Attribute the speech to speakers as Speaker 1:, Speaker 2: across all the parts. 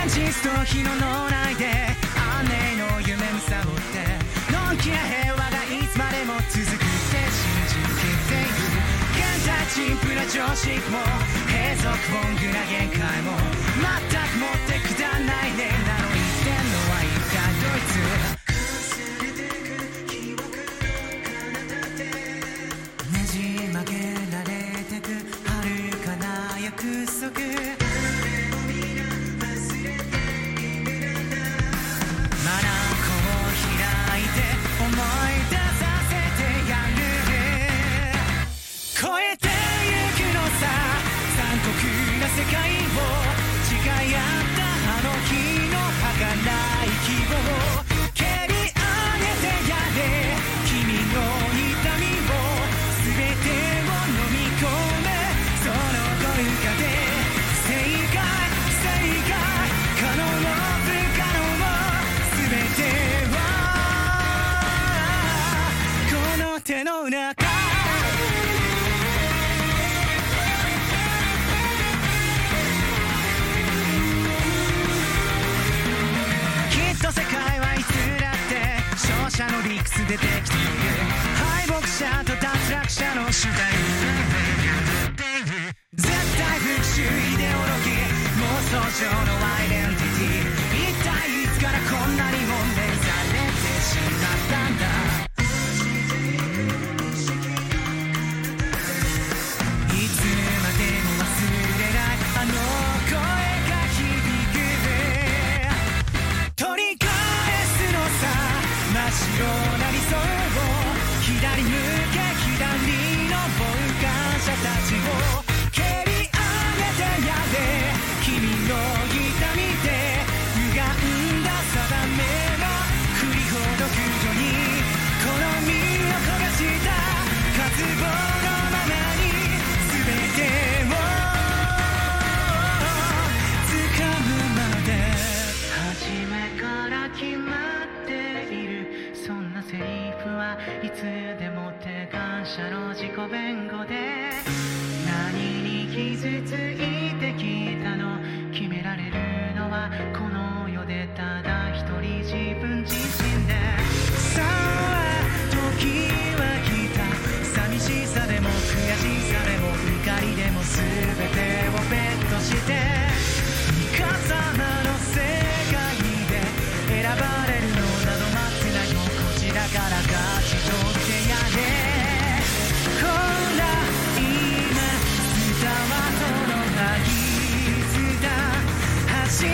Speaker 1: の日の脳内で安寧の夢見さぼってのんきな平和がいつまでも続くって信じきっている現在陳腐な常識も閉塞文具な限界も全くもってくだらないねなの言ってんのは一体どいつねじ曲げられてく遥かな約束眼を開いて思い出させてやる超えてゆくのさ残酷な世界を誓い合ったあの日の儚い希望蹴り上げてやれ君の痛みを全てを飲み込めその声がで正解正解可能不可能全てはこの手の中きっと世界はいつだって勝者の理屈でできている敗北者と脱落者の主体絶対復讐イデオロギー妄想上のアイデンティティ一体いつからこんなにも目覚めてしまったんだいつまでも忘れないあの声が響く取り返すのさ真っ白な理想を左向け左の傍観者たちを蹴り上げてやれ君の痛みで歪んだ定めの振りほどくようにこの身を焦がした渇望のままに全てを掴むまで初めから決まっているそんなセリフはいつでもって感謝の自己弁護で何に傷ついてきたの決められるのはこの世でただ一人自分自身でさあ時は来た寂しさでも悔しさでも怒りでも全てをベットしてイカ様の世界で選ばれるのなど待ってないよこちらから勝ち取ってやれほら今歌はその凪だ走れ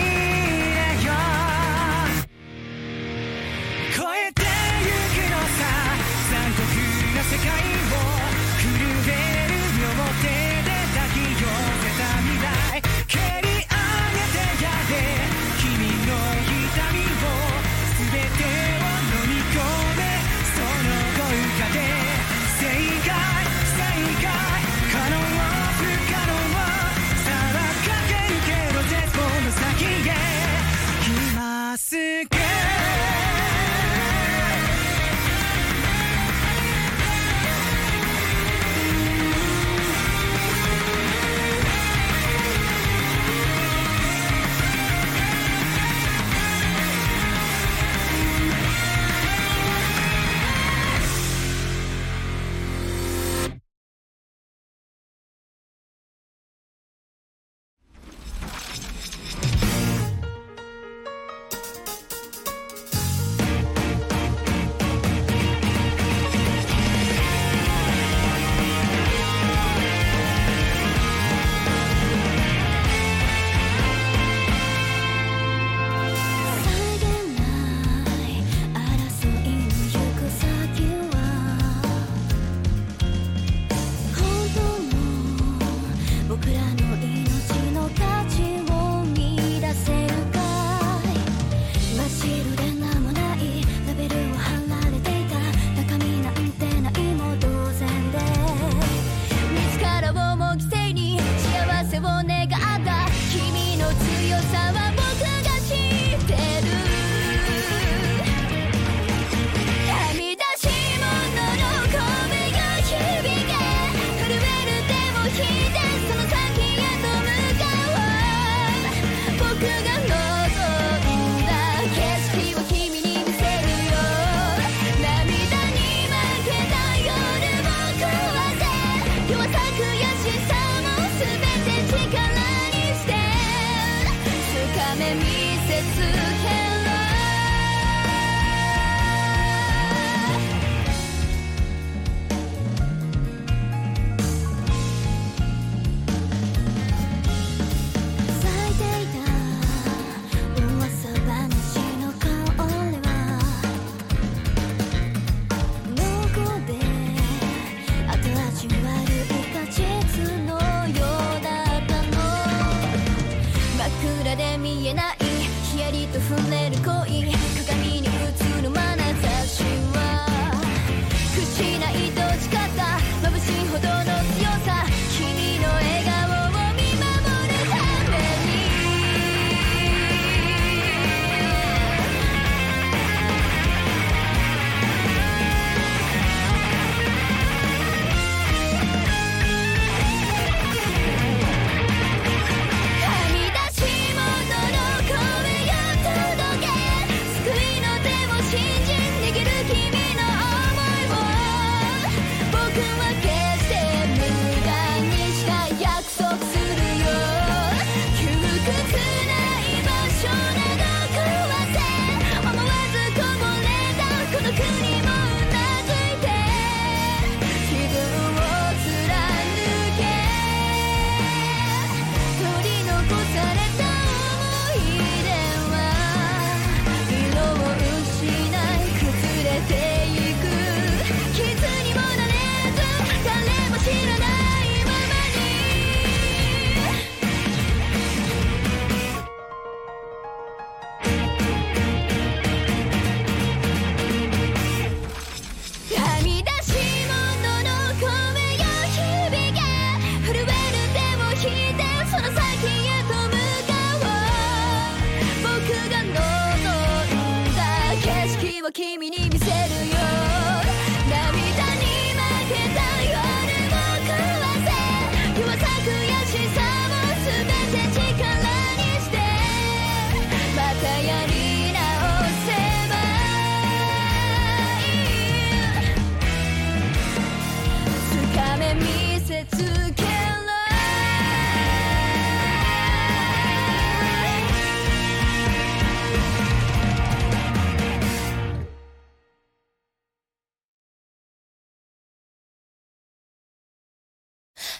Speaker 1: よ超えてゆくのさ残酷な世界を震える両手で抱き寄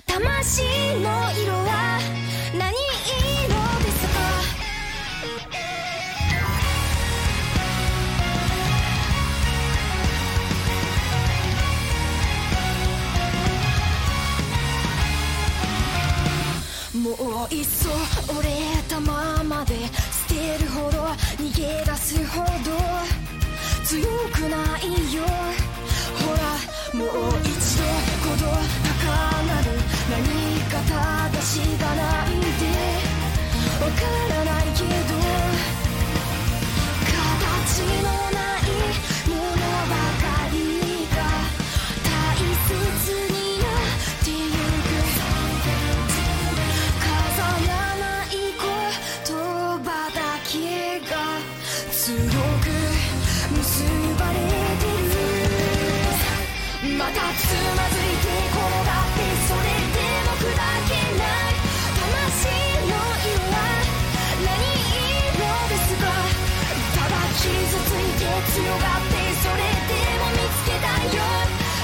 Speaker 2: 魂の色は何色ですかもういっそ折れたままで捨てるほど逃げ出すほど強くないよほらもう一度この高なる何か正しがないでわからないけど形のないものばかりが大切になってゆく飾らない言葉だけが強く結ばれてるまたつまずいて転がってそれでも砕けない魂の色は何色ですかただ傷ついて強がってそれでも見つけたいよ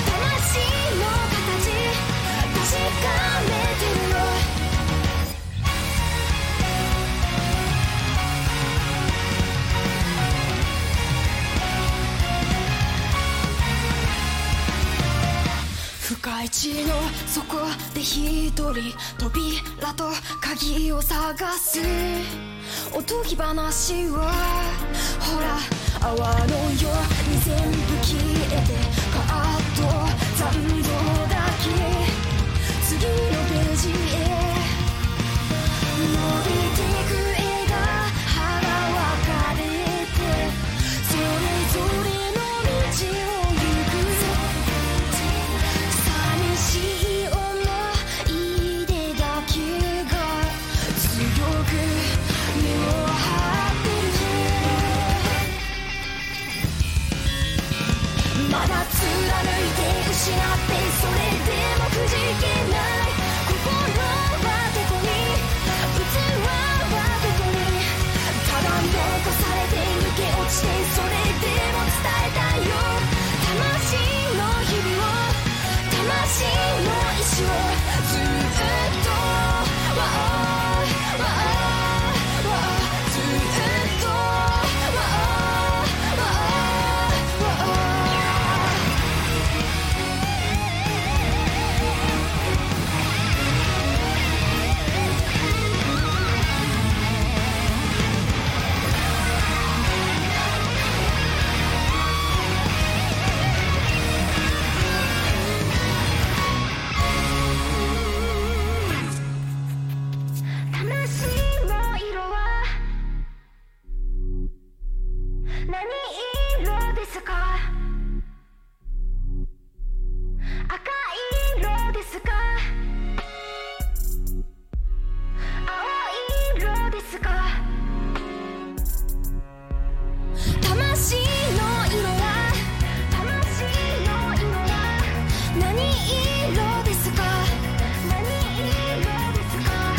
Speaker 2: 魂の形確かめてるよ深い地の底で一人扉と鍵を探すおとぎ話はほら泡のように全部消えてカーッと残像だけ次のページへ伸びてく絵が腹は枯れてそれぞれの道を行く寂しい思い出だけが強く根を張ってるまだ貫いて失ってそれでもくじけない心はどこに器はどこにただ残されて抜け落ちてそれでも伝えたいよ魂の日々を魂の意志をずっと Wow, wow, wow ずっと Wow, wow, wow 魂の色は何色ですか赤色ですか青色ですか魂の色は魂の色は何色ですか何色ですか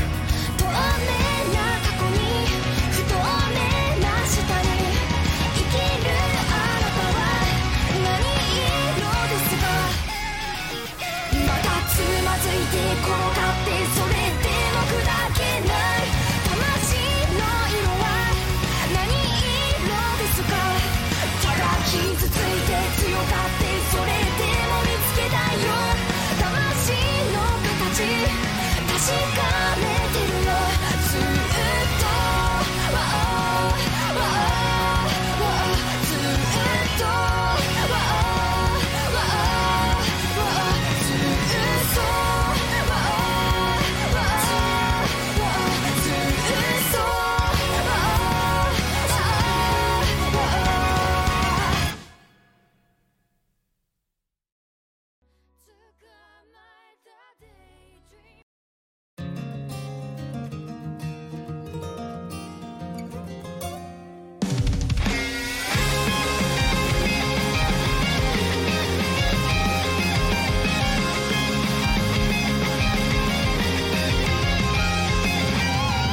Speaker 2: 透明な過去に不透明な下に生きるあなたは何色ですかまたつまずいて転がってそれでも砕けない魂の色は何色ですかただ傷ついて強がってそれでも見つけたいよ魂の形確かめてるよずっと Wow, wow, wow ずっと Wow, wow, wow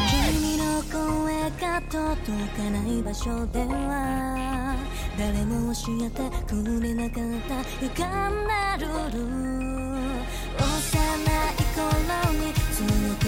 Speaker 3: 君の声が届かない場所では誰も教えてくれなかった歪んだルール幼い頃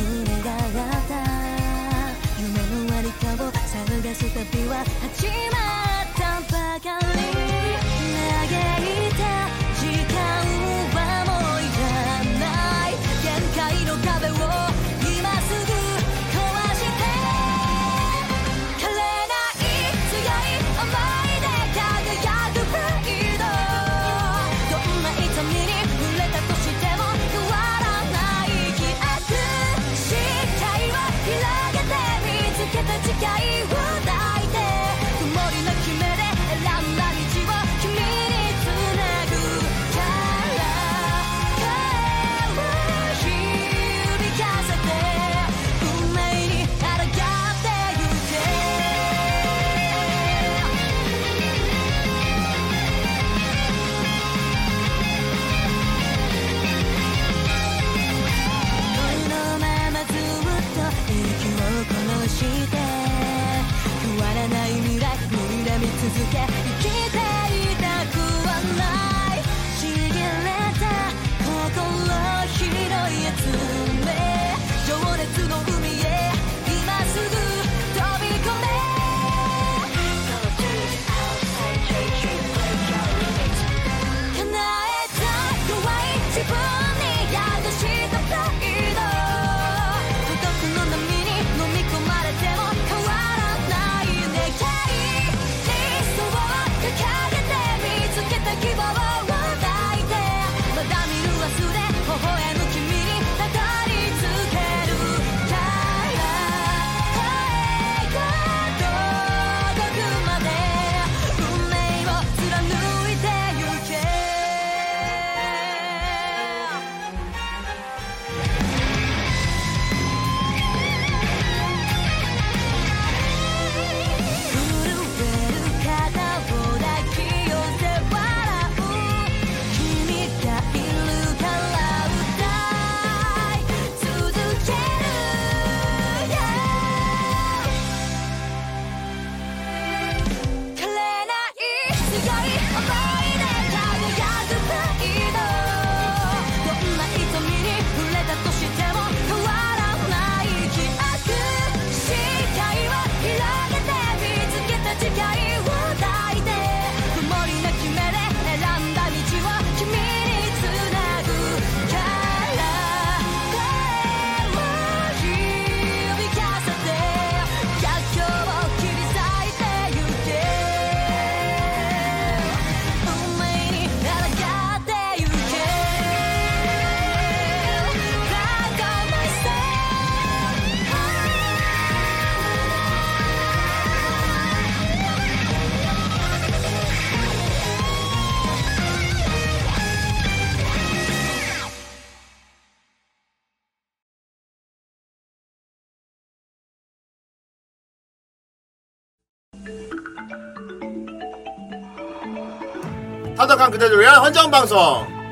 Speaker 4: 타덕한 그대를 위한 헌정 방송.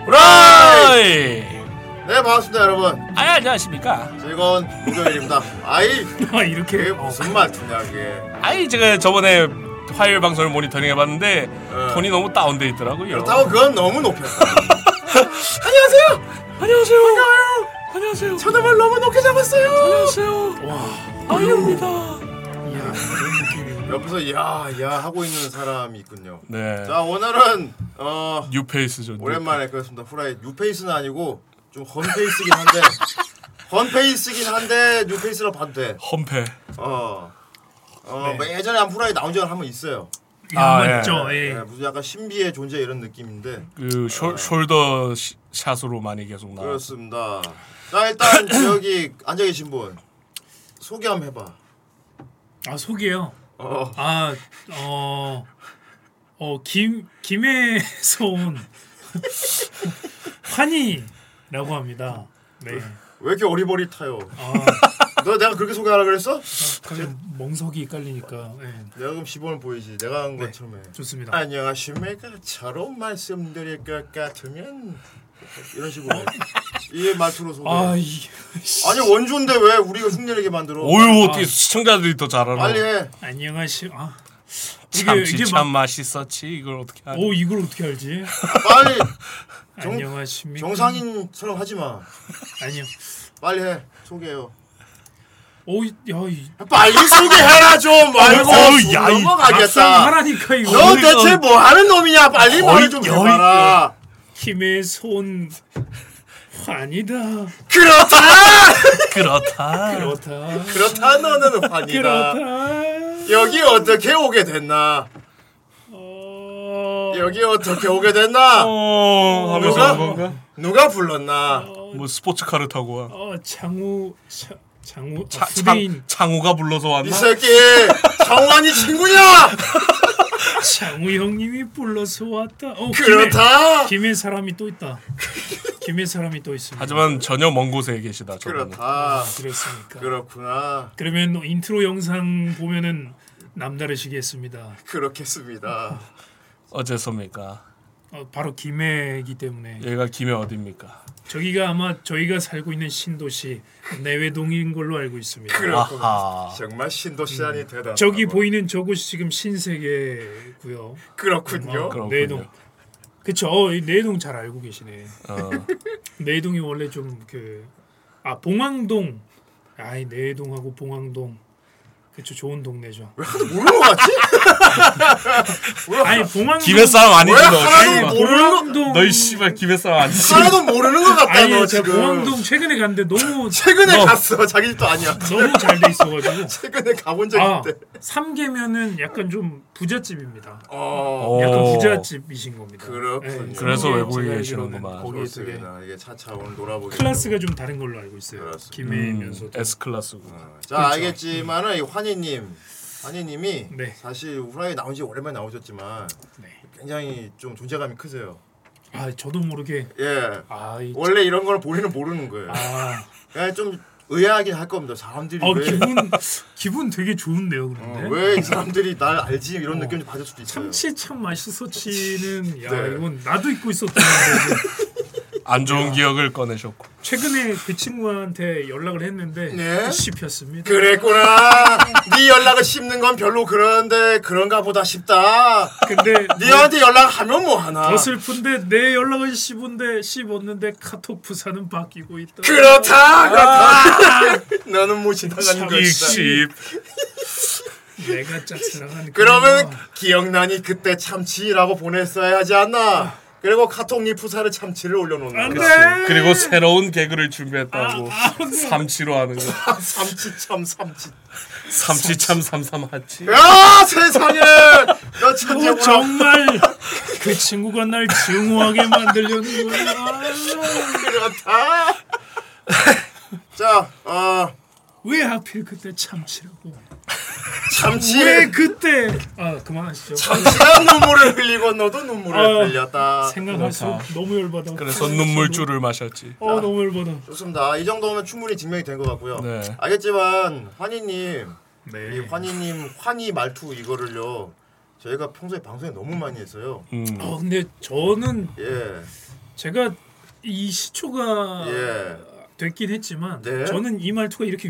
Speaker 4: 후라이!
Speaker 5: 라이.
Speaker 4: 네 반갑습니다 여러분.
Speaker 5: 아 안녕하십니까.
Speaker 4: 즐거운 목요일입니다. 아이
Speaker 5: 이렇게.
Speaker 4: 그게 무슨 말투냐 그게.
Speaker 5: 아이 제가 저번에 화요일 방송을 모니터링 해봤는데 톤이 너무 다운돼 있더라고요.
Speaker 4: 네. 어, 그렇다고 그건 너무 높였어.
Speaker 5: 안녕하세요. 안녕하세요. 반가워요. 안녕하세요.
Speaker 4: 저놈을 너무 높게 잡았어요.
Speaker 5: 안녕하세요.
Speaker 4: 와
Speaker 5: 아이입니다.
Speaker 4: 옆에서 야야 하고 있는 사람이 있군요.
Speaker 5: 네.
Speaker 4: 자 오늘은 어
Speaker 5: 뉴페이스죠.
Speaker 4: 오랜만에 그렇습니다. 후라이 뉴페이스는 아니고 좀 헌페이스긴 한데 헌페이스긴 한데 뉴페이스라 봐도 돼.
Speaker 5: 험패.
Speaker 4: 어.
Speaker 5: 네.
Speaker 4: 어, 예전에 한 후라이 나온 적은 한번 있어요.
Speaker 5: 아, 예.
Speaker 6: 맞죠. 예.
Speaker 4: 예, 무슨 약간 신비의 존재 이런 느낌인데
Speaker 5: 그 숄, 숄더 시- 샷으로 많이 계속 나와.
Speaker 4: 네. 그렇습니다. 자 일단 여기 앉아 계신 분 소개 한번 해봐.
Speaker 6: 아 속이에요.
Speaker 4: 어.
Speaker 6: 아 어. 어, 김, 김해에서 온 환희라고 합니다. 네.
Speaker 4: 왜 이렇게 어리버리 타요?
Speaker 6: 아,
Speaker 4: 너 내가 그렇게 소개하라 그랬어?
Speaker 6: 그냥 멍석이 깔리니까. 네.
Speaker 4: 내가 그럼 시범을 보이지. 내가 한 것처럼 해. 아,
Speaker 6: 좋습니다.
Speaker 4: 예. 안녕하십니까. 저로 말씀드릴 것 같으면 이런 식으로 이 말투로 소개.
Speaker 6: 아,
Speaker 4: 아,
Speaker 6: 이,
Speaker 4: 아니 원조인데 왜 우리가 흉내내게 만들어?
Speaker 5: 오유 어떻게 시청자들이 더 잘하나?
Speaker 4: 아. 빨리 해.
Speaker 6: 안녕하시, 아.
Speaker 5: 참치
Speaker 6: 이게
Speaker 5: 참
Speaker 6: 막-
Speaker 5: 맛있었지 이걸 어떻게 하냐?
Speaker 6: 오, 이걸 어떻게 알지?
Speaker 4: 빨리. 정,
Speaker 6: 안녕하십니까.
Speaker 4: 정상인처럼 하지 마.
Speaker 6: 아니요.
Speaker 4: 빨리 해. 소개해요.
Speaker 6: 오, 어, 이- 야, 이.
Speaker 4: 빨리 소개해라 좀. 아이고
Speaker 5: 어우,
Speaker 4: 숨
Speaker 5: 야, 이
Speaker 6: 막상
Speaker 4: 넘어가겠다.
Speaker 6: 하라니까, 이거.
Speaker 4: 너 대체 뭐 하는 놈이냐? 빨리 말을 좀
Speaker 5: 여의-
Speaker 4: 해봐라.
Speaker 6: 김해에서 온 환희다. 그
Speaker 4: 그렇다.
Speaker 5: 그렇다.
Speaker 6: 그렇다.
Speaker 4: 그렇다 너는 환이다.
Speaker 6: 그렇다.
Speaker 4: 여기 어떻게 오게 됐나?
Speaker 6: 어...
Speaker 4: 여기 어떻게 오게 됐나?
Speaker 5: 어 하면서
Speaker 4: 누가 누가 불렀나?
Speaker 5: 뭐 스포츠카를 타고 와.
Speaker 6: 어 장우 차, 장우 아,
Speaker 5: 차,
Speaker 6: 후배인
Speaker 5: 창, 창호가 불러서
Speaker 4: 이
Speaker 5: 왔나?
Speaker 4: 새끼 정환이 친구냐?
Speaker 6: 장우 형님이 불러서 왔다. 어
Speaker 4: 그렇다.
Speaker 6: 김해, 김해 사람이 또 있다. 김해 사람이 또 있습니다.
Speaker 5: 하지만 전혀 먼 곳에 계시다. 저분은.
Speaker 4: 그렇다.
Speaker 6: 그렇습니까? 그러...
Speaker 4: 그렇구나.
Speaker 6: 면 인트로 영상 보면은 남다르시겠습니다.
Speaker 4: 그렇겠습니다.
Speaker 5: 어째서입니까?
Speaker 6: 어, 바로 김해이기 때문에
Speaker 5: 여기가 김해 어디입니까?
Speaker 6: 저기가 아마 저희가 살고 있는 신도시 내외동인 걸로 알고 있습니다.
Speaker 5: 아하.
Speaker 4: 정말 신도시안이 되다.
Speaker 6: 음. 저기 보이는 저곳이 지금 신세계고요.
Speaker 4: 아, 그렇군요.
Speaker 6: 뭐,
Speaker 5: 그럼.
Speaker 6: 내동. 그쵸. 어, 이 내동 잘 알고 계시네.
Speaker 5: 어.
Speaker 6: 내동이 원래 좀 그 아 봉황동. 아이 내동하고 봉황동. 그쵸 좋은 동네죠.
Speaker 4: 왜 하도 모르는 거 같지?
Speaker 6: 아니 봉황동.
Speaker 5: 김해 사람
Speaker 4: 왜
Speaker 5: 아니지
Speaker 4: 하나도
Speaker 5: 너.
Speaker 4: 모르는 거?
Speaker 6: 봉황동.
Speaker 5: 너이 씨발 김해 사람 아니지?
Speaker 4: 하나도 모르는 거 같다
Speaker 6: 아니
Speaker 4: 너
Speaker 6: 제가
Speaker 4: 지금.
Speaker 6: 봉황동 최근에 갔는데 너무
Speaker 4: 최근에
Speaker 6: 뭐.
Speaker 5: 너.
Speaker 4: 갔어. 자기 집도 아니야.
Speaker 6: 너무 잘 돼 있어가지고.
Speaker 4: 최근에 가본 적
Speaker 6: 아
Speaker 4: 있대.
Speaker 6: 삼계면은 약간 좀 부잣집입니다.
Speaker 4: 어.
Speaker 6: 약간
Speaker 5: 오.
Speaker 6: 부잣집이신 겁니다. 네,
Speaker 4: 그렇군요.
Speaker 5: 그래서
Speaker 6: 삼계
Speaker 5: 외국에
Speaker 6: 제가
Speaker 5: 계시는구만.
Speaker 6: 알기로는 거기에 되게
Speaker 4: 그렇습니다. 이게 차차 오늘 놀아보기.
Speaker 6: 클래스가 좀 다른 걸로 알고 있어요.
Speaker 4: 그렇습니다. 음,
Speaker 6: 김해면서 도
Speaker 5: 음, S 클래스고.
Speaker 4: 자 알겠지만은 이 환희님 환희님이
Speaker 6: 네.
Speaker 4: 사실 후라이 나온 지 오랜만에 나오셨지만
Speaker 6: 네.
Speaker 4: 굉장히 좀 존재감이 크세요.
Speaker 6: 아 저도 모르게
Speaker 4: 예
Speaker 6: 아이
Speaker 4: 원래 이런 걸 본인은 모르는 거예요.
Speaker 6: 아,
Speaker 4: 그냥 좀 의아하긴 할 겁니다. 사람들이
Speaker 6: 어,
Speaker 4: 왜, 어,
Speaker 6: 기분 기분 되게 좋은데요, 그런데.
Speaker 4: 왜 이 사람들이 날 알지 이런 느낌을 받을 수도 있어요.
Speaker 6: 참치 참 맛있었지는 야
Speaker 4: 네.
Speaker 6: 이건 나도 잊고 있었는데
Speaker 5: 안 좋은 기억을 꺼내셨고.
Speaker 6: 최근에 그 친구한테 연락을 했는데
Speaker 4: 네?
Speaker 6: 씹혔습니다.
Speaker 4: 그랬구나. 네 연락을 씹는 건 별로 그런데 그런가 보다 싶다.
Speaker 6: 근데
Speaker 4: 네한테 연락하면 뭐 하나.
Speaker 6: 더 슬픈데 내 연락은 씹은데 씹었는데 카톡 부사는 바뀌고 있다.
Speaker 4: 그렇다 그렇다.
Speaker 6: 아.
Speaker 4: 너는 못 지나가는 것이다.
Speaker 5: 익십.
Speaker 6: 내가 짝사랑하는
Speaker 4: 그러면
Speaker 6: 그녀와
Speaker 4: 기억나니 그때 참치라고 보냈어야 하지 않나? 그리고 카톡 니프사를 참치를 올려놓는
Speaker 6: 안
Speaker 4: 거.
Speaker 6: 돼.
Speaker 5: 그리고 새로운 개그를 준비했다고. 아. 삼치로 하는 거.
Speaker 4: 참치 참 참치.
Speaker 5: 삼치 참 삼삼하치.
Speaker 4: 야 세상에 너 천재
Speaker 6: 어,
Speaker 4: 정.
Speaker 6: 정말 그 친구가 날 증오하게 만들려는 거야.
Speaker 4: 그렇다. 자, 어,
Speaker 6: 왜 하필 그때 참치라고? 왜
Speaker 4: 참치에
Speaker 6: 그때? 아 그만하시죠.
Speaker 4: 참치한 눈물을 흘리고 너도 눈물을
Speaker 6: 어.
Speaker 4: 흘렸다.
Speaker 6: 생각할수록 너무 열받아.
Speaker 5: 그래서 눈물줄을 마셨지.
Speaker 6: 어 너무 열받아.
Speaker 4: 좋습니다. 이 정도면 충분히 증명이 된 것 같고요.
Speaker 5: 네.
Speaker 4: 알겠지만 환희님, 이
Speaker 6: 네.
Speaker 4: 환희님 환희 말투 이거를요 저희가 평소에 방송에 너무 많이 했어요.
Speaker 6: 아 근데 저는
Speaker 4: 예.
Speaker 6: 제가 이 시초가
Speaker 4: 예.
Speaker 6: 됐긴 했지만
Speaker 4: 네.
Speaker 6: 저는 이 말투가 이렇게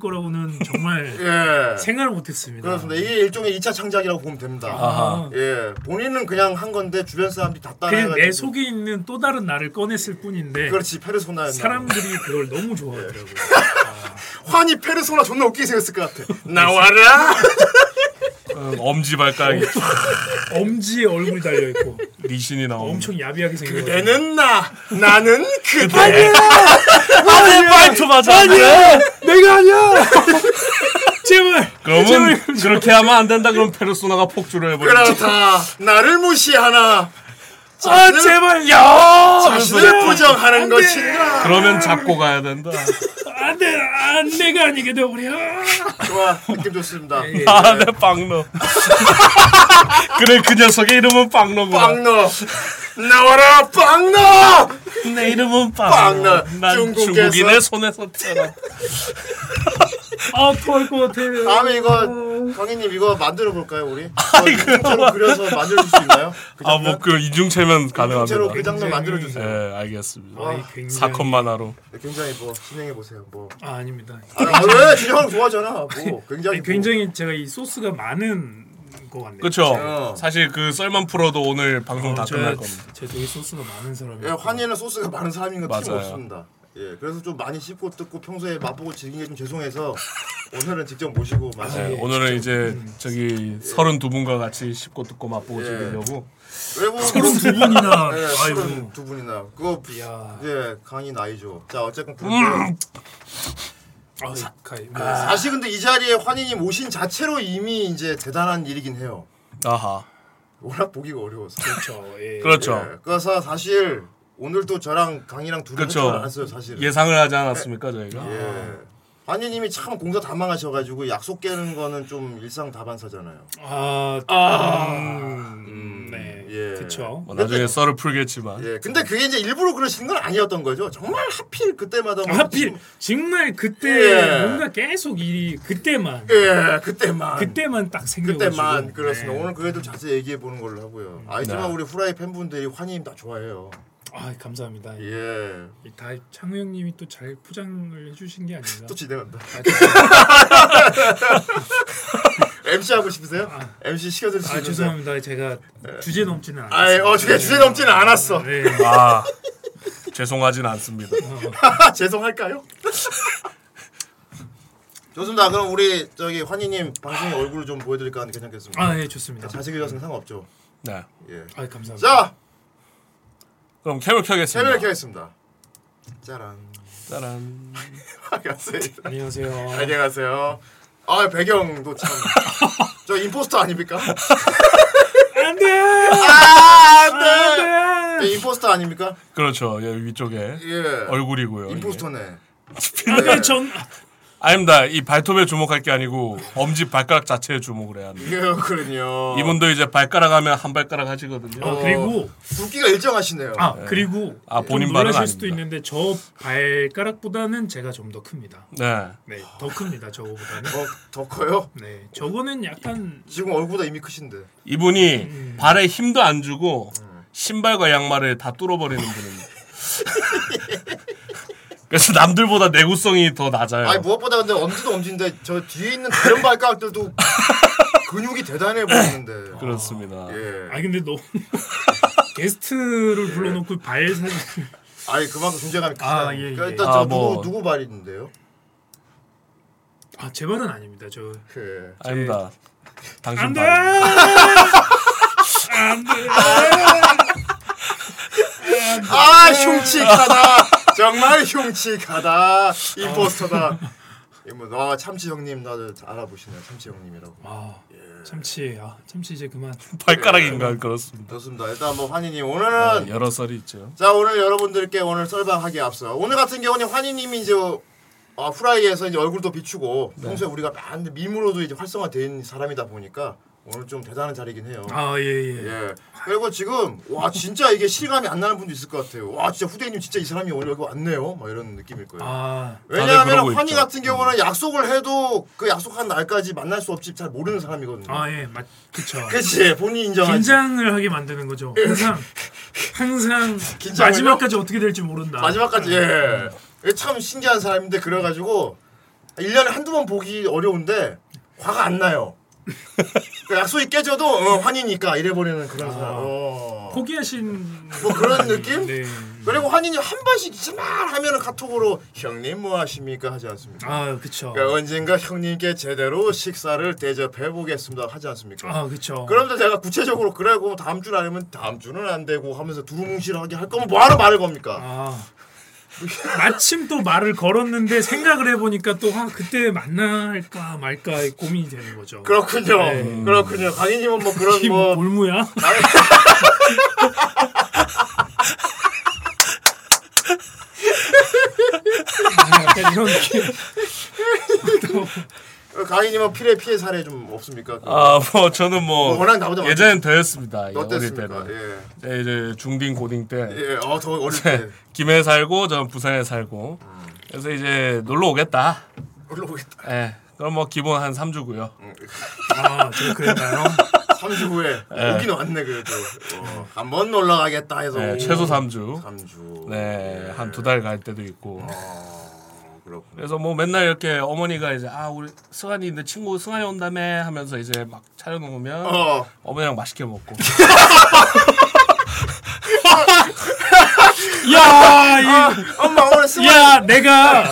Speaker 6: 거라고는 정말
Speaker 4: 예.
Speaker 6: 생각을 못했습니다.
Speaker 4: 그렇습니다. 이게 일종의 2차 창작이라고 보면 됩니다.
Speaker 6: 아하.
Speaker 4: 예. 본인은 그냥 한 건데 주변 사람들이 다
Speaker 6: 그냥
Speaker 4: 따라해가지고
Speaker 6: 내 속에 있는 또 다른 나를 꺼냈을 뿐인데
Speaker 4: 그렇지 페르소나였나.
Speaker 6: 사람들이 그걸 너무 좋아하더라고요.
Speaker 4: 예. 환이 페르소나 존나 웃기게 생겼을 것 같아.
Speaker 6: 네.
Speaker 4: 나와라.
Speaker 5: 엄지발가락에
Speaker 6: 엄지에 얼굴이 달려 있고
Speaker 5: 리신이 나오고
Speaker 6: 엄청 야비하게 생긴
Speaker 4: 그 내는 나, 나는 그대.
Speaker 5: 아니 말투 맞아 네. 아니야
Speaker 6: 내가 아니야. 제발
Speaker 5: 그러면 그렇게 하면 안 된다 그럼 페르소나가 폭주를 해버려
Speaker 4: 그렇다. 나를 무시하나.
Speaker 5: 아 제발 야
Speaker 6: 아,
Speaker 5: 네.
Speaker 4: 자신을 부정하는 것인가.
Speaker 5: 그러면 잡고 가야 된다
Speaker 6: 안돼 안 내가 아니게 되버려.
Speaker 4: 좋아. 느낌 좋습니다.
Speaker 6: 예,
Speaker 5: 아내 네. 빵너 그래 그 녀석의 이름은 빵너구나
Speaker 4: 빵너. 나와라 빵너.
Speaker 5: 내 이름은
Speaker 4: 빵너.
Speaker 5: 빵너 난
Speaker 4: 중국에서-
Speaker 5: 중국인의 손에서 태어났다
Speaker 6: 아 토할 것 같아.
Speaker 4: 다음에 이거 강희님 이거 만들어 볼까요 우리? 실제로 그려서 만들어 줄 수 있나요? 그
Speaker 5: 아,
Speaker 4: 장면?
Speaker 5: 뭐 그 이중체면
Speaker 4: 실제로
Speaker 5: 가능합니다.
Speaker 4: 그 장면 만들어
Speaker 5: 예,
Speaker 4: 주세요.
Speaker 5: 알겠습니다.
Speaker 4: 아,
Speaker 6: 굉장히-
Speaker 5: 사컷 만화로.
Speaker 4: 굉장히 뭐 진행해 보세요. 뭐.
Speaker 6: 아 아닙니다.
Speaker 4: 아, 왜 진영 좋아하잖아. 뭐 굉장히
Speaker 6: 아니, 굉장히 제가 이 소스가 많은 것 같네요.
Speaker 5: 그렇죠.
Speaker 4: 어.
Speaker 5: 사실 그 썰만 풀어도 오늘 방송 다 끝날 겁니다.
Speaker 6: 제 되게 소스가 많은 사람이에요.
Speaker 4: 뭐, 예, 환희는 소스가 많은 사람인 건
Speaker 5: 맞아요.
Speaker 4: 틀림없습니다. 예, 그래서 좀 많이 씹고 뜯고 평소에 맛보고 즐긴 게 좀 죄송해서 오늘은 직접 모시고
Speaker 5: 예,
Speaker 6: 아,
Speaker 4: 마시고
Speaker 5: 오늘은 이제 저기 32분과 같이 씹고 듣고
Speaker 4: 예.
Speaker 5: 맛보고 즐기려고
Speaker 4: 외국
Speaker 6: 서른 두 분이나.
Speaker 4: 예,
Speaker 6: 아이고.
Speaker 4: 서른 두 분이나 그거
Speaker 6: 야. 음.
Speaker 4: 예 강의 나이죠. 자 어쨌건 그런데
Speaker 6: 아 사카이. 뭐,
Speaker 4: 사실 근데 이 자리에 환희님 오신 자체로 이미 이제 대단한 일이긴 해요.
Speaker 5: 아하.
Speaker 4: 워낙 보기가 어려워서.
Speaker 6: 그렇죠. 예.
Speaker 5: 그렇죠.
Speaker 4: 예, 그래서 사실 오늘도 저랑 강이랑 둘이
Speaker 5: 그쵸.
Speaker 4: 그렇죠. 알았어요 사실. 은
Speaker 5: 예상을 하지 않았습니까, 저희가?
Speaker 4: 예. 환희님이 참 공사 다 망하셔가지고 약속 깨는 거는 좀 일상 다반사잖아요.
Speaker 6: 아. 아. 음, 네.
Speaker 4: 예.
Speaker 6: 그렇죠.
Speaker 5: 뭐 나중에 썰을 풀겠지만.
Speaker 4: 예. 근데 그게 이제 일부러 그러신 건 아니었던 거죠. 정말 하필 그때마다 뭐
Speaker 6: 하필
Speaker 4: 지금-
Speaker 6: 정말 그때
Speaker 4: 예.
Speaker 6: 뭔가 계속 일이 그때만
Speaker 4: 예 그때만
Speaker 6: 그때만 딱 생겨가지고.
Speaker 4: 그때만 그렇습니다.
Speaker 6: 네.
Speaker 4: 오늘 그 애들 자세히 얘기해 보는 걸로 하고요. 알지만
Speaker 5: 네.
Speaker 4: 우리 후라이 팬분들이 환희님 다 좋아해요.
Speaker 6: 아 감사합니다.
Speaker 4: 예.
Speaker 6: 이 다 창우 형님이 또 잘 포장을 해주신 게 아닌가.
Speaker 4: 또 진행한다. MC 하고 싶으세요? MC 시켜드릴 수
Speaker 6: 아
Speaker 4: 있는데.
Speaker 6: 죄송합니다. 제가 주제 넘지는 않아요.
Speaker 4: 예. 아이 어 주제 주제 넘지는 않았어.
Speaker 6: 네.
Speaker 5: 아. 죄송하진 않습니다.
Speaker 4: 아, 죄송할까요? 좋습니다. 그럼 우리 저기 환희님 방송에 얼굴 좀 보여드릴까 하는 괜찮겠습니까?
Speaker 6: 아, 예, 좋습니다.
Speaker 4: 자식 교정은 상관없죠.
Speaker 5: 네.
Speaker 4: 예.
Speaker 6: 아, 감사합니다.
Speaker 4: 네. 자
Speaker 5: 그럼 캠을 켜겠습니다.
Speaker 4: 세미를 켜겠습니다. 짜란.
Speaker 5: 짜란.
Speaker 4: 반갑습니다.
Speaker 6: 안녕하세요.
Speaker 4: 안녕하세요. 아 배경도 참. 저 임포스터 아닙니까?
Speaker 6: 안돼.
Speaker 4: 아, 안돼. 네, 임포스터 아닙니까?
Speaker 5: 그렇죠. 예, 위쪽에
Speaker 4: 예.
Speaker 5: 얼굴이고요.
Speaker 4: 임포스터네.
Speaker 6: 아까 전
Speaker 5: 아닙니다. 이 발톱에 주목할 게 아니고 엄지 발가락 자체에 주목을 해야 합니다.
Speaker 4: 예, 그렇군요.
Speaker 5: 이분도 이제 발가락 하면 한 발가락 하시거든요.
Speaker 4: 어.
Speaker 6: 아, 그리고
Speaker 4: 굵기가 일정하시네요.
Speaker 6: 아 그리고
Speaker 5: 아, 본인
Speaker 6: 좀
Speaker 5: 발은
Speaker 6: 놀라실 수도
Speaker 5: 아닙니다.
Speaker 6: 있는데 저 발가락보다는 제가 좀 더 큽니다.
Speaker 5: 네.
Speaker 6: 네, 더 큽니다. 저거보다는.
Speaker 4: 어, 더 커요?
Speaker 6: 네, 저거는 약간
Speaker 4: 지금 얼굴보다 이미 크신데.
Speaker 5: 이분이 발에 힘도 안 주고 신발과 양말을 다 뚫어버리는 분입니다. 그래서 남들보다 내구성이 더 낮아요.
Speaker 4: 아니 뭐- 무엇보다 근데 엄지도 엄지인데 저 뒤에 있는 다른 발가락들도 근육이 대단해 보이는데.
Speaker 5: 그렇습니다.
Speaker 4: 예.
Speaker 6: 아 근데 너무 게스트를 불러놓고 발 사진
Speaker 4: 아니 그만큼 존재감이 크다.
Speaker 6: 아, 예, 예.
Speaker 4: 그러니까 일단
Speaker 5: 아,
Speaker 4: 저
Speaker 5: 뭐.
Speaker 4: 누구 누구 발인데요?
Speaker 6: 아, 제 발은 아닙니다. 저
Speaker 4: 예.
Speaker 5: 아닙니다. 당신
Speaker 6: 안돼.
Speaker 5: 발.
Speaker 4: 아 흉측하다. 정말 흉측하다. 임포스터다. 이분 아 참치 형님 나를 알아보시네요. 참치 형님이라고.
Speaker 6: 아, 참치. 아, 참치 이제 그만.
Speaker 5: 발가락인가 그렇습니다.
Speaker 4: 좋습니다. 일단 뭐 환희님
Speaker 5: 아,
Speaker 4: 오늘은
Speaker 5: 예. 여러 썰이 있죠.
Speaker 4: 자 오늘 여러분들께 오늘 썰방하기 앞서 오늘 같은 경우는 환희님이 이제 어, 네. 후라이에서 이제 얼굴도 비추고 평소에 우리가 많이 밈으로도 이제 활성화된 사람이다 보니까 오늘 좀 대단한 자리긴 해요.
Speaker 6: 아, 예, 예.
Speaker 4: 예. 그리고 지금 와 진짜 이게 실감이 안 나는 분도 있을 것 같아요. 와 진짜 후대님 진짜 이 사람이 오늘 여기 왔네요. 막 이런 느낌일 거예요.
Speaker 6: 아,
Speaker 5: 다들 그러고
Speaker 4: 왜냐하면 환희
Speaker 5: 있죠. 음.
Speaker 4: 같은 경우는 약속을 해도 그 약속한 날까지 만날 수 없지 잘 모르는 사람이거든요.
Speaker 6: 아, 예. 맞 그쵸.
Speaker 4: 그치 본인 인정하지.
Speaker 6: 긴장을 하게 만드는 거죠. 항상 항상
Speaker 4: 긴장을요?
Speaker 6: 마지막까지 어떻게 될지 모른다.
Speaker 4: 마지막까지
Speaker 5: 아.
Speaker 4: 예. 이게 참 신기한 사람인데 그래가지고 1년에 한두 번 보기 어려운데 화가 안 나요. 그 약속이 깨져도 어, 환희니까 이래버리는 그런
Speaker 5: 아.
Speaker 4: 사람. 어.
Speaker 6: 포기하신
Speaker 4: 뭐 그런 느낌?
Speaker 6: 네.
Speaker 4: 그리고 환희님 한 번씩 정말 하면은 카톡으로 형님 뭐 하십니까 하지 않습니까?
Speaker 6: 아, 그쵸.
Speaker 4: 그러니까 언젠가 형님께 제대로 식사를 대접해 보겠습니다 하지 않습니까?
Speaker 6: 아, 그쵸.
Speaker 4: 그러면서 제가 구체적으로 그래 그럼 다음 주는 아니면 다음 주는 안 되고 하면서 두루뭉실하게 할 거면 뭐하러 말을 겁니까?
Speaker 6: 아. 마침 또 말을 걸었는데 생각을 해보니까 또 아, 그때 만날까 말까 고민이 되는 거죠.
Speaker 4: 그렇군요.
Speaker 6: 네.
Speaker 4: 그렇군요. 강희님은 뭐 그런
Speaker 6: 이
Speaker 4: 뭐
Speaker 6: 볼무야? 아, 약간 이런 느낌.
Speaker 4: 강희님은 피해 피해 사례 좀 없습니까?
Speaker 5: 아뭐 저는 뭐
Speaker 4: 워낙 나보다 많이-
Speaker 5: 예전엔 더였습니다. 예, 어릴
Speaker 4: 그 어땠습니까?
Speaker 5: 때는 네.
Speaker 4: 예,
Speaker 5: 예, 이제 중딩 고딩 때
Speaker 4: 예, 음. 어더 어릴 때
Speaker 5: 김해 살고 저는 부산에 살고 그래서 이제 놀러 오겠다.
Speaker 4: 올라오겠다.
Speaker 5: 예. 그럼 뭐 기본 한 3주고요.
Speaker 6: 아, 저 그랬나요?
Speaker 4: 3주 후에 오긴 왔네 그래도 어, 한번 놀러 가겠다 해서
Speaker 5: 예, 최소 3주.
Speaker 4: 3주.
Speaker 5: 네, 한 두 달 갈 때도 있고.
Speaker 4: 어, 그렇군.
Speaker 5: 그래서 뭐 맨날 이렇게 어머니가 이제 아 우리 승환이 내 친구 승환이 온다며 하면서 이제 막 차려놓으면
Speaker 4: 어.
Speaker 5: 어머니랑 맛있게 먹고
Speaker 6: 야, 이
Speaker 4: 아, 엄마 오늘 승환
Speaker 6: 야 내가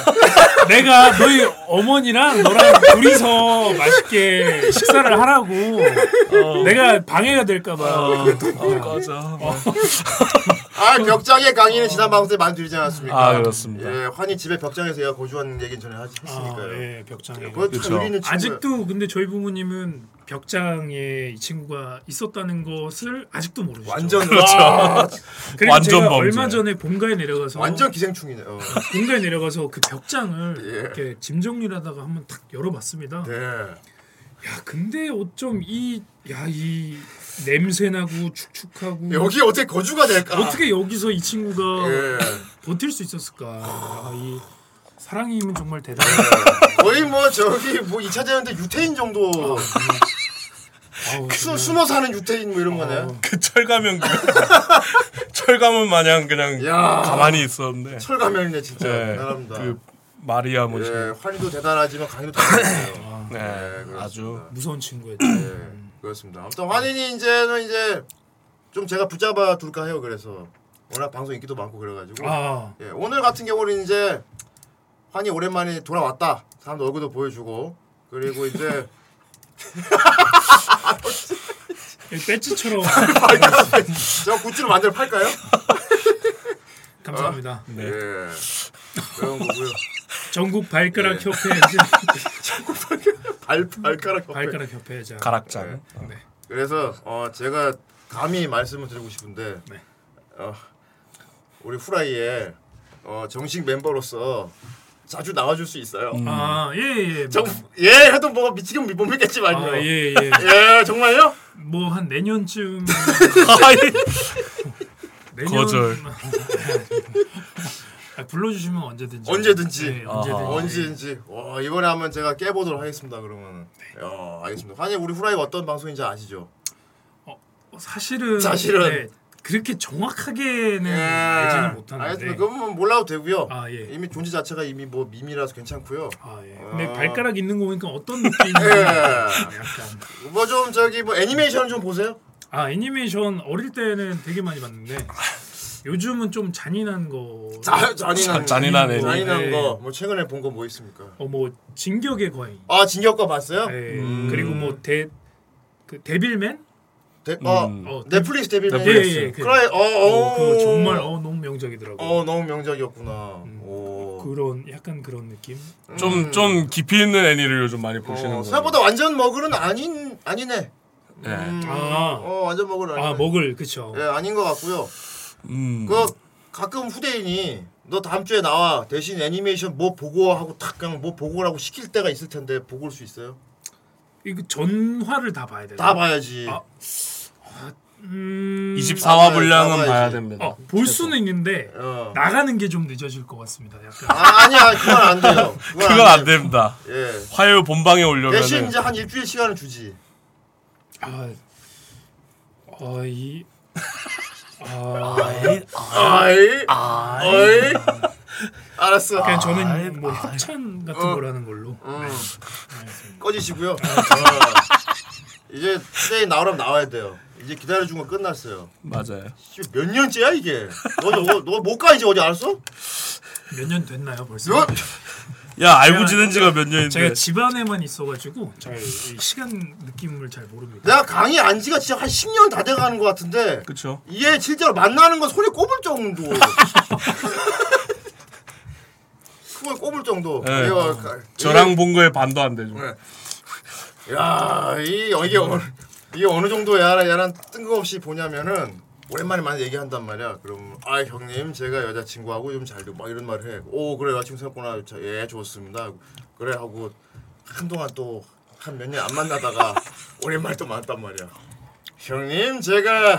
Speaker 6: 내가 너희 어머니랑 너랑 둘이서 맛있게 식사를 하라고
Speaker 4: 어.
Speaker 6: 내가 방해가 될까봐
Speaker 5: 어, 꺼져
Speaker 4: 아 벽장의 강의는 지난 방송 때 많이 드리지 않았습니까?
Speaker 5: 아, 그렇습니다.
Speaker 4: 예, 환희 집에 벽장에서 얘가 고주하는 얘기는 전에 하지 했으니까요. 뭐
Speaker 6: 예, 벽장에
Speaker 4: 그거 참
Speaker 5: 그쵸.
Speaker 4: 의리 있는 친구야.
Speaker 6: 아직도 근데 저희 부모님은 벽장에 이 친구가 있었다는 것을 아직도 모르시죠.
Speaker 4: 완전 그렇죠.
Speaker 6: 그리고
Speaker 5: 완전
Speaker 6: 제가
Speaker 5: 범죄.
Speaker 6: 얼마 전에 본가에 내려가서
Speaker 4: 완전 기생충이네. 어.
Speaker 6: 본가에 내려가서 그 벽장을
Speaker 4: 예.
Speaker 6: 이렇게 짐 정리하다가 한번 탁 열어봤습니다.
Speaker 4: 네.
Speaker 6: 야 근데 어쩜 이야이 냄새 나고 축축하고
Speaker 4: 여기 어떻게 예, 거주가 될까?
Speaker 6: 어떻게 여기서 이 친구가
Speaker 4: 예.
Speaker 6: 버틸 수 있었을까? 아, 이 사랑의 힘은 정말 대단해.
Speaker 4: 거의 뭐 저기 뭐 2차 대전때 유태인 정도
Speaker 6: 아우,
Speaker 4: 수, 숨어 사는 유태인 뭐 이런 거네.
Speaker 5: 그 철가면 철가면 마냥 그냥
Speaker 4: 야.
Speaker 5: 가만히 있었는데
Speaker 4: 철가면이네 진짜.
Speaker 5: 예,
Speaker 4: 대단합니다.
Speaker 5: 그 마리아 뭐지
Speaker 4: 예, 환희도 대단하지만 강희도 대단해요.
Speaker 6: 아.
Speaker 5: 네,
Speaker 4: 그렇습니다.
Speaker 5: 아주
Speaker 6: 무서운 친구였죠.
Speaker 4: 예, 그렇습니다. 아무튼 환인이 이제는 이제 좀 제가 붙잡아 둘까 해요. 그래서 워낙 방송 인기도 많고 그래가지고
Speaker 6: 아
Speaker 4: 예, 오늘 같은 경우는 이제 환이 오랜만에 돌아왔다. 사람들 얼굴도 보여주고 그리고 이제
Speaker 6: 여기 배지처럼
Speaker 4: 저 굿즈를 만들어 팔까요?
Speaker 6: 감사합니다.
Speaker 4: 예, 그런 거고요.
Speaker 6: 전국 발가락
Speaker 4: 예.
Speaker 6: 협회
Speaker 4: 발 발가락 협회.
Speaker 6: 발가락 협회자.
Speaker 5: 가락장
Speaker 4: 예. 그래서 어, 제가 감히 말씀을 드리고 싶은데
Speaker 6: 네.
Speaker 4: 어, 우리 후라이에 어, 정식 멤버로서 자주 나와줄 수 있어요.
Speaker 6: 음. 아예예
Speaker 4: 음.
Speaker 6: 뭐,
Speaker 4: 정, 예 해도 뭐가 미- 지금 못 믿겠지만요. 예.
Speaker 6: 아예예
Speaker 4: 정말요?
Speaker 6: 뭐 한 내년쯤 내년
Speaker 5: 거절.
Speaker 6: 아, 불러주시면 언제든지
Speaker 4: 언제든지.
Speaker 6: 예, 언제든지
Speaker 5: 아하.
Speaker 4: 언제인지 와 이번에 한번 제가 깨보도록 하겠습니다. 그러면
Speaker 6: 네.
Speaker 4: 어, 알겠습니다. 환희 우리 후라이가 어떤 방송인지 아시죠?
Speaker 6: 어, 사실은
Speaker 4: 사실은.
Speaker 6: 네, 그렇게 정확하게는 네, 알지는 못하는데
Speaker 4: 예. 알겠습니다. 그건 뭐 몰라도 되고요.
Speaker 6: 아, 예.
Speaker 4: 이미 존재 자체가 이미 뭐 밈이라서 괜찮고요.
Speaker 6: 아, 예. 근데
Speaker 4: 아.
Speaker 6: 발가락 있는 거 보니까 어떤 느낌인지
Speaker 4: 예.
Speaker 6: 약간
Speaker 4: 뭐 좀 저기 뭐 애니메이션 좀 보세요.
Speaker 6: 아 애니메이션 어릴 때는 되게 많이 봤는데 요즘은 좀 잔인한 거
Speaker 4: 자, 잔인한
Speaker 5: 자- 잔인한 애니.
Speaker 4: 잔인한
Speaker 6: 예.
Speaker 4: 거. 뭐 최근에 본 거 뭐 있습니까?
Speaker 6: 어 뭐 진격의 거인
Speaker 4: 아 진격과 봤어요?
Speaker 6: 예.
Speaker 4: 음.
Speaker 6: 그리고 뭐데그 데빌맨
Speaker 4: 데, 어,
Speaker 6: 어,
Speaker 4: 넷플릭스 데뷔맨.
Speaker 5: 넷플릭스.
Speaker 6: 예, 예, 그-
Speaker 4: 그래, 어,
Speaker 6: 어,
Speaker 4: 어,
Speaker 6: 그거 정말 어 너무 명작이더라고
Speaker 4: 어, 너무 명작이었구나. 오. 어,
Speaker 6: 그런 약간 그런 느낌
Speaker 4: 음.
Speaker 5: 좀 좀 깊이 있는 애니를 요즘 많이 보시는
Speaker 4: 어,
Speaker 5: 거예요.
Speaker 4: 생각보다 완전 머글은 아닌 아니네.
Speaker 5: 예. 음.
Speaker 6: 아아
Speaker 4: 어, 완전 머글 아니네.
Speaker 6: 먹을 그쵸
Speaker 4: 예, 아닌 것 같고요.
Speaker 5: 음.
Speaker 4: 그 가끔 후대인이 너 다음 주에 나와 대신 애니메이션 뭐 보고 하고 탁 그냥 뭐 보고라고 시킬 때가 있을 텐데 보고 올 수 있어요?
Speaker 6: 이거 전화를 다 봐야 돼요.
Speaker 4: 다 봐야지.
Speaker 6: 아, 음...
Speaker 5: 24화
Speaker 4: 봐야지,
Speaker 5: 분량은
Speaker 4: 봐야지.
Speaker 5: 봐야 됩니다.
Speaker 6: 어, 볼 수는 있는데
Speaker 4: 어.
Speaker 6: 나가는 게 좀 늦어질 것 같습니다. 약간
Speaker 4: 아, 아니야 그건 안 돼요.
Speaker 5: 그건 안 됩니다.
Speaker 4: 예.
Speaker 5: 화요일 본방에 올려면
Speaker 4: 대신 이제 한 일주일 시간을 주지.
Speaker 6: 아, 어, 이
Speaker 4: 아이, 아이. 알았어.
Speaker 6: 그냥
Speaker 4: 아,
Speaker 6: 저는 뭐 협찬 같은
Speaker 4: 어.
Speaker 6: 거라는 걸로. 네.
Speaker 4: 꺼지시고요. 어. 이제 스테이 나오라면 나와야 돼요. 이제 기다려준 거 끝났어요.
Speaker 5: 맞아요.
Speaker 4: 씨, 몇 년째야 이게? 너 저거 너못가 이제 어디 알았어?
Speaker 6: 몇년 됐나요 벌써?
Speaker 4: 너
Speaker 5: 야 알고
Speaker 6: 제가-
Speaker 5: 지낸 지가 몇 년인데
Speaker 4: 네.
Speaker 6: 제가 집안에만 있어가지고 잘이 시간 느낌을 잘 모릅니다.
Speaker 4: 내가 강의 안 지가 진짜 한 10년 다 돼가는 것 같은데
Speaker 5: 그쵸?
Speaker 4: 얘 실제로 만나는 건 손에 꼽을 정도. 손에 꼽을 정도.
Speaker 5: 예.
Speaker 4: 얘가 가-
Speaker 5: 저랑 본 거에 반도 안 되죠.
Speaker 4: 예. 야, 이 이게 어느 이게 어느 정도 야라 야란 뜬금없이 보냐면은 오랜만에 많이 얘기한단 말이야. 그럼 아 형님 제가 여자친구하고 좀 잘 되고 막 이런 말을 해. 오 그래 여자친구 생겼구나. 자, 예 좋습니다. 하고 그래 하고 한동안 또 한 몇 년 안 만나다가 오랜만에 또 만났단 말이야. 형님 제가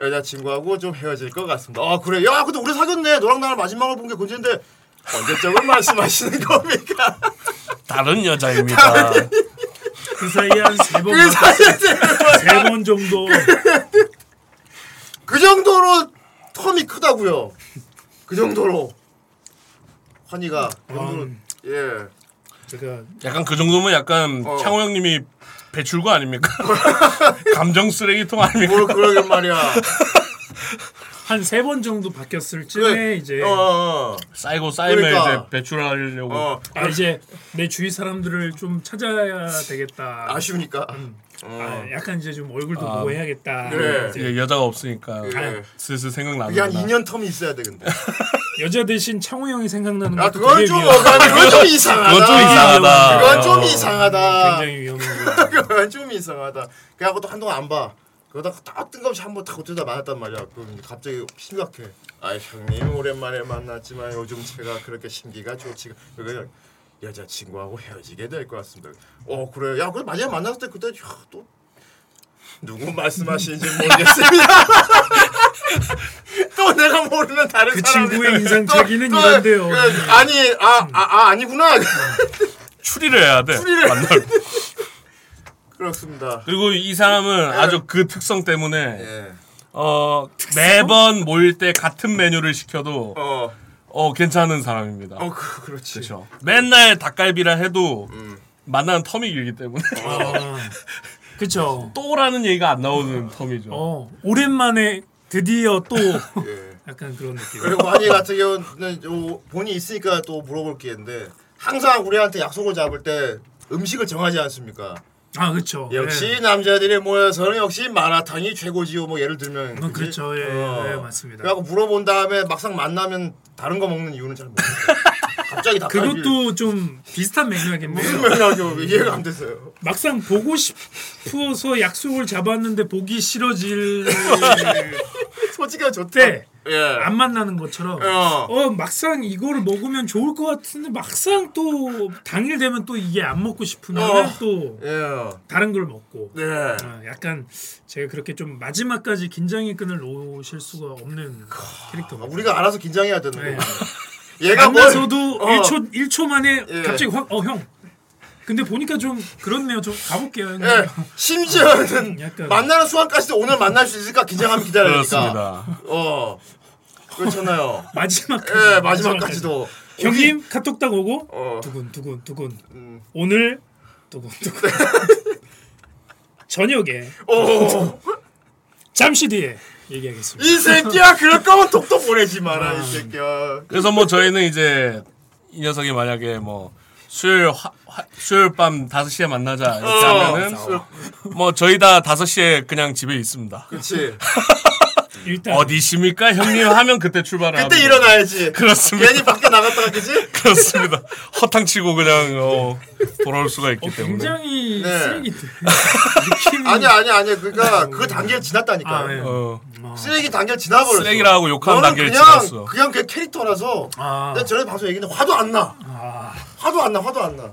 Speaker 4: 여자친구하고 좀 헤어질 것 같습니다. 아 그래 야 근데 우리 사귀었네. 너랑 나랑 마지막으로 본 게 언제인데 언제적을 말씀하시는 겁니까?
Speaker 5: 다른 여자입니다.
Speaker 6: 그 사이에 한 세번
Speaker 4: 그 사이에 네.
Speaker 6: 네 세번 정도
Speaker 4: 그 정도로 텀이 크다고요. 그 정도로 환희가 그 정도로
Speaker 6: 음.
Speaker 4: 예
Speaker 6: 제가
Speaker 5: 약간 그 정도면 약간
Speaker 4: 어.
Speaker 5: 창호 형님이 배출구 아닙니까? 감정 쓰레기통 아닙니까?
Speaker 4: 뭘 그러게 말이야.
Speaker 6: 한 세 번 정도 바뀌었을 쯤에
Speaker 4: 그래.
Speaker 6: 이제
Speaker 4: 어, 어,
Speaker 5: 쌓이고 쌓이면
Speaker 4: 그러니까.
Speaker 5: 이제 배출하려고
Speaker 4: 어. 어
Speaker 6: 아 이제 내 주위 사람들을 좀 찾아야 되겠다.
Speaker 4: 아쉬우니까. 어.
Speaker 6: 아, 약간 이제 좀 얼굴도
Speaker 5: 아.
Speaker 6: 보고 해야겠다.
Speaker 4: 그래.
Speaker 6: 이제
Speaker 5: 이제 여자가 없으니까
Speaker 4: 그래.
Speaker 5: 슬슬
Speaker 4: 예. 그게 한
Speaker 5: 생각나는구나.
Speaker 4: 2년 텀이 있어야 돼 근데.
Speaker 6: 여자 대신 창호 형이 생각나는
Speaker 4: 야 네.
Speaker 6: 것도
Speaker 4: 아, 그건
Speaker 6: 되게
Speaker 4: 좀
Speaker 6: 위험하다.
Speaker 4: 어간- 그건 좀 이상하다.
Speaker 5: 그건 좀 이상하다.
Speaker 4: 그건 좀 이상하다.
Speaker 6: 어, 굉장히 위험한 거.
Speaker 4: 그건 좀 이상하다. 그래갖고 또 한동안 안 봐. 그러다가 딱 뜬금없이 한번 탁 어쩌다 만났단 말이야. 그럼 갑자기 심각해. 아 형님 오랜만에 만났지만 요즘 제가 그렇게 심기가 좋지가 그래서 여자친구하고 헤어지게 될 것 같습니다. 어 그래. 야 그래 마지막 만났을 때 그때 야, 또 누구 말씀하시는지 모르겠습니다. 또 내가 모르는 다른
Speaker 6: 그
Speaker 4: 사람이-
Speaker 6: 친구의 인상
Speaker 4: 또-
Speaker 6: 차기는
Speaker 4: 또-
Speaker 6: 이런데요.
Speaker 4: 그, 아니 아아 아, 니구나
Speaker 5: 추리를 해야 돼.
Speaker 4: 추리를.
Speaker 5: 만날 때.
Speaker 4: 그렇습니다.
Speaker 5: 그리고 이 사람은 아주 그 특성 때문에
Speaker 4: 예.
Speaker 5: 어 매번 모일 때 같은 메뉴를 시켜도 어,
Speaker 4: 어.
Speaker 5: 괜찮은 사람입니다.
Speaker 4: 어, 그, 그렇지.
Speaker 5: 그렇죠. 맨날 닭갈비라 해도
Speaker 4: 음.
Speaker 5: 만나는 텀이 길기 때문에
Speaker 4: 어.
Speaker 6: 그쵸.
Speaker 5: 또라는 얘기가 안 나오는 텀이죠.
Speaker 6: 어 오랜만에 드디어 또
Speaker 4: 예.
Speaker 6: 약간 그런 느낌.
Speaker 4: 그리고 환희 같은 경우는 요 본인 있으니까 또 물어볼 기회인데 항상 우리한테 약속을 잡을 때 음식을 정하지 않습니까?
Speaker 6: 아 그쵸.
Speaker 4: 역시
Speaker 6: 예.
Speaker 4: 남자들이 모여서는 역시 마라탕이 최고지요. 뭐 예를 들면 그지?
Speaker 6: 음, 그렇죠. 예, 예,
Speaker 4: 어.
Speaker 6: 맞습니다.
Speaker 4: 그래갖고 물어본 다음에 막상 만나면 다른 거 먹는 이유는 잘 모르겠어요. 갑자기 답
Speaker 6: 그것도 좀 비슷한 맥락인데요.
Speaker 4: 아, 예. 무슨 맥락이요? 이해가 안 됐어요.
Speaker 6: 막상 보고 싶어서 약속을 잡았는데 보기 싫어질
Speaker 4: 솔직히 좋대.
Speaker 6: 때 네. 안
Speaker 4: 예.
Speaker 6: 만나는 것처럼
Speaker 4: 어.
Speaker 6: 어 막상 이거를 먹으면 좋을 것 같은데 막상 또 당일 되면 또 이게 안 먹고 싶으면
Speaker 4: 어.
Speaker 6: 또
Speaker 4: 예.
Speaker 6: 다른 걸 먹고
Speaker 4: 네.
Speaker 6: 어, 약간 제가 그렇게 좀 마지막까지 긴장의 끈을 놓으실 수가 없는
Speaker 4: 아,
Speaker 6: 캐릭터가
Speaker 4: 우리가 알아서 긴장해야 되는
Speaker 6: 네.
Speaker 4: 거예요. 얘가 뭘
Speaker 6: 만나서도
Speaker 4: 어.
Speaker 6: 1초 1초 만에
Speaker 4: 예.
Speaker 6: 갑자기 확 어 형 근데 보니까 좀 그렇네요 좀 가볼게요 형님.
Speaker 4: 예, 심지어는
Speaker 6: 약간.
Speaker 4: 만나는 수학까지도 오늘 만날 수 있을까 긴장하면 기다려니까.
Speaker 5: 그렇습니다.
Speaker 4: 어, 그렇잖아요.
Speaker 6: 마지막
Speaker 4: 예, 마지막까지도.
Speaker 6: 형님 카톡 딱 오고
Speaker 4: 어.
Speaker 6: 두근 두근 두근
Speaker 4: 음.
Speaker 6: 오늘 두근 두근 저녁에
Speaker 4: 오,
Speaker 6: 잠시 뒤에
Speaker 4: 어.
Speaker 6: 얘기하겠습니다.
Speaker 4: 이 새끼야 그럴 거면 톡톡 보내지 마라 이 새끼야.
Speaker 5: 그래서 뭐 저희는 이제 이 녀석이 만약에 뭐 수요일 화, 화- 수요일 밤 5시에 만나자 이렇게
Speaker 4: 어.
Speaker 5: 하면은 뭐 저희 다 5시에 그냥 집에 있습니다.
Speaker 4: 그렇지.
Speaker 6: 일단
Speaker 5: 어디십니까 형님 하면 그때 출발을
Speaker 4: 네. 그때
Speaker 5: 합니다.
Speaker 4: 일어나야지.
Speaker 5: 아, 네. 그렇습니다.
Speaker 4: 괜히 밖에 나갔다가 그지?
Speaker 5: 그렇습니다. 허탕치고 그냥 어, 돌아올 수가 있기
Speaker 6: 어,
Speaker 5: 때문에
Speaker 6: 굉장히
Speaker 4: 네.
Speaker 6: 쓰레기인데 느낌이
Speaker 4: 아니야 아니야 아니야.
Speaker 5: 음.
Speaker 4: 그러니까 그 단계를 지났다니까.
Speaker 6: 아, 네.
Speaker 5: 어,
Speaker 4: 쓰레기 단계 를 지나버렸어.
Speaker 5: 쓰레기라고 욕하는
Speaker 4: 너는
Speaker 5: 단계를
Speaker 4: 그냥
Speaker 5: 지났어.
Speaker 4: 그냥 그 캐릭터라서.
Speaker 6: 아.
Speaker 4: 근데 전에 방송 얘기는 화도 안 나.
Speaker 6: 아,
Speaker 4: 화도 안 나. 화도 안 나.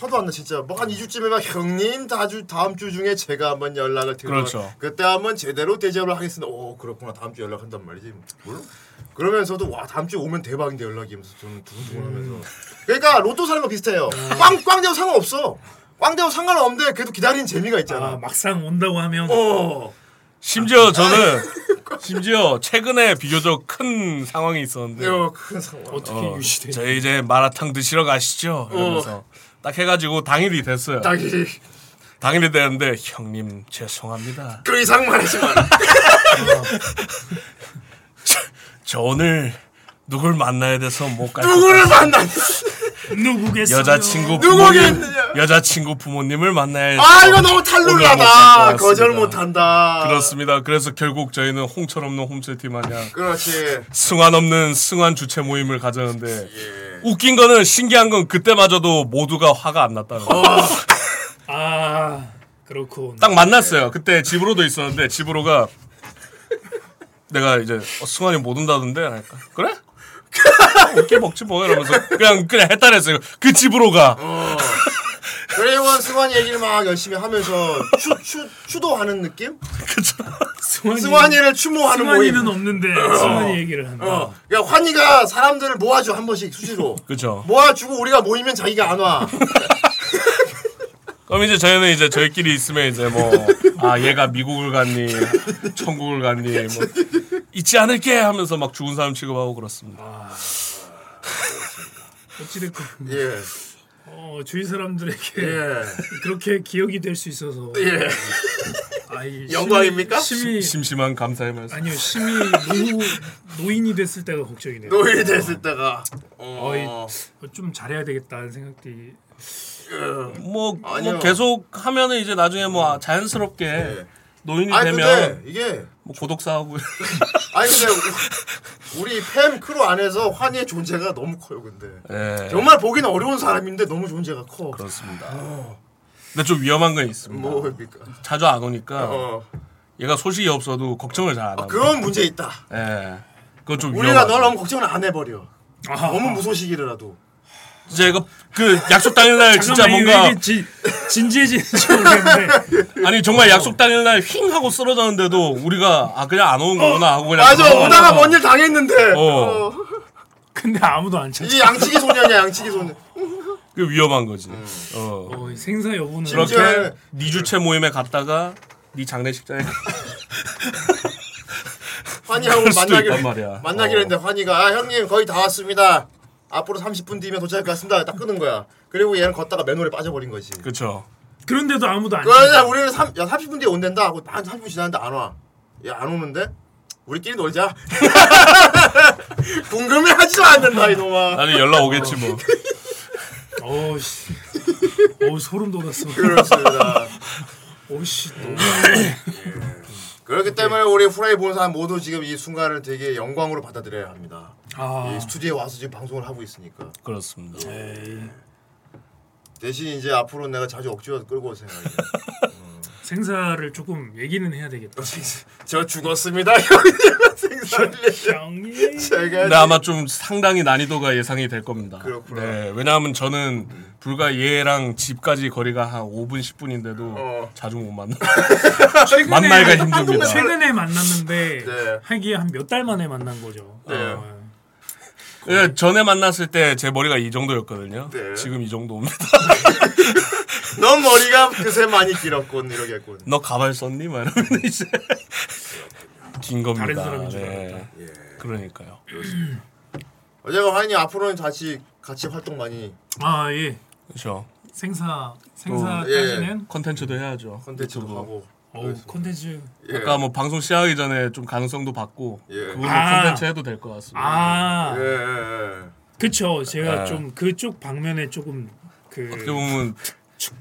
Speaker 4: 화도 안 나 진짜 뭐 한 2주쯤에 막 형님 다주 다음 주 중에 제가 한번 연락을 드려
Speaker 5: 그렇죠.
Speaker 4: 그때 한번 제대로 대접을 하겠습니다. 오 그렇구나 다음 주 연락한단 말이지. 물론 그러면서도 와 다음 주 오면 대박인데 연락이면서 저는
Speaker 6: 음.
Speaker 4: 두근두근하면서 그러니까 로또 사는 거 비슷해요. 꽝꽝 되고 상관없어. 꽝 되고 상관없는데 그래도 기다리는 재미가 있잖아.
Speaker 6: 아, 막상 온다고 하면
Speaker 4: 어.
Speaker 5: 심지어 저는 심지어 최근에 비교적 큰 상황이 있었는데
Speaker 4: 이거 큰 어, 상황.
Speaker 6: 어떻게 유지돼?
Speaker 5: 저희 이제 마라탕 드시러 가시죠.
Speaker 4: 어.
Speaker 5: 이러면서 딱 해가지고 당일이 됐어요.
Speaker 4: 딱이
Speaker 5: 당일이 됐는데 형님 죄송합니다.
Speaker 4: 그 이상 말하지 마.
Speaker 5: 저 오늘 누굴 만나야 돼서 못 가요.
Speaker 4: 누구를 만나니?
Speaker 6: 누구겠어요?
Speaker 5: 여자친구 부모님
Speaker 4: 누구겠느냐?
Speaker 5: 여자친구 부모님을 만나야 돼서
Speaker 4: 아 이거 너무 탈룰라다.
Speaker 5: 오늘 못
Speaker 4: 거절
Speaker 5: 왔습니다.
Speaker 4: 못한다.
Speaker 5: 그렇습니다. 그래서 결국 저희는 홍철 없는 홈세티 마냥
Speaker 4: 그렇지.
Speaker 5: 승환 없는 승환 주체 모임을 가졌는데
Speaker 4: 예.
Speaker 5: 웃긴 거는 신기한 건 그때마저도 모두가 화가 안 났다는 거.
Speaker 6: 아 그렇군.
Speaker 5: 딱 만났어요. 그때 집으로도 있었는데 집으로가 내가 이제 어, 승환이 못 온다던데 그러니까 그래? 웃게 먹지 뭐 이러면서 그냥 그냥 해탈했어요. 그 집으로가
Speaker 4: 그레이원 승환 얘기를 막 열심히 하면서 추, 추, 추도하는 느낌?
Speaker 6: 승환이,
Speaker 4: 승환이를 추모하는 어.
Speaker 6: 승환이는
Speaker 4: 모임.
Speaker 6: 없는데 승환이 얘기를 한다.
Speaker 4: 어. 그러니까 환이가 사람들을 모아줘 한 번씩 수시로.
Speaker 5: 그죠.
Speaker 4: 모아주고 우리가 모이면 자기가 안 와.
Speaker 5: 그럼 이제 저희는 이제 저희끼리 있으면 이제 뭐 아 얘가 미국을 갔니 천국을 갔니 뭐 잊지 않을게 하면서 막 죽은 사람 취급하고 그렇습니다.
Speaker 6: 어찌됐건
Speaker 4: 예.
Speaker 6: 어, 주위 사람들에게
Speaker 4: 예.
Speaker 6: 그렇게 기억이 될 수 있어서
Speaker 4: 예.
Speaker 6: 아이,
Speaker 4: 영광입니까?
Speaker 6: 심히, 심히
Speaker 5: 심심한 감사의 말씀.
Speaker 6: 아니요 심히 노후 노인이 됐을 때가 걱정이네요.
Speaker 4: 노예 됐을 때가. 어.
Speaker 6: 어이. 좀 잘해야 되겠다는 생각이
Speaker 5: 뭐, 뭐
Speaker 4: 아니요. 네.
Speaker 5: 계속 하면은 이제 나중에 뭐 아, 자연스럽게 노인이
Speaker 4: 아니 근데
Speaker 5: 되면
Speaker 4: 이게
Speaker 5: 뭐 고독사하고
Speaker 4: 아니 근데 우- 우리 팸 크루 안에서 환희의 존재가 너무 커요 근데.
Speaker 5: 예.
Speaker 4: 정말 보기는 어려운 사람인데 너무 존재가 커.
Speaker 5: 그렇습니다. 근데 좀 위험한 건 있습니다.
Speaker 4: 어. 뭐입니까? 그러니까.
Speaker 5: 자주 안 오니까
Speaker 4: 어. 얘
Speaker 5: 얘가 소식이 없어도 걱정을 잘 안 하고.
Speaker 4: 그건 문제 있다.
Speaker 5: 예. 그건 좀
Speaker 4: 우리가
Speaker 5: 위험하죠.
Speaker 4: 널 너무 걱정을 안 해버려.
Speaker 5: 아.
Speaker 4: 너무 무소식이라도.
Speaker 5: 진짜 이거 그 약속 당일날 진짜 뭔가
Speaker 6: 진, 진지해지는지 모르겠는데
Speaker 5: 아니
Speaker 4: 어.
Speaker 5: 정말 약속 당일날 휙 하고 쓰러졌는데도 우리가 아 그냥 안 오는 거구나 하고 그냥
Speaker 4: 맞아
Speaker 5: 넘어가고.
Speaker 4: 오다가 뭔 일 당했는데.
Speaker 5: 어.
Speaker 4: 어.
Speaker 6: 근데 아무도 안 찾아.
Speaker 4: 이게 양치기 소년이야 양치기 소년.
Speaker 5: 그게 위험한 거지.
Speaker 4: 음.
Speaker 5: 어.
Speaker 6: 어, 이 생사 여부는
Speaker 5: 그렇게
Speaker 4: 심지어는-
Speaker 5: 네 주체 모임에 갔다가 네 장례식장에
Speaker 4: 환희하고
Speaker 5: 그럴 수도
Speaker 4: 만나기로
Speaker 5: 있단 말이야.
Speaker 4: 만나기로
Speaker 5: 어.
Speaker 4: 했는데 환희가 아 형님 거의 다 왔습니다. 앞으로 30분 뒤면 도착할 것 같습니다. 딱 끄는 거야. 그리고 얘는 걷다가 맨홀에 빠져버린 거지. 그...
Speaker 5: 그렇죠.
Speaker 6: 그런데도 아무도 안
Speaker 4: 그러자
Speaker 6: 찾아.
Speaker 4: 우리는 3, 야 30분 뒤에 온댄다 하고 한 30분 지났는데 안 와. 얘 안 오는데 우리끼리 놀자. 궁금해하지도 않는다 이놈아.
Speaker 5: 나중에 연락 오겠지 뭐.
Speaker 6: 어씨, 어 소름 돋았어.
Speaker 4: 그렇습니다.
Speaker 6: 어씨,
Speaker 4: 그렇기 때문에 우리 후라이 본 사람 모두 지금 이 순간을 되게 영광으로 받아들여야 합니다.
Speaker 6: 아
Speaker 4: 이 스튜디오에 와서 지금 방송을 하고 있으니까
Speaker 5: 그렇습니다.
Speaker 4: 네. 대신 이제 앞으로 내가 자주 억지로 끌고 올 생각이에요.
Speaker 6: 생사를 조금 얘기는 해야 되겠다.
Speaker 4: 저 죽었습니다. 형님 생사를 얘기해.
Speaker 6: 형님.
Speaker 4: 제가
Speaker 5: 근데 아마 좀 상당히 난이도가 예상이 될 겁니다.
Speaker 4: 그렇구나.
Speaker 5: 네, 왜냐하면 저는 불과 얘랑 집까지 거리가 한 5분 10분인데도
Speaker 4: 어.
Speaker 5: 자주 못 만나.
Speaker 6: 최근에-
Speaker 5: 만나기가 힘듭니다.
Speaker 6: 최근에 만났는데
Speaker 4: 네.
Speaker 6: 하기에 한 몇 달 만에 만난 거죠.
Speaker 4: 네.
Speaker 6: 어.
Speaker 5: 예, 전에 만났을 때 제 머리가 이 정도였거든요.
Speaker 4: 네.
Speaker 5: 지금 이 정도입니다.
Speaker 4: 넌 머리가 그새 많이 길었군 이러겠군.
Speaker 5: 너 가발 썼니? 막 이러면 이제 긴 겁니다. 네.
Speaker 6: 다른 사람인 줄
Speaker 4: 그러니까. 예.
Speaker 5: 그러니까요.
Speaker 4: 어제가 화인이 앞으로는 다시 같이 활동 많이
Speaker 6: 아 예.
Speaker 5: 그렇죠.
Speaker 6: 생사
Speaker 5: 예,
Speaker 6: 생사까지는
Speaker 5: 컨텐츠도 해야죠.
Speaker 4: 컨텐츠도
Speaker 5: 유튜브.
Speaker 4: 하고.
Speaker 6: 어우 콘텐츠
Speaker 4: 예.
Speaker 5: 아까 뭐 방송 시작하기 전에 좀 가능성도 받고
Speaker 4: 예.
Speaker 5: 그걸로
Speaker 6: 아.
Speaker 5: 컨텐츠 해도 될 것 같습니다.
Speaker 6: 아
Speaker 4: 예, 예,
Speaker 6: 그쵸 제가
Speaker 5: 네.
Speaker 6: 좀 그쪽 방면에 조금 그
Speaker 5: 어떻게 보면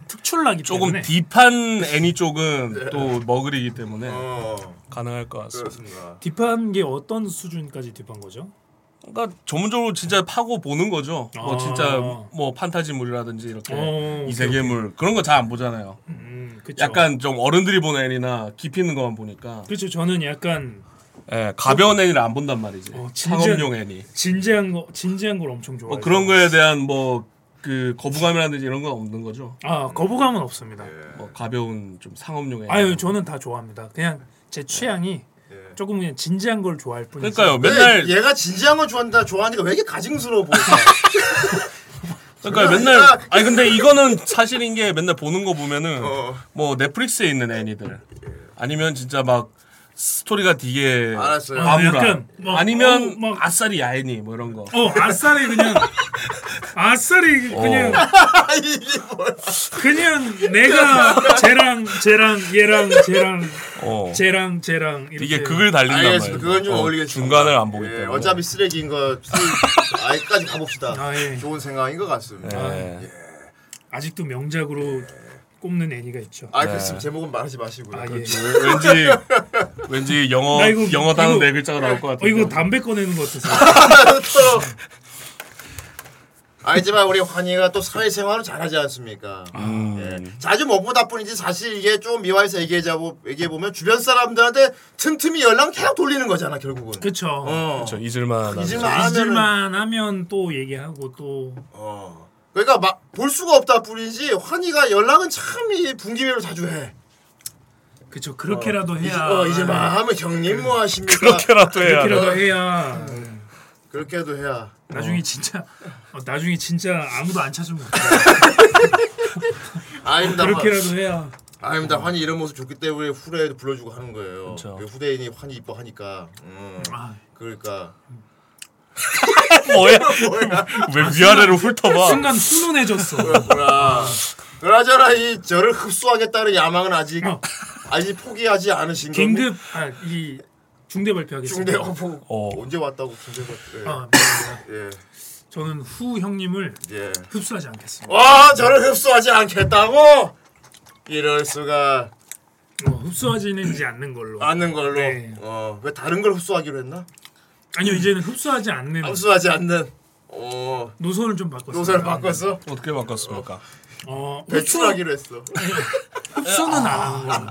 Speaker 6: 특출나기
Speaker 5: 조금
Speaker 6: 때문에
Speaker 5: 딥한 애니 쪽은 또 머글이기 때문에
Speaker 4: 예. 어
Speaker 5: 가능할 것 같습니다.
Speaker 4: 그렇습니다.
Speaker 6: 딥한 게 어떤 수준까지 딥한 거죠?
Speaker 5: 그러니까 전문적으로 진짜 파고 보는 거죠. 뭐
Speaker 6: 아.
Speaker 5: 진짜 뭐 판타지물이라든지 이렇게
Speaker 6: 어,
Speaker 5: 이세계물 그런 거 잘 안 보잖아요.
Speaker 6: 음 그쵸.
Speaker 5: 약간 좀 어른들이 보는 애니나 깊이 있는 것만 보니까
Speaker 6: 그쵸 저는 약간
Speaker 5: 예, 가벼운 애니를 안 본단 말이지.
Speaker 6: 어, 진지한-
Speaker 5: 상업용 애니. 어,
Speaker 6: 진지한 거 진지한 걸 엄청 좋아해요.
Speaker 5: 뭐 그런 거에 대한 뭐 그 거부감이라든지 이런 건 없는 거죠.
Speaker 6: 아 거부감은 없습니다. 네.
Speaker 5: 뭐 가벼운 좀 상업용의.
Speaker 6: 아유 저는 다 좋아합니다. 그냥 제 취향이 조금 그냥 진지한 걸 좋아할 뿐이지.
Speaker 5: 네. 예. 그러니까요.
Speaker 4: 근데
Speaker 6: 예,
Speaker 5: 맨날
Speaker 4: 얘가 진지한 걸 좋아한다 좋아하니까 왜 이렇게 가증스러워 보일까?
Speaker 5: 그러니까 맨날 아니 근데 이거는 사실인 게 맨날 보는 거 보면은
Speaker 4: 어.
Speaker 5: 뭐 넷플릭스에 있는 애니들 아니면 진짜 막 스토리가 되게
Speaker 4: 알았어요.
Speaker 5: 암울한
Speaker 6: 약간 뭐,
Speaker 5: 아니면
Speaker 6: 어, 막-
Speaker 5: 아싸리 야애니 뭐 이런 거
Speaker 6: 어 아싸리 그냥 아싸리
Speaker 5: 어.
Speaker 6: 그냥
Speaker 4: 아, 이게 뭐야?
Speaker 6: 그냥 내가 쟤랑 쟤랑 얘랑 쟤랑
Speaker 5: 어.
Speaker 6: 쟤랑 쟤랑 이렇게
Speaker 5: 이게 극을 달린단 말이에요.
Speaker 4: 알겠습니다. 그건 좀
Speaker 5: 어,
Speaker 4: 어울리겠죠.
Speaker 5: 중간을 안 보기
Speaker 4: 예,
Speaker 5: 때문에.
Speaker 4: 어차피 쓰레기인 거 쓰레기- 아예까지 가봅시다.
Speaker 6: 아, 예. 네.
Speaker 4: 좋은 생각인 것 같습니다. 아,
Speaker 5: 예.
Speaker 6: 아직도 명작으로 꼽는 애니가 있죠.
Speaker 4: 네. 아 그렇습니다. 제목은 말하지 마시고요.
Speaker 6: 네. 아, 예.
Speaker 4: 그렇죠.
Speaker 5: 왠지 왠지 영어
Speaker 6: 나 이거-
Speaker 5: 영어 단어
Speaker 6: 이거-
Speaker 5: 네 글자가 나올 것 같아요.
Speaker 6: 어 이거 담배 꺼내는 것 같아서
Speaker 4: 서로 알지만 그렇죠. 아, 우리 환희가 또 사회생활을 잘하지 않습니까?
Speaker 6: 아, 네.
Speaker 4: 예. 자주 못 보다 뿐이지 사실 이게 좀 미화해서 얘기하자고 얘기해 보면 주변 사람들한테 틈틈이 연락 계속 돌리는 거잖아 결국은.
Speaker 6: 그렇죠.
Speaker 4: 어.
Speaker 5: 저 잊을만
Speaker 4: 잊을만 하면은-
Speaker 6: 잊을만 하면 또 얘기하고 또
Speaker 4: 어. 그러니까 막 볼 수가 없다 뿐이지 환희가 연락은 참 이 분기별로 자주 해.
Speaker 6: 그쵸 그렇게라도
Speaker 4: 이제,
Speaker 6: 해야
Speaker 4: 어, 이제 막 하면 어. 경님 뭐 하십니까?
Speaker 5: 그, 그렇게라도 해야 돼.
Speaker 6: 그렇게라도 해야
Speaker 4: 그렇게도 해야.
Speaker 6: 나중에 진짜 어, 나중에 진짜 아무도 안 찾으면
Speaker 4: 어, 아닙니다.
Speaker 6: 그렇게라도 해야
Speaker 4: 환, 아닙니다. 환희 이런 모습 좋기 때문에 후대에도 불러주고 하는 거예요.
Speaker 5: 그쵸.
Speaker 4: 그 후대인이 환희 이뻐하니까. 음.
Speaker 6: 아,
Speaker 4: 그러니까
Speaker 5: 뭐야? 왜 위아래로 훑어봐?
Speaker 6: 순간 훈훈해졌어.
Speaker 4: 그렇구나. 그나저나 이 저를 흡수하겠다는 야망은 아직
Speaker 6: 어.
Speaker 4: 아직 포기하지 않으신 겁니까?
Speaker 6: 긴급 아 이 중대 발표하겠습니다.
Speaker 4: 중대 어포
Speaker 5: 어.
Speaker 4: 언제 왔다고 중대 발표.
Speaker 6: 아, 미안합니다.
Speaker 4: 예.
Speaker 6: 저는 후 형님을
Speaker 4: 예. 예.
Speaker 6: 흡수하지 않겠습니다.
Speaker 4: 와 저를 흡수하지 않겠다고 이럴 수가
Speaker 6: 어, 흡수하지는지 않는 걸로.
Speaker 4: 않는 걸로.
Speaker 6: 네.
Speaker 4: 어왜 다른 걸 흡수하기로 했나?
Speaker 6: 아니요 이제는 흡수하지 않는
Speaker 4: 아, 흡수하지 않는. 어
Speaker 6: 노선을 좀 바꿨어요.
Speaker 4: 노선을 바꿨어.
Speaker 5: 어떻게 바꿨습니까?
Speaker 4: 아,
Speaker 6: 어, 흡수,
Speaker 4: 배출하기로 아. 했어.
Speaker 6: 흡수는 안 하는 걸로.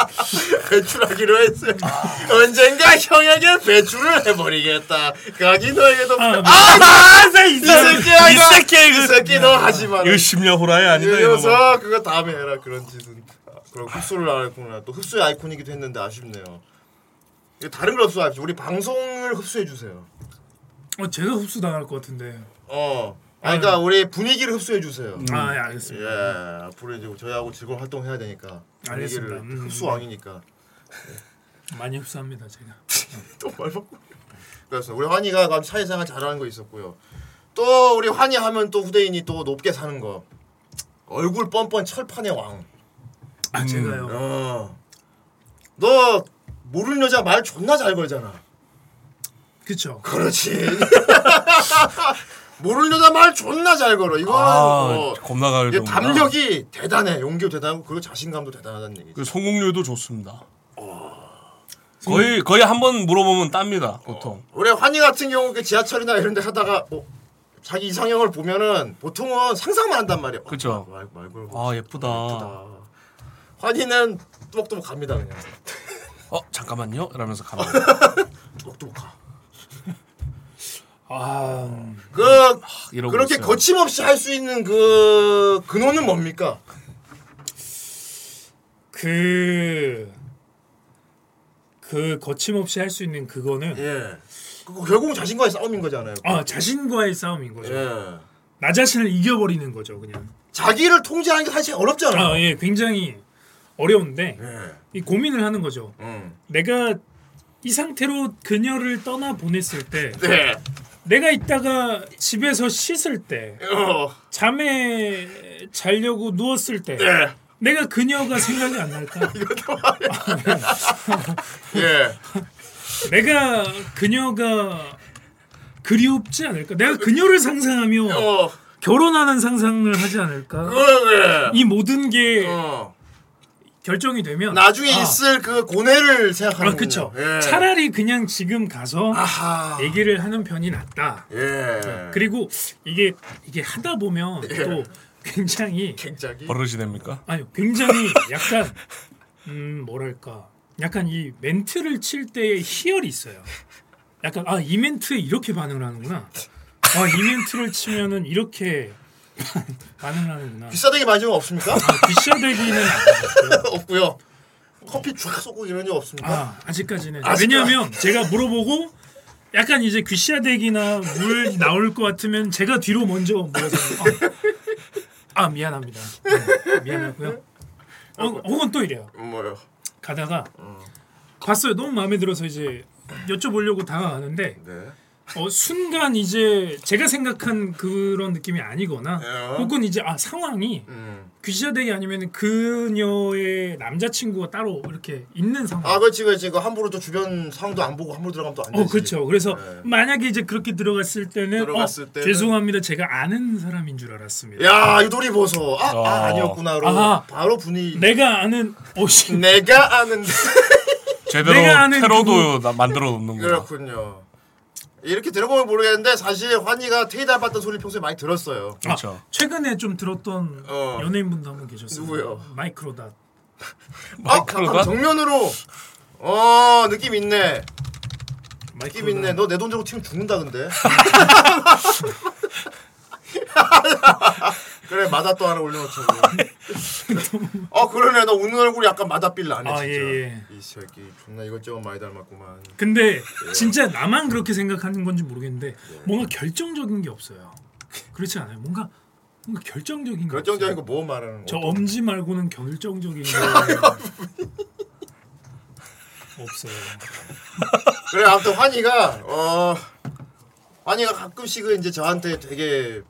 Speaker 4: 배출하기로 했어.
Speaker 6: 아.
Speaker 4: 언젠가 형에게 배출을 해버리겠다. 가기 너에게도.
Speaker 6: 아,
Speaker 4: 아, 아, 나 이, 새끼야,
Speaker 5: 네. 이
Speaker 4: 이거.
Speaker 5: 새끼야,
Speaker 4: 이
Speaker 5: 이거.
Speaker 4: 새끼 너 하지 마라. 예,
Speaker 5: 이거 심야 호라이 아니다 이거. 뭐.
Speaker 4: 이어서 그거 다음에 해라 그런 짓은. 아, 그럼 흡수를 안 했구나. 또 흡수의 아이콘이기도 했는데 아쉽네요. 이거 다른 걸 흡수하십시오. 우리 방송을 흡수해 주세요.
Speaker 6: 어, 제가 흡수 당할 것 같은데.
Speaker 4: 어. 아, 그러니까 우리 분위기를 흡수해 주세요.
Speaker 6: 아, 예, 알겠습니다.
Speaker 4: 예, 앞으로 이제 저희하고 즐거운 활동 해야 되니까.
Speaker 6: 알겠습니다.
Speaker 4: 분위기를
Speaker 6: 음.
Speaker 4: 흡수왕이니까. 예.
Speaker 6: 많이 흡수합니다 제가.
Speaker 4: 음. 또말 바꾸. 그래서 우리 환희가 그럼 사회생활 잘하는 거 있었고요. 또 우리 환희 하면 또 후대인이 또 높게 사는 거. 얼굴 뻔뻔 철판의 왕.
Speaker 6: 아 제가요.
Speaker 4: 어. 너 모르는 여자 말 존나 잘 걸잖아.
Speaker 6: 그쵸.
Speaker 4: 그렇지. 모르는 여자 말 존나 잘 걸어. 이거는
Speaker 5: 아
Speaker 4: 뭐
Speaker 5: 겁나 가을
Speaker 4: 이게
Speaker 5: 동
Speaker 4: 담력이 대단해. 용기도 대단하고 그리고 자신감도 대단하다는 얘기지.
Speaker 5: 그 성공률도 좋습니다.
Speaker 4: 어.
Speaker 5: 거의 거의 한 번 물어보면 땁니다 보통.
Speaker 4: 우리 환희 같은 경우 그 지하철이나 이런 데 하다가 어, 자기 이상형을 보면은 보통은 상상만 한단 말이야. 어,
Speaker 5: 그쵸.
Speaker 4: 말, 말 걸고
Speaker 5: 아 예쁘다.
Speaker 4: 아. 환희는 뚜벅뚜벅 갑니다 그냥
Speaker 5: 어 잠깐만요. 이러면서 갑니다.
Speaker 4: 뚜벅뚜벅 가.
Speaker 6: 아 음,
Speaker 4: 그
Speaker 5: 이러고
Speaker 4: 그렇게
Speaker 5: 있어요.
Speaker 4: 거침없이 할 수 있는 그 근원은 뭡니까?
Speaker 6: 그. 그 거침없이 할 수 있는 그거는
Speaker 4: 예. 그거 결국은 자신과의 싸움인 거잖아요.
Speaker 6: 아 자신과의 싸움인 거죠.
Speaker 4: 예.
Speaker 6: 나 자신을 이겨버리는 거죠, 그냥.
Speaker 4: 자기를 통제하는 게 사실 어렵잖아.
Speaker 6: 아, 예, 굉장히 어려운데
Speaker 5: 아.
Speaker 4: 예.
Speaker 6: 이 고민을 하는 거죠.
Speaker 4: 음.
Speaker 6: 내가 이 상태로 그녀를 떠나 보냈을 때,
Speaker 4: 네.
Speaker 6: 내가 있다가 집에서 씻을 때,
Speaker 4: 어.
Speaker 6: 잠에 자려고 누웠을 때,
Speaker 4: 네.
Speaker 6: 내가 그녀가 생각이 안 날까?
Speaker 4: 예.
Speaker 6: 내가 그녀가 그리웁지 않을까? 내가 그녀를 상상하며
Speaker 4: 어.
Speaker 6: 결혼하는 상상을 하지 않을까?
Speaker 4: 그래.
Speaker 6: 이 모든 게
Speaker 4: 예. 어.
Speaker 6: 결정이 되면
Speaker 4: 나중에
Speaker 6: 아,
Speaker 4: 있을 그 고뇌를 생각하는
Speaker 6: 아, 그쵸.
Speaker 4: 예.
Speaker 6: 차라리 그냥 지금 가서
Speaker 4: 아하.
Speaker 6: 얘기를 하는 편이 낫다.
Speaker 4: 예.
Speaker 6: 그리고 이게 이게 하다 보면 또 굉장히
Speaker 4: 굉장히
Speaker 5: 버릇이 됩니까?
Speaker 6: 아니 굉장히 약간 음 뭐랄까 약간 이 멘트를 칠 때의 희열이 있어요. 아, 약간 아 이 멘트에 이렇게 반응을 하는구나. 아이 멘트를 치면은 이렇게 반응을 하는구나.
Speaker 4: 비싸대기 마지막 없습니까?
Speaker 6: 비싸대기는 안 해요.
Speaker 4: 없고요. 커피 쫙 쏟고 이런 적 없습니까?
Speaker 6: 아, 아직까지는.
Speaker 4: 아직까지.
Speaker 6: 왜냐면 제가 물어보고 약간 이제 귀시아대기나 물 나올 것 같으면 제가 뒤로 먼저 물어서 아, 아, 미안합니다. 네, 미안하고요. 어, 혹은 또 이래요.
Speaker 4: 뭐요?
Speaker 6: 가다가
Speaker 4: 어.
Speaker 6: 봤어요. 너무 마음에 들어서 이제 여쭤보려고 다가가는데
Speaker 4: 네.
Speaker 6: 어, 순간 이제 제가 생각한 그런 느낌이 아니거나
Speaker 4: 예.
Speaker 6: 혹은 이제 아 상황이
Speaker 4: 음.
Speaker 6: 귀시아대기 아니면 그녀의 남자친구가 따로 이렇게 있는 상황.
Speaker 4: 아 그렇지 그렇지 그 함부로 또 주변 상황도 안 보고 함부로 들어가면 또 안 되지.
Speaker 6: 어 그렇죠. 그래서
Speaker 4: 네.
Speaker 6: 만약에 이제 그렇게 들어갔을 때는
Speaker 4: 들어갔을
Speaker 6: 어,
Speaker 4: 때는-
Speaker 6: 죄송합니다. 제가 아는 사람인 줄 알았습니다.
Speaker 4: 야 유돌이 보소. 아, 아 아니었구나로
Speaker 6: 아하.
Speaker 4: 바로 분위기.
Speaker 6: 내가 아는 어, 오씨
Speaker 4: 네. 내가 아는데
Speaker 5: 제대로
Speaker 6: 내가 아는
Speaker 5: 테러도 나- 만들어 놓는 거야.
Speaker 4: 그렇군요. 이렇게 들어보면 모르겠는데 사실 환희가 테이달 받던 소리 평소에 많이 들었어요.
Speaker 5: 그렇죠.
Speaker 6: 아, 최근에 좀 들었던
Speaker 4: 어.
Speaker 6: 연예인분도 한 분 계셨어요.
Speaker 4: 누구요?
Speaker 6: 마이크로닷.
Speaker 4: 아 잠깐 정면으로 어 느낌 있네. 느낌 있네.
Speaker 6: 마이크로닷.
Speaker 4: 너 내 돈 주고 튀면 죽는다 근데. 그래 마다 또 하나 올려놓자. 어 그러네 너 웃는 얼굴이 약간 마다빌라 아니야
Speaker 6: 아,
Speaker 4: 진짜.
Speaker 6: 예,
Speaker 4: 이 새끼 존나 이것저것 많이 닮았구만.
Speaker 6: 근데 진짜 나만 그렇게 생각하는 건지 모르겠는데 뭔가 결정적인 게 없어요. 그렇지 않아요? 뭔가 뭔가 결정적인 게
Speaker 4: 결정적인
Speaker 6: 없어요.
Speaker 4: 거 뭐 말하는
Speaker 6: 저
Speaker 4: 거?
Speaker 6: 엄지 말고는 결정적인 게 없어요.
Speaker 4: 그러니까. 그래 아무튼 환희가 어 환희가 가끔씩은 이제 저한테 되게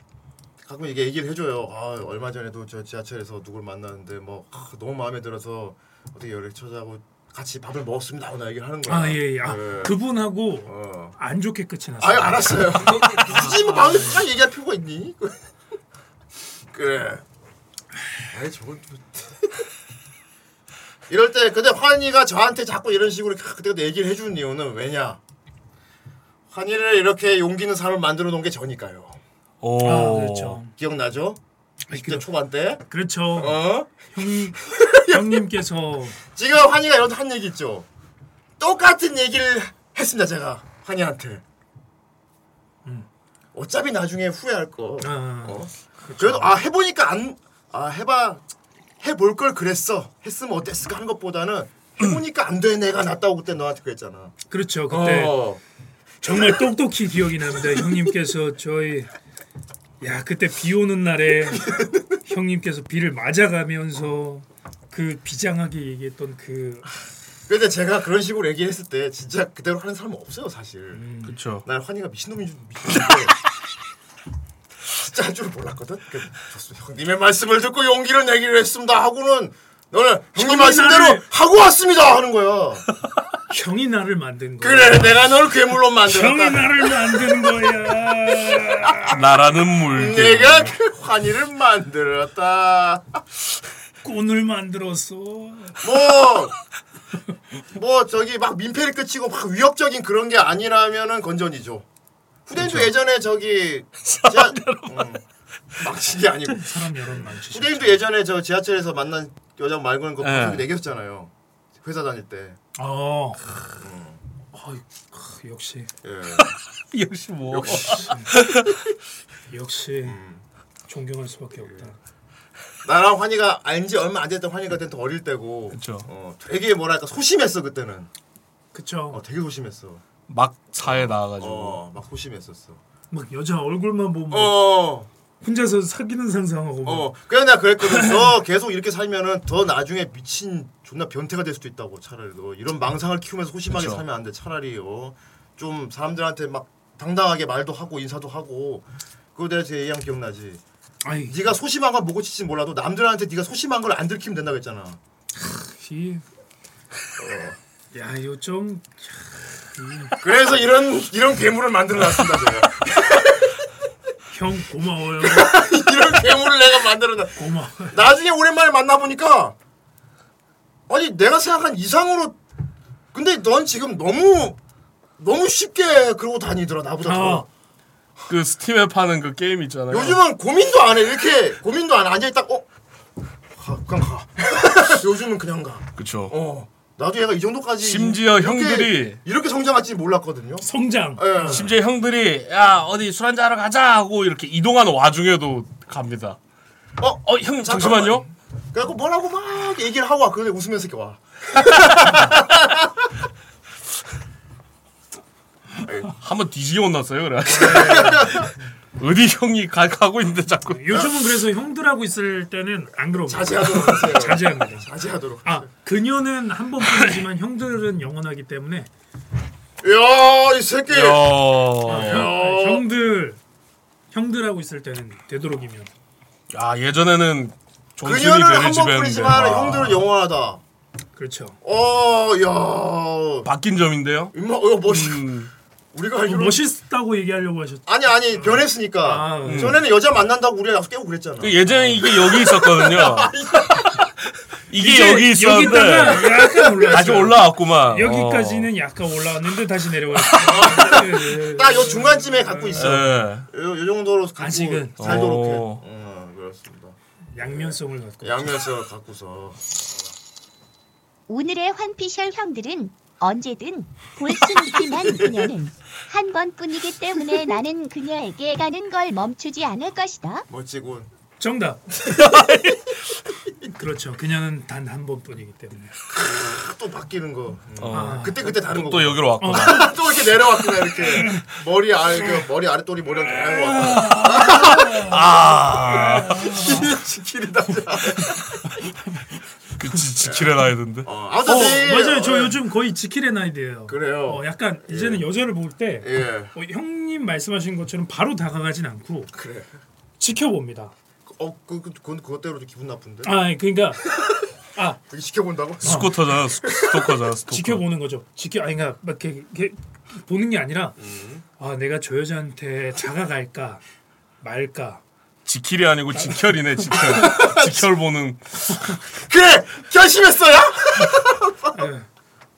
Speaker 4: 가끔 이게 얘기를 해줘요. 아 얼마 전에도 저 지하철에서 누굴 만났는데 뭐 아, 너무 마음에 들어서 어떻게 연락 찾아고 같이 밥을 먹었습니다. 하고 나 얘기를 하는 거야.
Speaker 6: 아 예예. 아,
Speaker 4: 네.
Speaker 6: 그분하고
Speaker 4: 어.
Speaker 6: 안 좋게 끝이 났어요.
Speaker 4: 아유 예, 알았어요. 굳이 뭐 방금 까지 얘기할 필요가 있니? 그래. 아니 저건 또 이럴 때 근데 환희가 저한테 자꾸 이런 식으로 그때그때 얘기를 해주는 이유는 왜냐? 환희를 이렇게 용기 있는 사람을 만들어 놓은 게 저니까요.
Speaker 5: 오.
Speaker 6: 아, 그렇죠.
Speaker 4: 기억나죠?
Speaker 6: 아니,
Speaker 4: 20대
Speaker 6: 그,
Speaker 4: 초반 때.
Speaker 6: 그렇죠.
Speaker 4: 어?
Speaker 6: 형님 형님께서
Speaker 4: 지금 환희가 이런 한 얘기 있죠. 똑같은 얘기를 했습니다 제가 환희한테. 음. 어차피 나중에 후회할 거.
Speaker 6: 아,
Speaker 4: 어? 그래도 아 해보니까 안 아 해봐 해볼 걸 그랬어 했으면 어땠을까 하는 것보다는 해보니까 안 돼 내가 낫다고 그때 너한테 그랬잖아.
Speaker 6: 그렇죠. 그때
Speaker 4: 어.
Speaker 6: 정말 똑똑히 기억이 납니다. 형님께서 저희 야 그때 비 오는 날에 형님께서 비를 맞아가면서 그 비장하게 얘기했던 그
Speaker 4: 근데 제가 그런 식으로 얘기했을 때 진짜 그대로 하는 사람은 없어요 사실.
Speaker 5: 그렇죠.
Speaker 4: 난 환희가 미친놈인 줄 미친놈인데 진짜 할 줄을 몰랐거든. 그, 좋습니다. 형님의 말씀을 듣고 용기를 내기로 했습니다. 하고는 너는 형님 말씀대로
Speaker 6: 나를-
Speaker 4: 하고 왔습니다 하는 거야.
Speaker 6: 형이 나를 만든 거야.
Speaker 4: 그래 내가 널 괴물로 만들었다.
Speaker 6: 형이 나를 만든 거야.
Speaker 5: 나라는 물개.
Speaker 4: 아, 내가 그 환희를 만들었다.
Speaker 6: 꼰을 만들었어.
Speaker 4: 뭐, 뭐 저기 막 민폐를 끼치고 막 위협적인 그런 게 아니라면은 건전이죠. 후대인도 예전에 저기 지하, 음, 막치기 아니고
Speaker 6: 사람 여론 많지.
Speaker 4: 후대인도 예전에 저 지하철에서 만난 여자 말고는 그
Speaker 5: 예.
Speaker 4: 방송 얘기했잖아요. 회사 다닐 때.
Speaker 6: 아, 아 역시
Speaker 4: 예.
Speaker 5: 역시 뭐.
Speaker 6: 역시
Speaker 4: 음.
Speaker 6: 존경할 수밖에 없다.
Speaker 4: 나랑 환희가 알지 얼마 안 됐던 환희가 그때는 더 어릴 때고.
Speaker 5: 그쵸.
Speaker 4: 어, 되게 뭐랄까 소심했어 그때는.
Speaker 6: 그쵸.
Speaker 4: 어, 되게 소심했어.
Speaker 5: 막 사에 나와가지고.
Speaker 4: 어, 막 소심했었어.
Speaker 6: 막 여자 얼굴만 보면
Speaker 4: 어.
Speaker 6: 혼자서 사귀는 상상하고 막
Speaker 4: 어 그래서 내가 그랬거든 너 계속 이렇게 살면은 더 나중에 미친 존나 변태가 될 수도 있다고 차라리 너 이런 망상을 키우면서 호심하게
Speaker 5: 그쵸.
Speaker 4: 살면 안 돼 차라리 어좀 사람들한테 막 당당하게 말도 하고 인사도 하고 그거 내가 제 얘기한 거 기억나지
Speaker 6: 아이
Speaker 4: 네가 소심한 걸 보고 치지 몰라도 남들한테 네가 소심한 걸 안 들키면 된다고 했잖아
Speaker 6: 이... 어. 야 이거 좀
Speaker 4: 그래서 이런 이런 괴물을 만들어놨습니다 제가
Speaker 6: 형 고마워요
Speaker 4: 이런 괴물을 내가 만들어놨
Speaker 6: 고마워
Speaker 4: 나중에 오랜만에 만나보니까 아니 내가 생각한 이상으로 근데 넌 지금 너무 너무 쉽게 그러고 다니더라 나보다
Speaker 6: 아
Speaker 4: 더
Speaker 5: 그 스팀에 파는 그 게임 있잖아요.
Speaker 4: 요즘은 고민도 안 해 이렇게 고민도 안 해 앉아있다 어? 가, 그냥 가 요즘은 그냥
Speaker 5: 그렇죠.
Speaker 4: 가어 나도 얘가 이 정도까지
Speaker 5: 심지어
Speaker 4: 이렇게-
Speaker 5: 형들이-
Speaker 4: 이렇게 성장할지 몰랐거든요
Speaker 6: 성장
Speaker 4: 예.
Speaker 5: 심지어 형들이 야 어디 술 한잔 하러 가자 하고 이렇게 이동하는 와중에도 갑니다.
Speaker 4: 어,
Speaker 5: 어, 형님 잠시만요.
Speaker 4: 그래갖고 뭐라고 막 얘기를 하고 와. 그런데 웃으면서 이렇게 와.
Speaker 5: 한번 뒤지게 혼났어요.
Speaker 4: 네.
Speaker 5: 그래. 어디 형이 가, 가고 있는데 자꾸
Speaker 4: 네.
Speaker 6: 요즘은 그래서 형들하고 있을 때는 안 그러고
Speaker 4: 자제하도록 하세요.
Speaker 6: 자제합니다.
Speaker 4: 자제하도록.
Speaker 6: 아 그녀는 한 번뿐이지만 형들은 영원하기 때문에
Speaker 4: 이야, 이 새끼.
Speaker 5: 야.
Speaker 6: 형- 형들 형들하고 있을 때는 되도록이면
Speaker 5: 야, 예전에는 존슨이
Speaker 4: 그녀는
Speaker 5: 되는
Speaker 4: 한
Speaker 5: 집이었는데 아.
Speaker 4: 번뿐이지만 형들은 영원하다.
Speaker 6: 그렇죠.
Speaker 4: 어, 야.
Speaker 5: 바뀐 점인데요.
Speaker 4: 임마, 어, 멋있.
Speaker 5: 음,
Speaker 4: 우리가
Speaker 6: 어,
Speaker 4: 알기로
Speaker 6: 멋있다고 얘기하려고 하셨죠.
Speaker 4: 아니 아니 변했으니까.
Speaker 6: 아, 음.
Speaker 4: 전에는 여자 만난다고 우리가 약속 깨고 그랬잖아.
Speaker 5: 그 예전에 이게 여기 있었거든요. 이게
Speaker 6: 이제
Speaker 5: 여기 있었는데
Speaker 6: 여기다가 약간 올라왔어요.
Speaker 5: 다시 올라왔구만. 어.
Speaker 6: 여기까지는 약간 올라왔는데 다시 내려왔어요. 네.
Speaker 4: 딱 요 중간쯤에 갖고
Speaker 5: 어.
Speaker 4: 있어. 요,
Speaker 5: 예.
Speaker 4: 요 정도로 갖고
Speaker 6: 아직은.
Speaker 4: 살도록 해.
Speaker 5: 어.
Speaker 4: 음, 그렇습니다.
Speaker 6: 양면성을 갖고
Speaker 4: 양면서 갖고서.
Speaker 7: 오늘의 환피셜 형들은 언제든 볼 수 있지만 그녀는 한 번뿐이기 때문에 나는 그녀에게 가는 걸 멈추지 않을 것이다.
Speaker 4: 멋지군.
Speaker 6: 정답. 그렇죠. 그녀는 단 한 번뿐이기 때문에.
Speaker 4: 아, 또 바뀌는 거.
Speaker 5: 어.
Speaker 4: 그때 그때 다른 거.
Speaker 5: 또 여기로 왔구나.
Speaker 6: 어.
Speaker 4: 또 이렇게 내려왔구나 이렇게 머리 아래 그 머리 아래 또리 모양 내려왔구나.
Speaker 5: 아,
Speaker 4: 지키리다.
Speaker 5: 그 지- 지키려 나야 되는데.
Speaker 4: 어, 아무튼 내일-
Speaker 6: 맞아요. 저
Speaker 4: 어,
Speaker 6: 요즘 거의 지킬의 나이드예요.
Speaker 4: 그래요.
Speaker 6: 어, 약간 이제는 여자를 볼 때
Speaker 4: 예.
Speaker 6: 어, 형님 말씀하신 것처럼 바로 다가가진 않고
Speaker 4: 그래.
Speaker 6: 지켜봅니다.
Speaker 4: 어, 그, 그, 그건 그것대로도 기분 나쁜데.
Speaker 6: 아, 아니, 그러니까 아
Speaker 4: 그게 지켜본다고?
Speaker 5: 어. 스코터잖아, 스- 스토커잖아, 스토커.
Speaker 6: 지켜보는 거죠. 지켜 아니 그러니까 막 이렇게, 이렇게 보는 게 아니라
Speaker 4: 음.
Speaker 6: 아 내가 저 여자한테 다가갈까 말까.
Speaker 5: 지킬이 아니고 지켜리네, 지켜. 지켜 보는.
Speaker 4: 그래 결심했어요.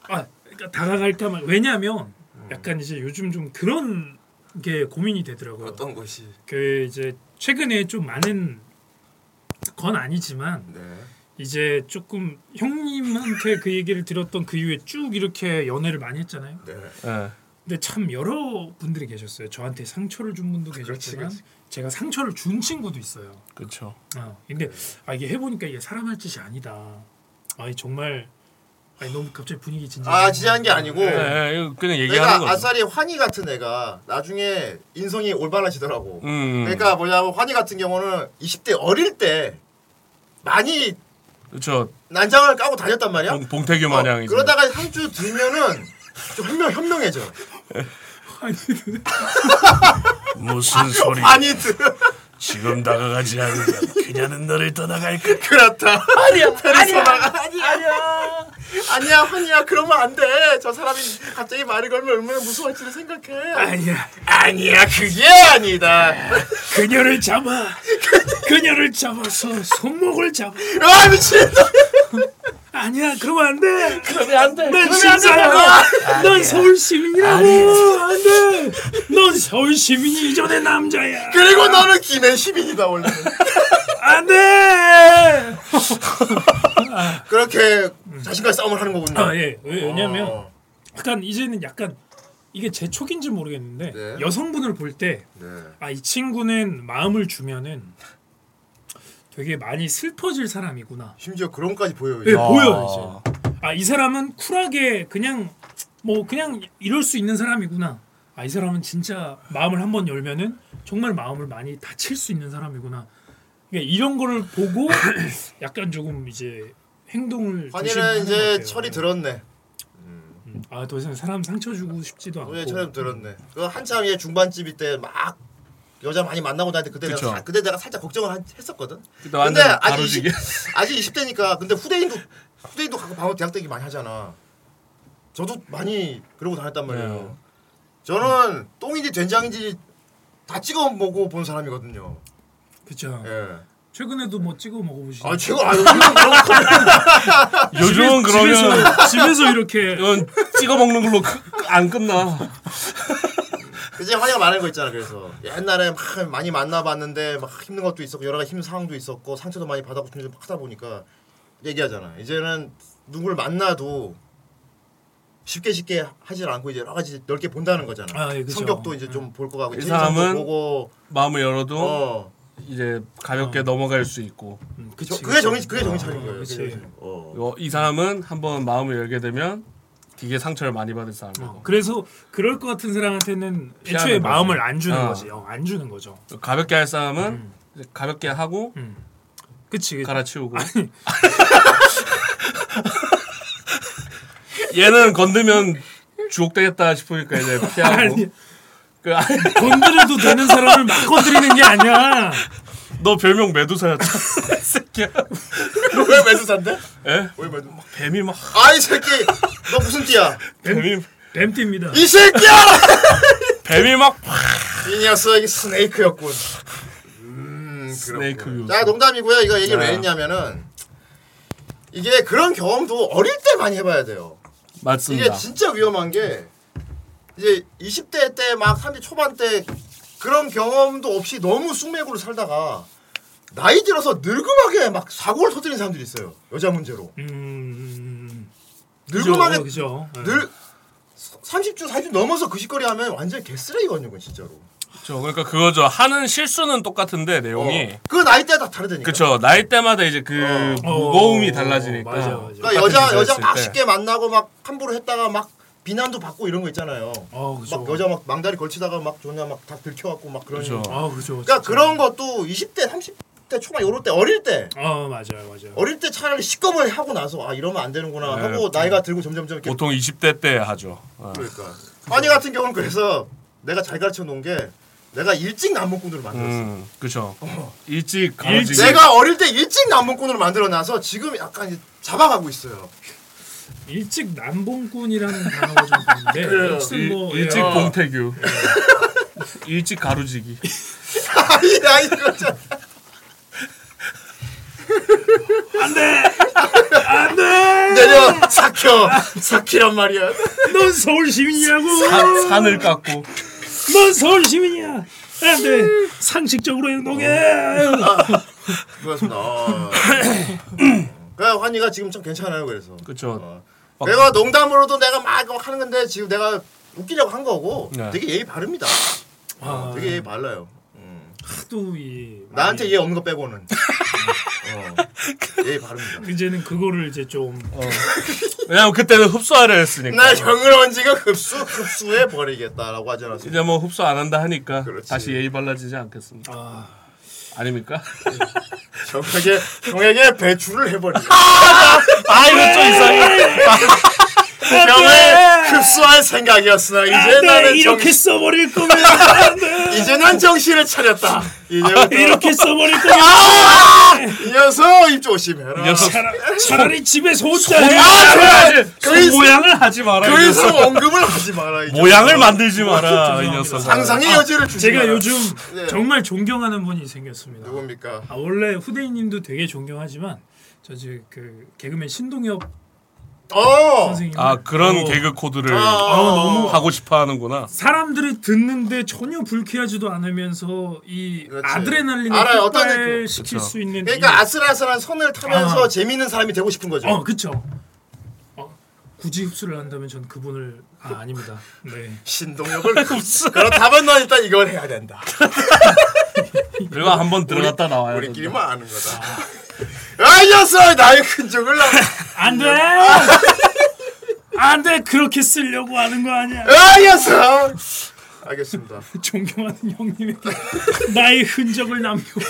Speaker 6: 아 그러니까 다가갈까 말. 왜냐하면
Speaker 4: 음.
Speaker 6: 약간 이제 요즘 좀 그런 게 고민이 되더라고요.
Speaker 4: 것이?
Speaker 6: 그 이제 최근에 좀 많은 건 아니지만
Speaker 4: 네.
Speaker 6: 이제 조금 형님한테 그 얘기를 들었던 그 이후에 쭉 이렇게 연애를 많이 했잖아요.
Speaker 4: 네.
Speaker 5: 예.
Speaker 6: 근데 참 여러 분들이 계셨어요. 저한테 상처를 준 분도 계셨지만
Speaker 4: 그렇지.
Speaker 6: 제가 상처를 준 친구도 있어요.
Speaker 5: 그렇죠.
Speaker 6: 아 근데
Speaker 4: 네.
Speaker 6: 아 이게 해보니까 이게 사람 할 짓이 아니다. 아니 정말 아니 너무 갑자기 분위기 진지.
Speaker 4: 아 진지한 게 아니고
Speaker 5: 예, 이거 그냥 얘기하는
Speaker 4: 내가
Speaker 5: 거죠.
Speaker 4: 아싸리 환희 같은 애가 나중에 인성이 올바라지더라고.
Speaker 5: 음.
Speaker 4: 그러니까 뭐냐면 환희 같은 경우는 20대 어릴 때 많이
Speaker 5: 그렇죠.
Speaker 4: 난장을 까고 다녔단 말이야.
Speaker 5: 봉- 봉태규
Speaker 4: 어,
Speaker 5: 마냥 이제.
Speaker 4: 그러다가 한 주 들면은 좀 현명 현명해져.
Speaker 5: 무슨 소리?
Speaker 4: 아니 들
Speaker 5: 지금 다가가지 않는다. 그녀는 너를 떠나갈 까
Speaker 4: 그렇다. 아니야 아니야 아니야 아니야 아니야 환희야 그러면 안 돼. 저 사람이 갑자기 말을 걸면 얼마나 무서워할지를 생각해.
Speaker 6: 아니야
Speaker 4: 아니야 그게 아니다.
Speaker 6: 그녀를 잡아 그녀를 잡아서 손목을 잡아.
Speaker 4: 아 미친다.
Speaker 6: 아니야 그러면 안 돼.
Speaker 5: 그러면 안 돼.
Speaker 6: 넌 진짜야. 넌 서울 시민이라고. 안 돼. 넌 서울 시민이 이전의 남자야.
Speaker 4: 그리고 너는 김해 시민이다 원래.
Speaker 6: 안 돼.
Speaker 4: 그렇게 자신과 싸움을 하는 거군요.
Speaker 6: 아 예. 왜- 왜냐면
Speaker 4: 어,
Speaker 6: 약간 이제는 약간 이게 제 촉인지 모르겠는데
Speaker 4: 네.
Speaker 6: 여성분을 볼 때 아 이
Speaker 4: 네.
Speaker 6: 친구는 마음을 주면은 되게 많이 슬퍼질 사람이구나.
Speaker 4: 심지어 그런까지 보여요.
Speaker 6: 예,
Speaker 4: 이제.
Speaker 5: 아.
Speaker 6: 보여 이제. 아 이 사람은 쿨하게 그냥 뭐 그냥 이럴 수 있는 사람이구나. 아 이 사람은 진짜 마음을 한번 열면은 정말 마음을 많이 다칠 수 있는 사람이구나. 그러니까 이런 거를 보고 약간 조금 이제 행동을
Speaker 4: 환희는
Speaker 6: 조심하는 것
Speaker 4: 이제
Speaker 6: 같아요. 예.
Speaker 4: 철이 들었네.
Speaker 6: 아, 더 이상 사람 상처 주고 싶지도 않고.
Speaker 4: 이제 철이 들었네. 그 한참 이제 중반집이 때 막 여자 많이 만나고 다닐 때 그때
Speaker 5: 그쵸.
Speaker 4: 내가 사- 그때 내가 살짝 걱정을 한- 했었거든.
Speaker 5: 그때 완전 가로지게.
Speaker 4: 20, 아직 20대니까 근데 후대인도 후대인도 가끔 방어 대학 때기 많이 하잖아. 저도 많이 그러고 다녔단 말이에요.
Speaker 5: 네.
Speaker 4: 저는 똥인지 된장인지 다 찍어 먹고 본 사람이거든요.
Speaker 6: 그렇죠.
Speaker 4: 예.
Speaker 6: 최근에도 뭐 찍어 먹어보시죠.
Speaker 4: 아 최고 아유 그런 거
Speaker 5: 요즘은 그러면
Speaker 6: 집에서, 집에서 이렇게
Speaker 5: 이건 찍어 먹는 걸로 크- 안 끝나.
Speaker 4: 그제 환희가 말한 거 있잖아. 그래서 옛날에 막 많이 만나봤는데 막 힘든 것도 있었고 여러 가지 힘든 상황도 있었고 상처도 많이 받았고 좀 하다 보니까 얘기하잖아. 이제는 누굴 만나도 쉽게 쉽게 하질 않고 이제 여러 가지 넓게 본다는 거잖아.
Speaker 6: 아, 예, 그죠.
Speaker 4: 성격도 이제 좀 볼 거 같고
Speaker 5: 이
Speaker 4: 인상도
Speaker 5: 사람은
Speaker 4: 보고
Speaker 5: 마음을 열어도
Speaker 4: 어
Speaker 5: 이제 가볍게 넘어갈 수 있고
Speaker 6: 음,
Speaker 4: 저,
Speaker 6: 그치,
Speaker 4: 그게
Speaker 6: 그치.
Speaker 4: 정신 그게 정신차린 거예요.
Speaker 6: 아, 그치.
Speaker 4: 그게 정신 차린 거. 어.
Speaker 5: 어, 이 사람은 한번 마음을 열게 되면 되게 상처를 많이 받을 사람이고
Speaker 6: 어, 그래서 그럴 것 같은 사람한테는
Speaker 5: 피하는
Speaker 6: 애초에
Speaker 5: 거지.
Speaker 6: 마음을 안 주는
Speaker 5: 어.
Speaker 6: 거지. 어, 안 주는 거죠. 음.
Speaker 5: 가볍게 할 사람은 이제 가볍게 하고
Speaker 6: 그치. 그치.
Speaker 5: 음. 갈아치우고 얘는 건들면 주옥 되겠다 싶으니까 이제 피하고
Speaker 6: 아니,
Speaker 5: 그, 아니,
Speaker 6: 건드려도 되는 사람을 막 건드리는 게 아니야.
Speaker 5: 너 별명 메두사였잖아 이 새끼야
Speaker 4: 왜 매수산데?
Speaker 5: 예?
Speaker 4: 왜 매수?
Speaker 5: 뱀이 막
Speaker 4: 아이 새끼, 너 무슨 띠야?
Speaker 5: 뱀이
Speaker 6: 뱀띠입니다.
Speaker 4: 이 새끼야!
Speaker 5: 뱀이 막
Speaker 4: 이 녀석이 스네이크였군. 음,
Speaker 5: 스네이크 유
Speaker 4: 자 농담이고요. 이거 얘기를
Speaker 5: 네.
Speaker 4: 왜 했냐면은 이게 그런 경험도 어릴 때 많이 해봐야 돼요. 이게
Speaker 5: 맞습니다
Speaker 4: 진짜 위험한 게 이제 20대 때 막 30대 초반 때 그런 경험도 없이 너무 숙맥으로 살다가 나이 들어서 늙음하게 막 사고를 터뜨린 사람들이 있어요. 여자 문제로.
Speaker 6: 음.
Speaker 4: 늙음하게
Speaker 6: 그죠. 그죠.
Speaker 4: 늘 30주 40주 넘어서 그 짓거리 하면 완전 개쓰레기거든요, 그건 진짜로.
Speaker 5: 저 그러니까 그거죠 하는 실수는 똑같은데
Speaker 4: 어.
Speaker 5: 내용이
Speaker 4: 그 나이 때다 다르다니까.
Speaker 5: 그쵸 나이 때마다 이제 그
Speaker 4: 어.
Speaker 5: 무거움이
Speaker 6: 어,
Speaker 5: 달라지니까
Speaker 6: 맞아, 맞아.
Speaker 4: 그러니까
Speaker 5: 똑같은
Speaker 4: 여자
Speaker 5: 짓을
Speaker 4: 여자
Speaker 5: 했을
Speaker 4: 막
Speaker 5: 때.
Speaker 4: 쉽게 만나고 막 함부로 했다가 막 비난도 받고 이런 거 있잖아요.
Speaker 6: 어, 그죠.
Speaker 4: 막 여자 막 망다리 걸치다가 막 존나 막 다 들켜갖고 막 그런.
Speaker 5: 그죠.
Speaker 4: 그러니까
Speaker 6: 아, 그죠. 진짜.
Speaker 4: 그런 것도 20대 30대 초반 요럴 때 어릴 때
Speaker 6: 어, 맞아요. 맞아요.
Speaker 4: 어릴 때 차라리 시겁을 하고 나서 아 이러면 안 되는구나 하고 나이가 들고 점점점 이렇게
Speaker 5: 네, 그렇죠. 보통 20대 때 하죠 어.
Speaker 4: 그러니까. 환희 같은 경우는 그래서 내가 잘 가르쳐 놓은 게 내가 일찍 남문꾼으로 만들었어.
Speaker 5: 음, 그쵸 일찍
Speaker 4: 일찍.
Speaker 5: 강아지
Speaker 4: 내가 어릴 때 일찍 남문꾼으로 만들어놔서 지금 약간 이제 잡아가고 있어요.
Speaker 6: 일찍 남봉꾼이라는 단어가 좀 있는데
Speaker 4: 그래요.
Speaker 6: 무슨 뭐
Speaker 5: 일찍
Speaker 6: 예.
Speaker 5: 봉태규 일찍 가루지기
Speaker 4: 아니 아니 그거잖아. 안돼 안돼 내려 삭혀 삭히란 말이야.
Speaker 6: 넌 서울 시민이라고.
Speaker 5: 산- 산을 깎고
Speaker 6: 넌 서울 시민이야. 안돼 상식적으로 행동해.
Speaker 5: 어.
Speaker 4: 그렇습니다. 어. 그래 환희가 지금 참 괜찮아요 그래서.
Speaker 5: 그쵸
Speaker 4: 어. 내가 농담으로도 내가 막 하는 건데 지금 내가 웃기려고 한 거고
Speaker 5: 네.
Speaker 4: 되게 예의 바릅니다.
Speaker 6: 아,
Speaker 4: 되게 예의 발라요. 음.
Speaker 6: 하도 이
Speaker 4: 나한테 예의 없는 거 빼고는 어. 예의 바릅니다.
Speaker 6: 이제는 그거를 이제 좀
Speaker 5: 왜냐면 그때는 흡수하려 했으니까
Speaker 4: 나 정은원 지가 흡수 흡수해 버리겠다라고 하지 않았어.
Speaker 5: 이제 뭐 흡수 안 한다 하니까
Speaker 4: 그렇지.
Speaker 5: 다시 예의 발라지지 않겠습니까
Speaker 6: 아,
Speaker 5: 아닙니까
Speaker 4: 형에게 형에게 배출을 해버리.
Speaker 5: 아 이거 좀 이상해
Speaker 4: 형을 흡수할 생각이었으나 이제 나는
Speaker 6: 안돼 아, 네, 이렇게
Speaker 4: 정신,
Speaker 6: 써버릴 거면 안돼 아,
Speaker 4: 이제 난 정신을 차렸다. 이제부터 아!
Speaker 6: 이렇게 써버릴 거면
Speaker 4: 이 녀석 입 조심해라.
Speaker 5: 이 녀석
Speaker 6: 차라- 차라리 집에서 혼자 해.
Speaker 5: 모양을 하지
Speaker 4: 아, 그이-
Speaker 5: 그 모양을 하지 마라 이
Speaker 4: 그
Speaker 5: 녀석.
Speaker 4: 이상 언급을 하지 마라. 이제.
Speaker 6: 아,
Speaker 5: 모양을 만들지
Speaker 6: 그
Speaker 5: 마라 이 녀석
Speaker 4: 상상의 여지를 주지
Speaker 6: 제가
Speaker 4: 마라.
Speaker 6: 요즘
Speaker 4: 네.
Speaker 6: 정말 존경하는 분이 생겼습니다.
Speaker 4: 누굽니까?
Speaker 6: 아, 원래 후대인님도 되게 존경하지만 저 이제 그 개그맨 신동엽
Speaker 4: 어.
Speaker 6: 선생님
Speaker 5: 아 그런
Speaker 6: 어,
Speaker 5: 개그 코드를
Speaker 4: 아,
Speaker 6: 너무
Speaker 5: 하고 싶어 하는구나
Speaker 6: 사람들이 듣는데 전혀 불쾌하지도 않으면서 이
Speaker 4: 그렇지.
Speaker 6: 아드레날린을
Speaker 4: 알아요, 어떤 느낌.
Speaker 5: 그쵸.
Speaker 6: 폭발시킬 수 있는
Speaker 4: 그러니까 아슬아슬한 선을 타면서
Speaker 6: 아.
Speaker 4: 재미있는 사람이 되고 싶은 거죠.
Speaker 6: 이... 어 그쵸 어, 굳이 흡수를 한다면 전 그분을 아 아닙니다 네
Speaker 4: 신동엽을 흡수. 그렇다면 넌 일단 이걸 해야 된다.
Speaker 5: 그리고 한번 들어갔다 나와야 된다.
Speaker 4: 우리끼리만 뭐- 아는 거다. 아, 이 녀석 나의 근종을 나.
Speaker 6: 안돼
Speaker 4: 아!
Speaker 6: 안돼 그렇게 쓰려고 하는 거 아니야
Speaker 4: 아, 이 녀석. 알겠습니다.
Speaker 6: 존경하는 형님에게 나의 흔적을 남기고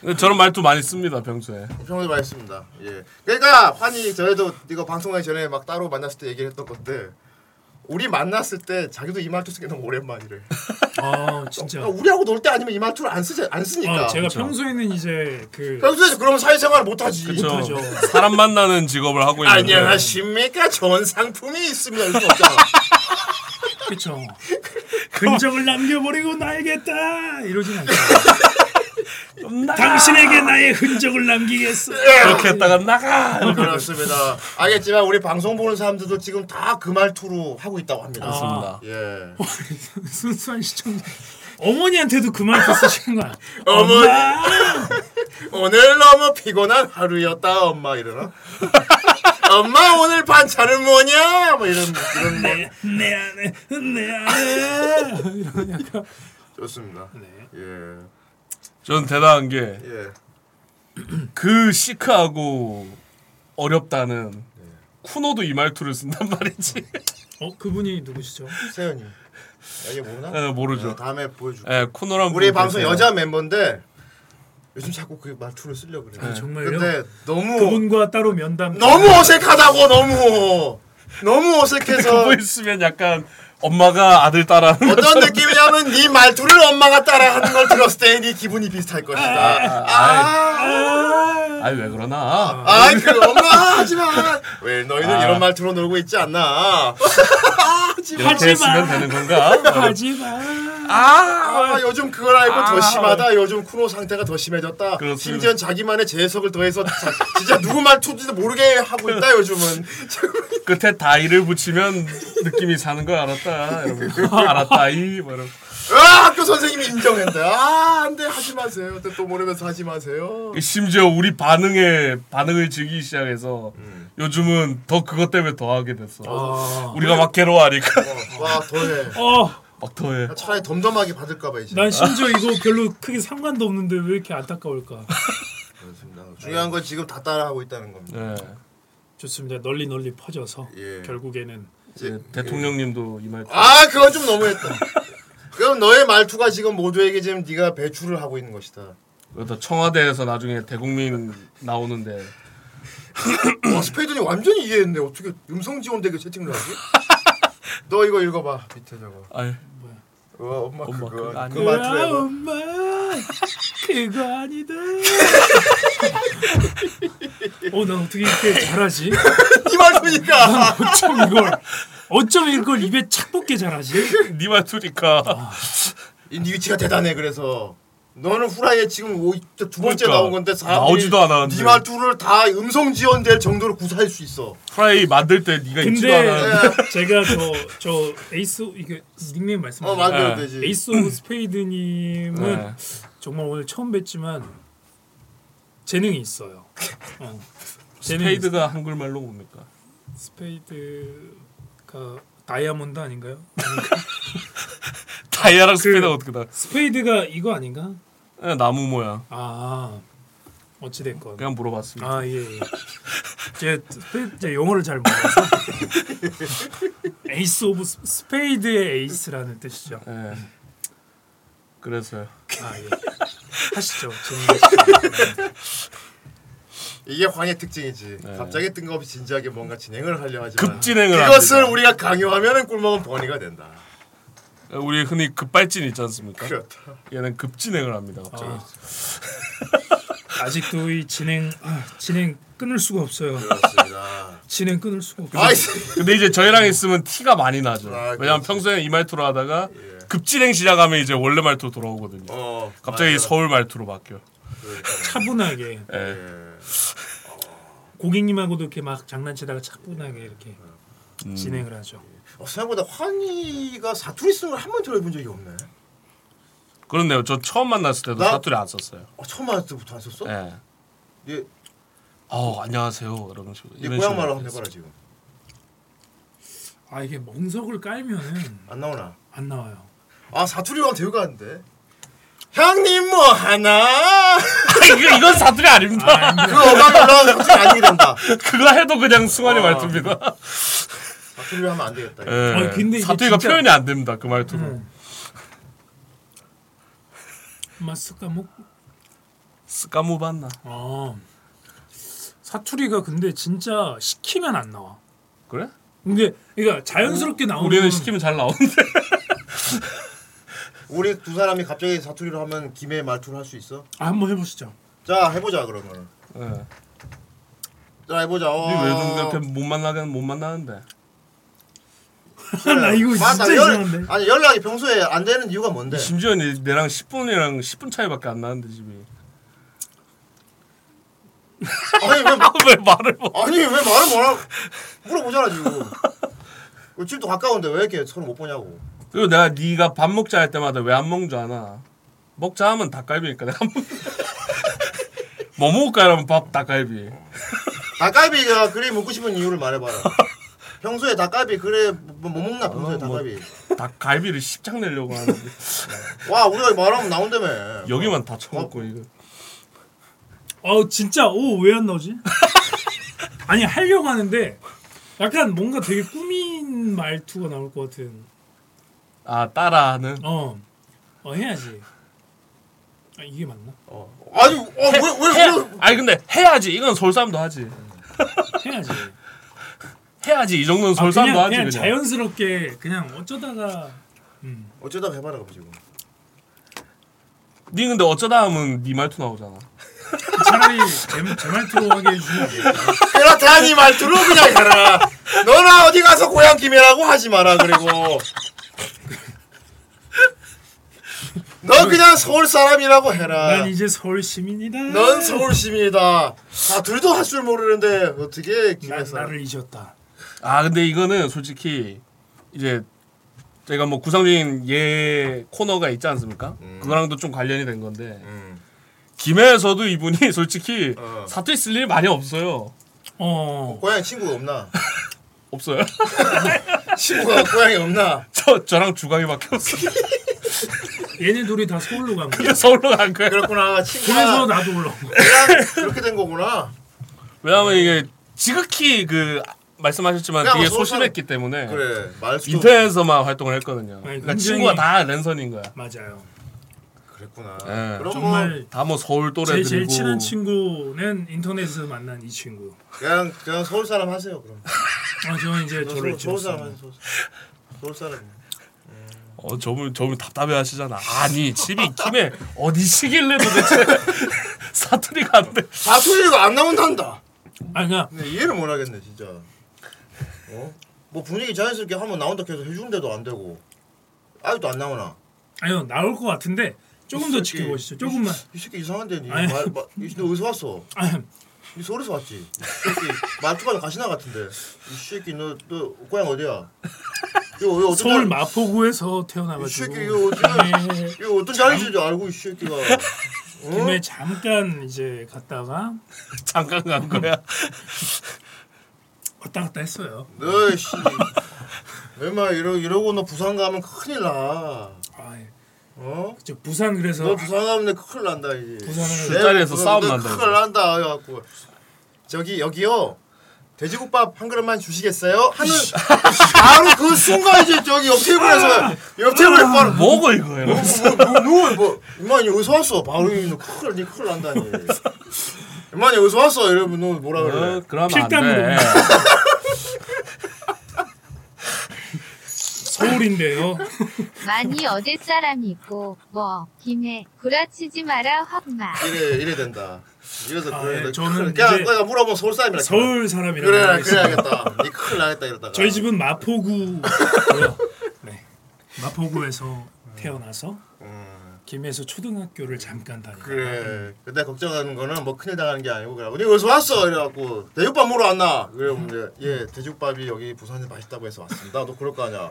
Speaker 5: 근데 저런 말투 많이 씁니다 평소에.
Speaker 4: 정말 맛있습니다. 예. 그러니까 환희 저희도 이거 방송하기 전에 막 따로 만났을 때 얘기를 했던 건데 우리 만났을 때 자기도 이 말투 쓰기 너무 오랜만이래.
Speaker 6: 아 진짜
Speaker 4: 그러니까 우리하고 놀 때 아니면 이 말투를 안 쓰지 안 쓰니까.
Speaker 6: 아, 제가 평소에는 이제 그
Speaker 4: 평소에 그러면 사회생활을 못 하지.
Speaker 5: 그쵸.
Speaker 6: 못하죠.
Speaker 5: 사람 만나는 직업을 하고 있는데
Speaker 4: 안녕하십니까? 좋은 상품이 있습니다. 이럴 수 없잖아.
Speaker 6: 그렇죠. 그쵸 흔적을 남겨버리고 나에겠다 이러진 않죠 당신에게 나의 흔적을 남기겠어
Speaker 5: 그렇게 했다가 나가.
Speaker 4: 어, 그렇습니다. 알겠지만 우리 방송 보는 사람들도 지금 다 그 말투로 하고 있다고 합니다.
Speaker 5: 그렇습니다.
Speaker 4: 예.
Speaker 6: 순수한 시청자 어머니한테도 그만 쓰시는 거야
Speaker 4: 어머니 오늘 너무 피곤한 하루였다 엄마 이러나? 엄마 오늘 반찬은 뭐냐? 뭐 이런 이런
Speaker 6: 네.
Speaker 4: 거 예.
Speaker 6: 내, 내 안에 내 안에
Speaker 4: 좋습니다.
Speaker 6: 네.
Speaker 4: 예.
Speaker 5: 전 대단한 게
Speaker 4: 예.
Speaker 5: 그 시크하고 어렵다는 쿠노도 이 말투를 쓴단 말이지.
Speaker 6: 어 그분이 누구시죠?
Speaker 4: 세연이. 야, 이게 뭐나?
Speaker 6: 아,
Speaker 4: 아,
Speaker 5: 예, 모르죠.
Speaker 4: 다음에 보여줄게.
Speaker 5: 예, 쿠노랑
Speaker 4: 우리 방송 여자 멤버인데 요즘 자꾸 그 말투를 쓰려고 그래.
Speaker 6: 아, 정말요?
Speaker 4: 근데 너무
Speaker 6: 그분과 따로 면담.
Speaker 4: 너무 어색하다고 너무 너무 어색해서
Speaker 5: 그거 뭐 있으면 약간 엄마가 아들 따라
Speaker 4: 어떤 느낌이냐면 네 말투를 엄마가 따라하는 걸 들었을 때 네 기분이 비슷할 것이다.
Speaker 5: 아.
Speaker 4: 아,
Speaker 5: 아이 왜 그러나?
Speaker 4: 아이 그 엄마 하지만 왜 너희는
Speaker 5: 아.
Speaker 4: 이런 말투로 놀고 있지 않나?
Speaker 5: 이렇게 했으면 되는 건가?
Speaker 6: 하지마.
Speaker 4: 아 요즘 그걸 알고 더 심하다. 요즘 쿠노 상태가 더 심해졌다.
Speaker 5: 그렇습니다.
Speaker 4: 심지어 자기만의 재해석을 더해서 자- 진짜 누구 말투인지도 모르게 하고 있다 요즘은.
Speaker 5: 끝에 다이를 붙이면 느낌이 사는 걸 알았다. 이러면서. 알았다 이 뭐라.
Speaker 4: 아 학교 선생님이 인정했다. 아 안돼 하지 마세요. 또- 또 모르면서 하지 마세요.
Speaker 5: 심지어 우리 반응에 반응을 즐기기 시작해서 요즘은 더 그것 때문에 더 하게 됐어. 우리가 막 괴로워하니까
Speaker 4: 와 더해.
Speaker 6: 어,
Speaker 5: 막 더해.
Speaker 4: 차라리 덤덤하게 받을까봐 이제.
Speaker 6: 난 심지어 이거 별로 크게 상관도 없는데 왜 이렇게 안타까울까?
Speaker 4: 그렇습니다. 중요한 건 지금 다 따라하고 있다는 겁니다.
Speaker 5: 예.
Speaker 6: 좋습니다. 널리 널리 퍼져서
Speaker 4: 예.
Speaker 6: 결국에는
Speaker 5: 이제 예. 대통령님도 이 말투.
Speaker 4: 아 그건 좀 너무했다. 그럼 너의 말투가 지금 모두에게 지금 네가 배출을 하고 있는 것이다.
Speaker 5: 그래도 청와대에서 나중에 대국민 나오는데
Speaker 4: 와 스페이든이 완전히 이해했네. 어떻게 음성 지원 되게 채팅을 하지? 너 이거 읽어봐 밑에 저거.
Speaker 5: 아이,
Speaker 4: 와 엄마,
Speaker 5: 엄마,
Speaker 4: 그거
Speaker 5: 그거
Speaker 4: 그
Speaker 5: 아니야.
Speaker 4: 말투
Speaker 6: 아
Speaker 4: 해봐.
Speaker 6: 엄마 그거 아니다. 어난 어떻게 이렇게 잘하지?
Speaker 4: 네 말투니까.
Speaker 6: 어쩜 이걸 어쩜 이걸 입에 착붙게 잘하지?
Speaker 5: 네 말투니까
Speaker 4: 이 위치가 대단해 그래서. 너는 후라이에 지금 오- 저두 번째
Speaker 5: 그러니까.
Speaker 4: 나온 건데 사람들이
Speaker 5: 나오지도 않았는데.
Speaker 4: 네 말투를 다 음성 지원될 정도로 구사할 수 있어.
Speaker 5: 프라이 만들 때 네가 입지도 않았는데
Speaker 6: 근데 제가 저 저 에이스 이게 닉네임
Speaker 4: 어
Speaker 6: 말씀하세요.
Speaker 4: 맞아요, 음.
Speaker 5: 네.
Speaker 4: 되지.
Speaker 6: 에이스 오브 스페이드님은
Speaker 5: 네.
Speaker 6: 정말 오늘 처음 뵀지만 재능이 있어요. 어. 재능이
Speaker 5: 스페이드가 한글말로 뭡니까?
Speaker 6: 있- 스페이드가 다이아몬드 아닌가요?
Speaker 5: 다이아랑 스페이드가 어떻게 다?
Speaker 6: 스페이드가 이거 아닌가?
Speaker 5: 예, 그 나무 모양.
Speaker 6: 아 어찌 됐건
Speaker 5: 그냥 물어봤습니다.
Speaker 6: 아 예. 예. 제, 스페- 제 영어를 잘 몰라서 에이스 오브 스- 스페이드의 에이스라는 뜻이죠.
Speaker 5: 예. 그래서요.
Speaker 6: 아 예. 하시죠. 진행하시죠.
Speaker 4: 이게 황의 특징이지. 갑자기 뜬금없이 진지하게 뭔가 진행을 하려 하지만
Speaker 5: 네. 급진행을
Speaker 4: 그것을
Speaker 5: 합니다.
Speaker 4: 우리가 강요하면은 꿀먹은 버니가 된다.
Speaker 5: 우리 흔히 급발진 있지 않습니까?
Speaker 4: 그렇다.
Speaker 5: 얘는 급진행을 합니다. 갑자기.
Speaker 6: 아. 아직도 이 진행 아, 진행 끊을 수가 없어요.
Speaker 4: 그렇습니다.
Speaker 6: 진행 끊을 수가 없어요.
Speaker 4: 아이씨.
Speaker 5: 근데 이제 저희랑 있으면 티가 많이 나죠.
Speaker 4: 아,
Speaker 5: 왜냐면
Speaker 4: 그렇지.
Speaker 5: 평소에 이 말투로 하다가 급진행 시작하면 이제 원래 말투로 돌아오거든요.
Speaker 4: 어.
Speaker 5: 갑자기
Speaker 4: 맞아.
Speaker 5: 서울 말투로 바뀌어.
Speaker 6: 차분하게
Speaker 5: 예.
Speaker 6: 고객님하고도 이렇게 막 장난치다가 차분하게 이렇게 진행을 하죠.
Speaker 4: 어, 생각보다 환희가 사투리 쓰는 걸 한 번도 들어본 적이 없네.
Speaker 5: 그렇네요. 저 처음 만났을 때도
Speaker 4: 나-
Speaker 5: 사투리 안 썼어요.
Speaker 4: 어, 처음 만날 때부터 안 썼어?
Speaker 5: 예.
Speaker 4: 얘,
Speaker 5: 어 안녕하세요. 이런 식으로.
Speaker 4: 얘
Speaker 5: 이런
Speaker 4: 고향
Speaker 5: 식으로
Speaker 4: 말로 한번
Speaker 5: 했어요.
Speaker 4: 해봐라 지금.
Speaker 6: 아 이게 멍석을 깔면은
Speaker 4: 안 나오나?
Speaker 6: 안 나와요.
Speaker 4: 아 사투리로 하면 되게 가는데. 형님 뭐 하나?
Speaker 5: 이거 이건 사투리 아닙니다.
Speaker 4: 그 어감 올라오는 사투리 아니란다.
Speaker 5: 그거 해도 그냥 승환이 말투입니다.
Speaker 4: 사투리로 하면 안 되겠다.
Speaker 5: 예.
Speaker 4: 이거.
Speaker 6: 아. 아니, 근데 이게
Speaker 5: 사투리가
Speaker 6: 진짜- 음.
Speaker 5: 표현이 안 됩니다. 그 말투로.
Speaker 6: 마스카 목.
Speaker 5: 스카무 봤나?
Speaker 6: 뭐, 아 사투리가 근데 진짜 시키면 안 나와.
Speaker 5: 그래?
Speaker 6: 근데 그러니까 자연스럽게 나오는
Speaker 5: 우리는 시키면 잘 나오는데.
Speaker 4: 우리 두 사람이 갑자기 사투리로 하면 김해 말투를 할 수 있어?
Speaker 6: 아, 한번 해보시죠.
Speaker 4: 자 해보자 그러면.
Speaker 5: 예.
Speaker 6: 네.
Speaker 5: 우리
Speaker 4: 자 해보자.
Speaker 6: 아.
Speaker 4: 어.
Speaker 5: 왜좀 이렇게 못 만나긴 못 만나는데.
Speaker 6: 나 이거
Speaker 4: 네. 맞다,
Speaker 6: 진짜
Speaker 4: 연-
Speaker 6: 이상한데.
Speaker 4: 아니 연락이 평소에 안 되는 이유가 뭔데?
Speaker 5: 심지어 내- 내랑 10분이랑 10분 차이밖에 안 나는데 집이.
Speaker 4: 아니 왜
Speaker 5: 왜 말을 못?
Speaker 4: 아니 왜 말을 뭐라 물어보잖아 지금. 우리 집도 가까운데 왜 이렇게 서로 못 보냐고.
Speaker 5: 그리고 내가 네가 밥 먹자 할 때마다 왜 안 먹는 줄 아나? 먹자 하면 닭갈비니까 내가 안 먹. 뭐 먹을까 이러면 밥 닭갈비.
Speaker 6: 아,
Speaker 4: 닭갈비가 그리 먹고 싶은 이유를 말해봐라. 평소에 닭갈비 그래 뭐, 뭐 먹나 평소에 닭갈비.
Speaker 5: 닭갈비를 십장 내려고 하는데
Speaker 4: 와 우리가 말하면 나온다며.
Speaker 5: 여기만 다 처먹고 이거
Speaker 6: 어 진짜 오 왜 안 나오지? 아니 하려고 하는데 약간 뭔가 되게 꾸민 말투가 나올 것 같은.
Speaker 5: 아 따라하는
Speaker 6: 어, 어 해야지. 아 이게 맞나?
Speaker 4: 아니
Speaker 6: 어,
Speaker 4: 왜왜
Speaker 5: 해, 아니 근데 해야지 이건 솔사람도 하지
Speaker 6: 해야지.
Speaker 5: 해야지 이 정도는
Speaker 6: 아, 그냥,
Speaker 5: 솔사람도 하지 그냥,
Speaker 6: 그냥 자연스럽게 그냥 어쩌다가 음.
Speaker 4: 어쩌다가 해봐라 그럼 지금.
Speaker 5: 니 근데 어쩌다 하면 니 말투 나오잖아
Speaker 6: 차라리 제, 제 말투로 하게 해주면
Speaker 4: 그렇다니 말투로 그냥 가라. 너나 어디 가서 고향 김해라고 하지 마라 그리고. 너 그냥 서울 사람이라고 해라.
Speaker 6: 난 이제 서울 시민이다.
Speaker 4: 넌 서울 시민이다. 아 둘도 할 줄 모르는데 어떻게
Speaker 6: 난
Speaker 4: 김해서?
Speaker 6: 나를 잊었다.
Speaker 5: 아 근데 이거는 솔직히 이제 제가 뭐 구상적인 예 코너가 있지 않습니까? 그거랑도 좀 관련이 된 건데
Speaker 4: 음.
Speaker 5: 김해에서도 이분이 솔직히
Speaker 4: 어.
Speaker 5: 사투리 쓸 일이 많이 없어요.
Speaker 6: 어.
Speaker 4: 고향 친구가 없나?
Speaker 5: 없어요.
Speaker 4: 친구가 고향에 없나?
Speaker 5: 저 저랑 주광이밖에 없어요.
Speaker 6: 얘네 둘이 다 서울로 간 거야.
Speaker 5: 근데 서울로 간 거예요.
Speaker 4: 그렇구나
Speaker 6: 그래서
Speaker 4: 친구가
Speaker 6: 나도 올라온 거야.
Speaker 4: 그냥 그렇게 된 거구나.
Speaker 5: 왜냐하면 이게 지극히 그 말씀하셨지만
Speaker 4: 그냥
Speaker 5: 되게
Speaker 4: 서울
Speaker 5: 소심했기 때문에
Speaker 4: 그래 말수
Speaker 5: 인터넷에서만 활동을 했거든요. 그러니까
Speaker 6: 굉장히-
Speaker 5: 친구가 다 랜선인 거야.
Speaker 6: 맞아요.
Speaker 4: 그랬구나.
Speaker 5: 예.
Speaker 4: 그럼 뭐
Speaker 6: 아, 정말
Speaker 5: 다 뭐 서울
Speaker 6: 제
Speaker 5: 또래들이고
Speaker 6: 제일 친한 친구는 인터넷에서 만난 이 친구.
Speaker 4: 그냥 그냥 서울 사람 하세요 그럼.
Speaker 6: 아 저는 이제 저를
Speaker 4: 서울, 서울 사람
Speaker 6: 찍었어요.
Speaker 4: 하세요. 서울 사람. 서울 사람.
Speaker 5: 어, 저분 저분 답답해 하시잖아. 아니 집이 김해 어디시길래 도대체 사투리가 안 돼.
Speaker 4: 사투리가 안 나온단다.
Speaker 6: 아 그냥
Speaker 4: 근데 이해를 못 하겠네 진짜. 어? 뭐 분위기 자연스럽게 한번 나온다 계속 해주는데도 안 되고 아직도 안 나오나?
Speaker 6: 아니요 나올 것 같은데 조금 더
Speaker 4: 이 새끼,
Speaker 6: 지켜보시죠.
Speaker 4: 이
Speaker 6: 조금만.
Speaker 4: 새- 이 새끼 이상한데 니
Speaker 6: 아니.
Speaker 4: 말, 말, 이 새끼 너 어디서 왔어?
Speaker 6: 아,
Speaker 4: 니 서울에서 왔지? 이 새끼 말투가 가시나 같은데 이 새끼 너, 너 고향 어디야? 이거, 이거 어떤
Speaker 6: 서울
Speaker 4: 자-
Speaker 6: 마포구에서
Speaker 4: 이
Speaker 6: 태어나가지고 네,
Speaker 4: 새끼 어? 이거 어떻게 이거 어떤 자리인지 알고 이 새끼가
Speaker 6: 김에 잠깐 이제 갔다가
Speaker 5: 잠깐 간 거야. 왔다
Speaker 6: 왔다 갔다 했어요.
Speaker 4: 너씨 얼마 이러 이러고 너 부산 가면 큰일 나
Speaker 6: 아, 예.
Speaker 4: 어?
Speaker 6: 저 부산 그래서
Speaker 4: 너 부산 가면 큰일 난다 이게.
Speaker 6: 부산은
Speaker 5: 술자리에서 싸움 난다,
Speaker 4: 큰일 난다 해갖고 저기 여기요 돼지국밥 한 그릇만 주시겠어요? 하는 바로 그 순간 이제 저기 옆 테이블에서
Speaker 6: 아.
Speaker 4: 옆 테이블에 바로 뭐
Speaker 5: 먹어 이거예요.
Speaker 4: 누구 뭐 이만이 어디서 왔어? 바로 이 큰일 니 큰일 난다 니. 이만이 어디서 왔어? 여러분 너 뭐라 그래?
Speaker 5: 어, 그러면
Speaker 6: 필담으로.
Speaker 5: 안 돼.
Speaker 6: 서울인데요.
Speaker 8: 많이 얻을 사람이고 뭐 김해 구라치지 마라 확마
Speaker 5: 아.
Speaker 4: 이래 이래 된다. 이래서
Speaker 6: 아,
Speaker 4: 그래.
Speaker 6: 예,
Speaker 4: 너
Speaker 6: 저는
Speaker 4: 큰일- 그냥
Speaker 6: 이제
Speaker 4: 내가 물어보면 서울 사람이라.
Speaker 6: 서울 사람이라고.
Speaker 4: 그래
Speaker 6: 하겠습니다.
Speaker 4: 그래야겠다. 니 큰일 나겠다 이러다가.
Speaker 6: 저희 집은 마포구. 네. 마포구에서 태어나서 김해에서 초등학교를 잠깐 다니고.
Speaker 4: 그래.
Speaker 5: 음.
Speaker 4: 근데 걱정하는 거는 뭐 큰일 당하는 게 아니고 그래. 우리 어디서 왔어? 이래갖고 돼지국밥 먹으러 왔나? 그래 이제 예 돼지국밥이 여기 부산에 맛있다고 해서 왔습니다. 너 그럴 거 아니야.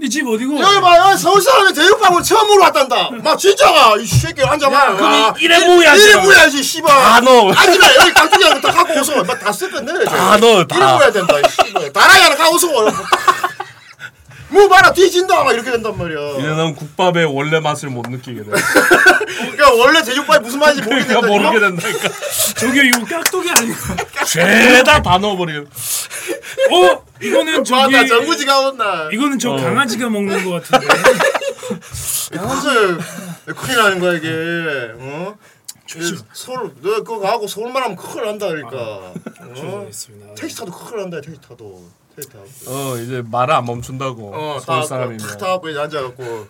Speaker 6: 네집 어디고?
Speaker 4: 여기 봐, 여기 서울 사람이 돼지국밥을 처음 먹으러 왔단다. 막 진짜가 이 새끼 앉아봐. 아,
Speaker 5: 이래 모야지. 아,
Speaker 4: 이래 뭐야지 씨발.
Speaker 5: 다 넣어.
Speaker 4: 앉으면 여기 깍두기하고 다 갖고 오서 막다쓸 건데.
Speaker 5: 다 넣어, 아, 다.
Speaker 4: 이래 뭐야 된다. 이 씨발. 다라이 하나 갖고 오서. 뭐 봐라 뒤진다 막 이렇게 된단 말이야.
Speaker 5: 이제 난 국밥의 원래 맛을 못 느끼게 돼.
Speaker 4: 그러니까 원래 돼지국밥이 무슨 맛인지 어? 모르게
Speaker 5: 그러니까
Speaker 4: 된다.
Speaker 5: 모르게 된다니까.
Speaker 6: 저게 이거 깍두기 아니야?
Speaker 5: 죄다 다 넣어버리게. 돼.
Speaker 6: 어? 이거는 저기.
Speaker 4: 아, 와나 정우지가 온다.
Speaker 6: 이거는 저
Speaker 5: 어.
Speaker 6: 강아지가 먹는 것 같은데.
Speaker 4: 무슨 큰일 나는 거야 이게. 어? 이 서울 너 그거 가고 서울만 하면 큰일 난다
Speaker 5: 아,
Speaker 4: 그러니까. 어?
Speaker 6: 죄송했습니다.
Speaker 4: 택시 타도 큰일 난다 택시 타도 어, 택시 타고.
Speaker 5: 어 이제 말을 안 멈춘다고. 어, 서울 사람이면.
Speaker 4: 탁 타고 이제 앉아갖고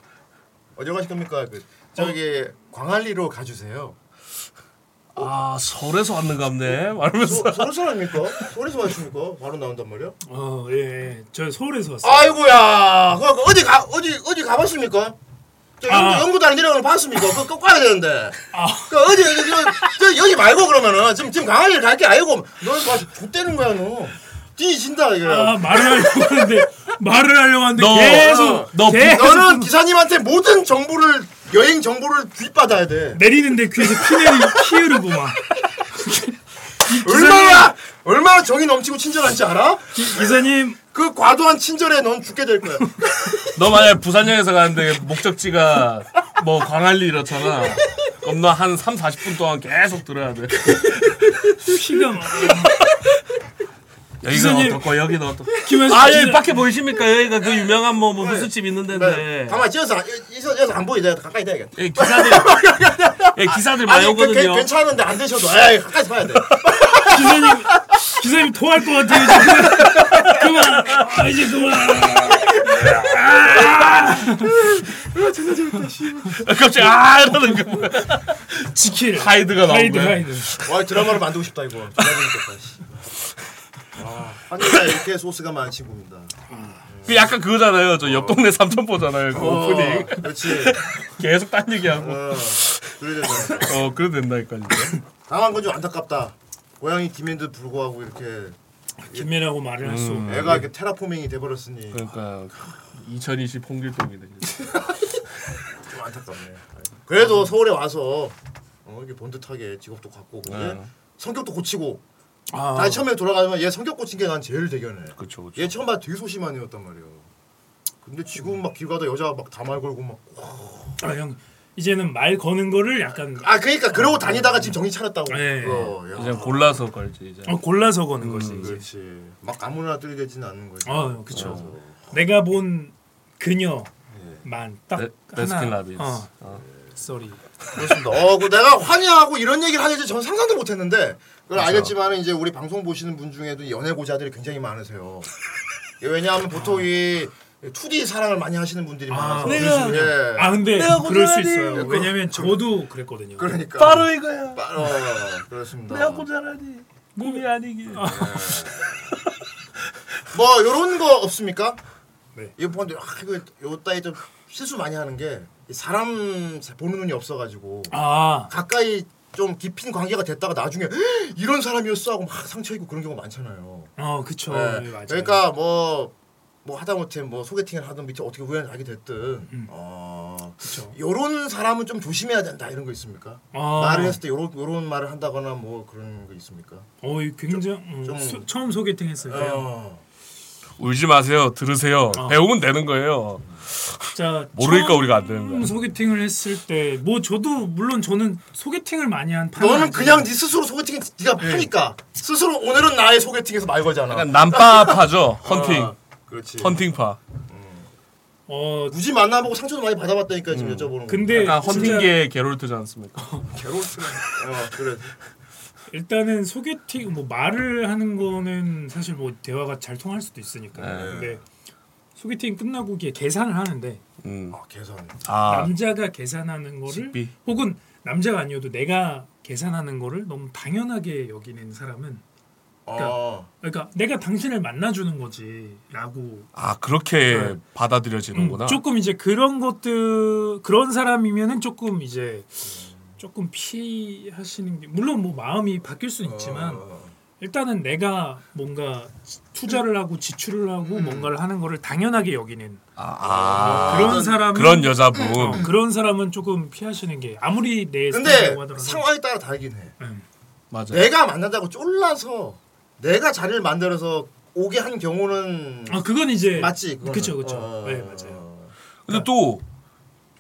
Speaker 4: 어디 가실 겁니까? 그, 저기
Speaker 5: 어?
Speaker 4: 광안리로 가주세요.
Speaker 5: 아 서울에서 왔는갑네. 말면서.
Speaker 4: 서, 서울 사람입니까? 서울에서 왔습니까? 바로 나온단 말이야?
Speaker 6: 어, 예, 예. 저 서울에서 왔어요.
Speaker 4: 아, 아이고야. 그 어디 가 어디 어디 가봤습니까? 저
Speaker 6: 아.
Speaker 4: 연구, 연구단 내려오는 봤습니까? 그거 꼭 가야 되는데.
Speaker 6: 아.
Speaker 4: 그 어디 여기 저, 여기 말고 그러면은 지금 지금 강아지를 갈게 아니고 너가 좆대는 거야 너. 뒤진다 이거.
Speaker 6: 아, 말을 하려고 하는데 말을 하려고 하는데
Speaker 5: 너,
Speaker 6: 계속
Speaker 5: 너
Speaker 6: 계속
Speaker 4: 너는 기사님한테 모든 정보를 여행 정보를 뒷받아야 돼.
Speaker 6: 네, 내리는데 귀에서 피 내리 피 흐르고 막
Speaker 4: 얼마나 얼마나 정이 넘치고 친절한지 알아?
Speaker 6: 기, 기사님
Speaker 4: 그 과도한 친절에 넌 죽게 될 거야.
Speaker 5: 너 만약 부산역에서 가는데 목적지가 뭐 광안리 이렇잖아. 그럼 너 한 3, 40분 동안 계속 들어야 돼.
Speaker 6: 피가 막
Speaker 5: 여기가
Speaker 6: 기사님.
Speaker 5: 어떻고 여기는 어떻고.
Speaker 6: 김현수
Speaker 5: 아
Speaker 4: 예.
Speaker 6: 기자-
Speaker 5: 여기 밖에 보이십니까? 여기가 그 유명한 뭐 무술집
Speaker 6: 네.
Speaker 5: 있는데인데.
Speaker 4: 가만 찢어서 안- 이서 이서 안 보이네. 가까이 대야겠다.
Speaker 5: 예, 기사들 예, 기사들 많이
Speaker 4: 아니 그,
Speaker 5: 오거든요.
Speaker 4: 괜- 괜찮은데 안 되셔도 에이 가까이 서 봐야 돼.
Speaker 6: 기사님 기사님 토할 것 같아요 이제 그만 그만 아, 이제 그만
Speaker 5: 갑자기 아 이러는 거 뭐야.
Speaker 6: 지킬
Speaker 5: 하이드가 나온
Speaker 6: 하이드
Speaker 5: 거야.
Speaker 6: 하이드
Speaker 4: 와 드라마를 만들고 싶다 이거. 드라마 재밌겠다, 씨. 와, 한국에 이렇게 소스가 많은 친구입니다.
Speaker 5: 그 약간 그거잖아요. 저 옆 동네 삼천포잖아요. 그 오프닝
Speaker 4: 어, 그렇지.
Speaker 5: 계속 딴 얘기하고
Speaker 4: 어, 그래야 된다.
Speaker 5: 어 그래 된다니까 진짜.
Speaker 4: 당한 건 좀 안타깝다. 고양이 김인도 불구하고 이렇게
Speaker 6: 김민하고 말을
Speaker 5: 음.
Speaker 6: 할 수 없고
Speaker 4: 애가 이렇게 테라포밍이 돼버렸으니
Speaker 5: 그러니까 2020 홍길동이네.
Speaker 4: 좀 안타깝네. 그래도 서울에 와서 어, 이게 본 듯하게 직업도 갖고 근데
Speaker 5: 네.
Speaker 4: 성격도 고치고
Speaker 6: 아.
Speaker 4: 다시 처음에 돌아가면 얘 성격 고친 게 난 제일 대견해.
Speaker 5: 그렇죠, 그렇죠.
Speaker 4: 얘 처음 봐 되게 소심한이었단 말이에요. 근데 지금 막 길가다 여자 막 다 말 걸고 막.
Speaker 6: 아, 형 이제는 말 거는 거를 약간
Speaker 4: 아 그러니까 그러고 다니다가 지금 정신 차렸다고.
Speaker 6: 네.
Speaker 4: 어, 야.
Speaker 5: 이제 골라서 걸지 이제.
Speaker 6: 어, 골라서
Speaker 5: 음,
Speaker 6: 거는 거지
Speaker 5: 그렇죠.
Speaker 6: 이제
Speaker 4: 그렇지. 막 아무나 들이대지는 않는 거지.
Speaker 6: 어 그쵸 내가 본
Speaker 5: 네.
Speaker 6: 그녀만 딱
Speaker 5: 베- 베스킨
Speaker 6: 하나
Speaker 5: 라빈스.
Speaker 6: 어
Speaker 5: 어.
Speaker 6: 쏘리
Speaker 4: 그렇습니다. 어, 그 내가 환희하고 이런 얘기를 하는지 저는 상상도 못했는데 그걸 알겠지만 이제 우리 방송 보시는 분 중에도 연애고자들이 굉장히 많으세요. 예, 왜냐하면 보통 이 2D 사랑을 많이 하시는 분들이 많아서
Speaker 6: 내가-
Speaker 4: 예.
Speaker 5: 네.
Speaker 6: 아 근데
Speaker 5: 내가
Speaker 6: 그럴 수
Speaker 5: 고생하니.
Speaker 6: 있어요 왜냐면 저도 그랬거든요
Speaker 4: 뭐 그러니까
Speaker 5: 이거야.
Speaker 4: 빠- 어, 그렇습니다.
Speaker 5: 고자라니 몸이 아니길.
Speaker 4: 뭐 이런 거 없습니까?
Speaker 6: 네.
Speaker 4: 이거 보는데 아, 이거 요 따위 좀 실수 많이 하는 게이 사람 보는 눈이 없어가지고
Speaker 6: 아
Speaker 4: 가까이 좀 깊은 관계가 됐다가 나중에 "헉, 이런 사람이었어 하고 막 상처 입고 그런 경우가 많잖아요.
Speaker 6: 어 그쵸
Speaker 4: 네.
Speaker 6: 네, 맞아요.
Speaker 4: 그러니까 뭐, 뭐 하다못해 뭐 소개팅을 하던 밑에 어떻게 우연히 알게 됐든 어,
Speaker 6: 음, 그쵸.
Speaker 4: 요런 사람은 좀 조심해야 된다 이런 거 있습니까?
Speaker 6: 아.
Speaker 4: 말을 했을 때 요런, 요런 말을 한다거나 뭐 그런 거 있습니까?
Speaker 6: 어 이거 굉장히 음,
Speaker 4: 좀-
Speaker 6: 소- 처음 소개팅 했을 때
Speaker 4: 어.
Speaker 5: 울지 마세요. 들으세요.
Speaker 6: 어.
Speaker 5: 배우면 되는 거예요.
Speaker 6: 진짜
Speaker 5: 모르니까
Speaker 6: 처음
Speaker 5: 우리가 안 되는 거야.
Speaker 6: 소개팅을 했을 때 뭐 저도 물론 저는 소개팅을 많이 한 판은
Speaker 4: 너는
Speaker 6: 아니지만-
Speaker 4: 그냥 네 스스로 소개팅 네가 하니까 스스로 오늘은 나의 소개팅에서 말 거잖아.
Speaker 5: 약간 남파파죠. 헌팅.
Speaker 4: 어, 그렇지.
Speaker 5: 헌팅파. 아,
Speaker 6: 어
Speaker 4: 굳이 만나보고 상처도 많이 받아봤다니까 지금 여쭤보는 거.
Speaker 6: 음. 근데
Speaker 5: 약간
Speaker 6: 진짜
Speaker 5: 헌팅계의 게롤트지 않습니까?
Speaker 4: 괴로웠어. 어 그래.
Speaker 6: 일단은 소개팅 뭐 말을 하는 거는 사실 뭐 대화가 잘 통할 수도 있으니까
Speaker 5: 네.
Speaker 6: 근데 소개팅 끝나고 이게 계산을 하는데
Speaker 5: 음.
Speaker 6: 어,
Speaker 4: 아 계산.
Speaker 5: 아
Speaker 6: 남자가 계산하는 거를
Speaker 5: 식비.
Speaker 6: 혹은 남자가 아니어도 내가 계산하는 거를 너무 당연하게 여기는 사람은
Speaker 4: 어.
Speaker 6: 그러니까 내가 당신을 만나주는 거지라고
Speaker 5: 아 그렇게
Speaker 6: 네.
Speaker 5: 받아들여지는구나.
Speaker 6: 음, 조금 이제 그런 것들 그런 사람이면은 조금 이제 조금 피하시는 게 물론 뭐 마음이 바뀔 수는 있지만
Speaker 5: 어,
Speaker 6: 일단은 내가 뭔가 지- 투자를 하고 지출을 하고 뭔가를 하는 거를 당연하게 여기는
Speaker 5: 음. 아, 아.
Speaker 6: 그런 사람
Speaker 5: 그런 여자분.
Speaker 6: 어, 그런 사람은 조금 피하시는 게 아무리 내
Speaker 4: 근데
Speaker 6: 스타일이라고 하더라도
Speaker 4: 상황에 따라 다르긴 해.
Speaker 5: 맞아.
Speaker 6: 네.
Speaker 5: 요
Speaker 4: 내가 만난다고 쫄라서 내가 자리를 만들어서 오게 한 경우는
Speaker 6: 아 그건 이제
Speaker 4: 맞지. 그거는.
Speaker 6: 그쵸 그쵸
Speaker 4: 어.
Speaker 6: 네 맞아요
Speaker 5: 근데 또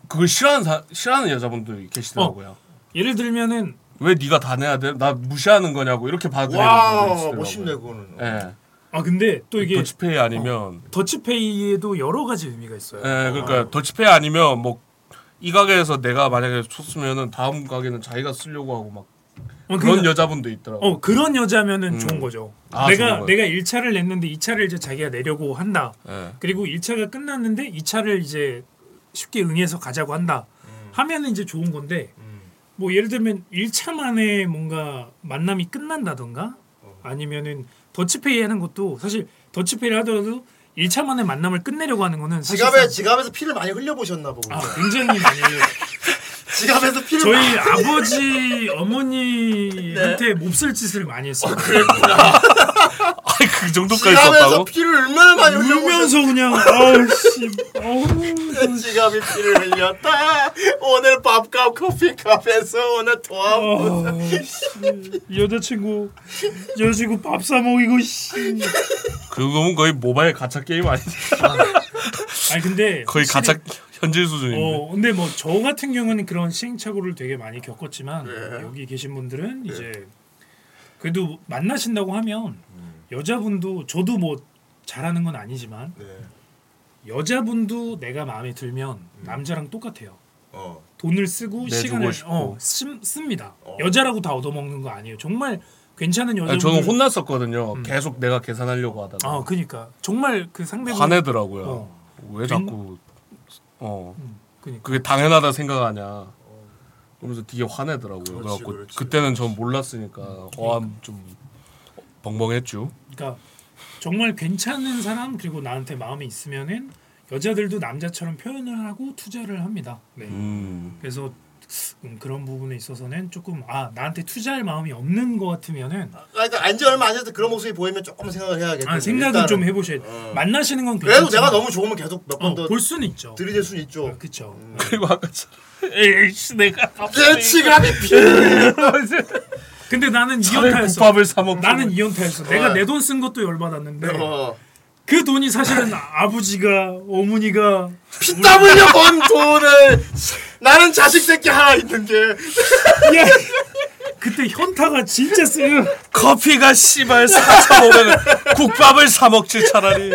Speaker 5: 그걸 싫어하는 사, 싫어하는 여자분들 계시더라고요.
Speaker 6: 예를 들면은
Speaker 5: 왜 네가 다 내야 돼? 나 무시하는 거냐고 이렇게 받아들이는 분들
Speaker 4: 와
Speaker 5: 있더라고요.
Speaker 4: 멋있네 그거는.
Speaker 5: 예.
Speaker 6: 아 근데 또 이게
Speaker 5: 더치페이 아니면
Speaker 6: 더치페이에도 여러 가지 의미가 있어요
Speaker 5: 예, 그러니까 더치페이 아니면 뭐 이 가게에서 내가 만약에 쳤으면은 다음 가게는 자기가 쓰려고 하고 막 그런
Speaker 6: 어, 그러니까-
Speaker 5: 여자분도 있더라고. 요
Speaker 6: 어 그런 여자면은 좋은 거죠.
Speaker 5: 아, 좋은
Speaker 6: 내가
Speaker 5: 거예요.
Speaker 6: 내가 1차를 냈는데 2차를 이제 자기가 내려고 한다.
Speaker 5: 예.
Speaker 6: 그리고 1차가 끝났는데 2차를 이제 쉽게 응해서 가자고 한다. 하면은 이제 좋은 건데 뭐 예를 들면 1차만에 뭔가 만남이 끝난다던가 아니면은 더치페이 하는 것도 사실 더치페이를 하더라도 1차만에 만남을 끝내려고 하는 거는 사실상
Speaker 4: 지갑에 지갑에서 피를 많이 흘려 보셨나 보고.
Speaker 6: 아, 굉장히 많이
Speaker 4: 지갑에서 피를
Speaker 6: 저희
Speaker 4: 많이-
Speaker 6: 아버지 어머니한테 몹쓸 짓을 많이 했어요.
Speaker 5: 아이 그 정도까지
Speaker 4: 지갑에서
Speaker 5: 썼다고?
Speaker 4: 피를 얼마나 많이 흘려 보셨
Speaker 6: 울면서 그냥 아우씨 아우
Speaker 4: 지갑에 피를 흘렸다. 오늘 밥값 커피값에서 오늘 도함.
Speaker 6: 어. 아우씨 여자친구 여자친구 밥 사 먹이고 씨
Speaker 5: 그거는 거의 모바일 가챠 게임 아니지?
Speaker 6: 아니 근데
Speaker 5: 거의 가짜
Speaker 6: 확실히-
Speaker 5: 현질 수준인데.
Speaker 6: 어 근데 뭐 저 같은 경우는 그런 시행착오를 되게 많이 겪었지만
Speaker 4: 네.
Speaker 6: 여기 계신 분들은 이제 그래도 만나신다고 하면 여자분도 저도 뭐 잘하는 건 아니지만
Speaker 4: 네.
Speaker 6: 여자분도 내가 마음에 들면 남자랑 똑같아요.
Speaker 4: 어.
Speaker 6: 돈을 쓰고
Speaker 5: 내주고
Speaker 6: 시간을
Speaker 5: 싶고.
Speaker 6: 어, 씁, 니다
Speaker 4: 어.
Speaker 6: 여자라고 다 얻어먹는 거 아니에요. 정말 괜찮은 여자분.
Speaker 5: 아니, 저는 혼났었거든요. 계속 내가 계산하려고 하다가
Speaker 6: 음. 아 그니까 정말 그 상대분.
Speaker 5: 화내더라고요.
Speaker 6: 어. 음.
Speaker 5: 왜 자꾸 어
Speaker 6: 그니까
Speaker 5: 그게 당연하다 생각하냐. 그러면서 되게 화내더라고요.
Speaker 4: 그렇지,
Speaker 5: 그래갖고
Speaker 4: 그렇지.
Speaker 5: 그때는전
Speaker 6: 음.
Speaker 5: 몰랐으니까 어좀 벙벙했죠.
Speaker 6: 그러니까 정말 괜찮은 사람 그리고 나한테 마음이 있으면은 여자들도 남자처럼 표현을 하고 투자를 합니다. 네.
Speaker 5: 음.
Speaker 6: 그래서 음, 그런 부분에 있어서는 조금 아 나한테 투자할 마음이 없는 것 같으면은
Speaker 4: 아, 그러니까 안지 얼마 안 돼서 그런 모습이 보이면 조금 생각을 해야겠다.
Speaker 6: 아 생각은 좀 해보셔야 돼.
Speaker 4: 어.
Speaker 6: 만나시는 건
Speaker 4: 그래도
Speaker 6: 괜찮지만-
Speaker 4: 내가 너무 좋으면 계속 몇 번
Speaker 6: 어,
Speaker 4: 더
Speaker 6: 볼 수는 있죠.
Speaker 4: 들이댈 수는 있죠.
Speaker 6: 그렇죠.
Speaker 5: 그리고 아까 저- 에이씨 내가
Speaker 6: 네.
Speaker 4: 예치감이
Speaker 6: 근데 나는
Speaker 5: 차라리
Speaker 6: 이혼타였어.
Speaker 5: 국밥을 사 먹고
Speaker 6: 나는 이혼타였어. 내가
Speaker 4: 어.
Speaker 6: 내 돈 쓴 것도 열받았는데
Speaker 4: 어.
Speaker 6: 그 돈이 사실은 아버지가 어머니가
Speaker 4: 피땀 흘려 번 돈을 나는 자식 새끼 하나 있는데
Speaker 6: 야, 예. 그때 현타가 진짜 세요.
Speaker 5: 커피가 씨발 4,500원 국밥을 사 먹지 차라리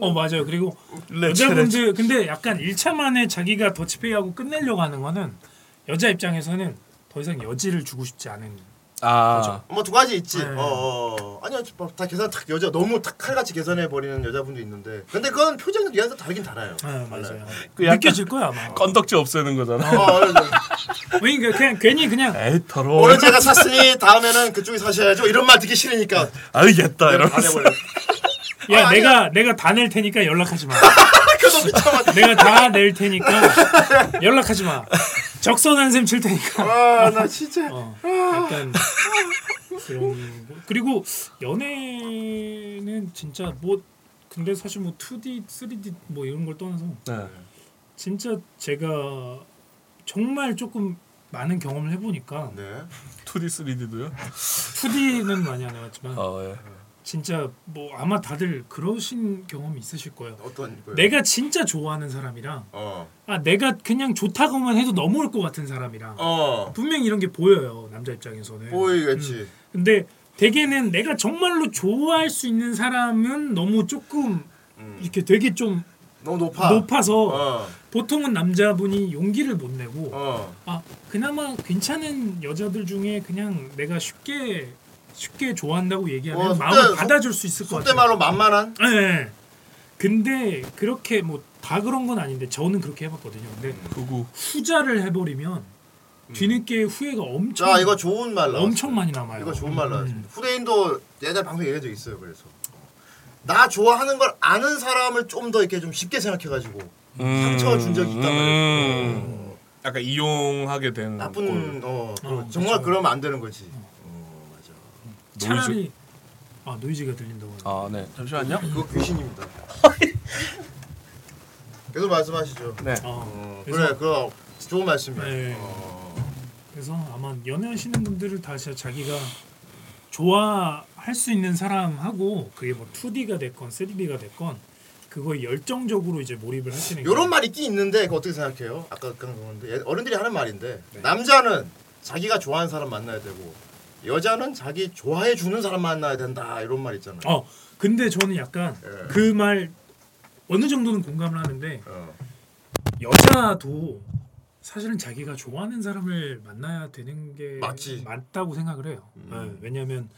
Speaker 6: 어 맞아요. 그리고
Speaker 5: 레츠, 레츠.
Speaker 6: 여자분들 근데 약간 1차 만에 자기가 더치페이하고 끝내려고 하는 거는 여자 입장에서는 더 이상 여지를 주고 싶지 않은
Speaker 5: 아
Speaker 4: 뭐 두 가지 있지.
Speaker 6: 네.
Speaker 4: 어, 어, 아니요, 뭐다 계산 탁 여자 너무 탁 칼같이 계산해 버리는 여자분도 있는데, 근데 그건 표정이 얘한테 다르긴 달아요.
Speaker 6: 아, 맞아요.
Speaker 5: 그 약간-
Speaker 6: 느껴질 거야 아마.
Speaker 5: 건덕지 없애는 거잖아.
Speaker 4: 어, 그래서
Speaker 6: 왜냐 그냥 괜히 그냥
Speaker 5: 에이 더러워.
Speaker 4: 오늘 제가 샀으니 다음에는 그쪽이 사셔야죠. 이런 말 듣기 싫으니까
Speaker 5: 알겠다
Speaker 4: 안
Speaker 5: 이러면서.
Speaker 4: 해버려.
Speaker 6: 아, 야
Speaker 4: 아, 아니야.
Speaker 6: 내가 내가 다 낼 테니까 연락하지 마.
Speaker 4: 그래서 미쳐맞.
Speaker 6: 내가 다 낼 테니까 연락하지 마. 적선한 셈 칠 테니까.
Speaker 4: 아나 진짜.
Speaker 6: 어, 약간 그런 거. 그리고 연애는 진짜 뭐 근데 사실 뭐 2D, 3D 뭐 이런 걸 떠나서
Speaker 5: 네.
Speaker 6: 진짜 제가 정말 조금 많은 경험을 해보니까
Speaker 4: 네.
Speaker 5: 2D 3D도요?
Speaker 6: 2D는 많이 안 해봤지만
Speaker 4: 어,
Speaker 5: 아 예.
Speaker 6: 진짜 뭐 아마 다들 그러신 경험이 있으실 거예요.
Speaker 4: 어떤 거예요?
Speaker 6: 내가 진짜 좋아하는 사람이랑
Speaker 4: 어.
Speaker 6: 아 내가 그냥 좋다고만 해도 넘어올 것 같은 사람이랑
Speaker 4: 어.
Speaker 6: 분명 히 이런 게 보여요 남자 입장에서는. 음.
Speaker 4: 보이겠지.
Speaker 6: 근데 대개는 내가 정말로 좋아할 수 있는 사람은 너무 조금 이렇게 되게 좀
Speaker 4: 너무 음. 높아.
Speaker 6: 높아서
Speaker 4: 어.
Speaker 6: 보통은 남자분이 용기를 못 내고
Speaker 4: 어.
Speaker 6: 아 그나마 괜찮은 여자들 중에 그냥 내가 쉽게 쉽게 좋아한다고 얘기하면
Speaker 4: 어, 속대-
Speaker 6: 마음을 받아줄 수 있을 것
Speaker 4: 속대
Speaker 6: 같아요.
Speaker 4: 말로 만만한.
Speaker 6: 예. 네. 근데 그렇게 뭐 다 그런 건 아닌데 저는 그렇게 해봤거든요. 근데
Speaker 4: 음.
Speaker 5: 그구.
Speaker 6: 후자를 해버리면 뒤늦게 후회가 엄청
Speaker 4: 자 이거 좋은 말 나왔어.
Speaker 6: 음. 엄청 많이 남아요.
Speaker 4: 이거 좋은 말 나왔어.
Speaker 6: 음.
Speaker 4: 후대인도 예전 방송 얘기한 적 있어요. 그래서 나 좋아하는 걸 아는 사람을 좀 더 이렇게 좀 쉽게 생각해가지고 음, 상처 준 적이 있단 말이야. 어.
Speaker 5: 음. 약간 이용하게 된
Speaker 4: 나쁜 어, 그거
Speaker 6: 어,
Speaker 4: 정말
Speaker 6: 그렇죠.
Speaker 4: 그러면 안 되는 거지. 어, 맞아.
Speaker 6: 차라리 아 노이즈가 들린다고. 하네.
Speaker 5: 아네 잠시만요.
Speaker 4: 그거 귀신입니다. 계속 말씀하시죠.
Speaker 5: 네.
Speaker 6: 어,
Speaker 4: 어, 그래
Speaker 6: 그래서
Speaker 4: 그거 좋은 말씀이에요.
Speaker 6: 네.
Speaker 4: 어,
Speaker 6: 그래서 아마 연애하시는 분들을 다시 자기가 좋아할 수 있는 사람하고 그게 뭐 2D가 됐건 3D가 됐건 그거에 열정적으로 이제 몰입을 하시는 게
Speaker 4: 요런 말 있긴 있는데 그거 어떻게 생각해요? 아까 그런 건데 얘- 어른들이 하는 말인데
Speaker 6: 네.
Speaker 4: 남자는 자기가 좋아하는 사람 만나야 되고 여자는 자기 좋아해 주는 사람 만나야 된다 이런 말 있잖아요.
Speaker 6: 어 근데 저는 약간
Speaker 4: 예.
Speaker 6: 그 말 어느 정도는 공감을 하는데
Speaker 4: 어.
Speaker 6: 여자도 사실은 자기가 좋아하는 사람을 만나야 되는 게
Speaker 4: 맞지. 음.
Speaker 6: 맞다고 생각을 해요. 네, 왜냐하면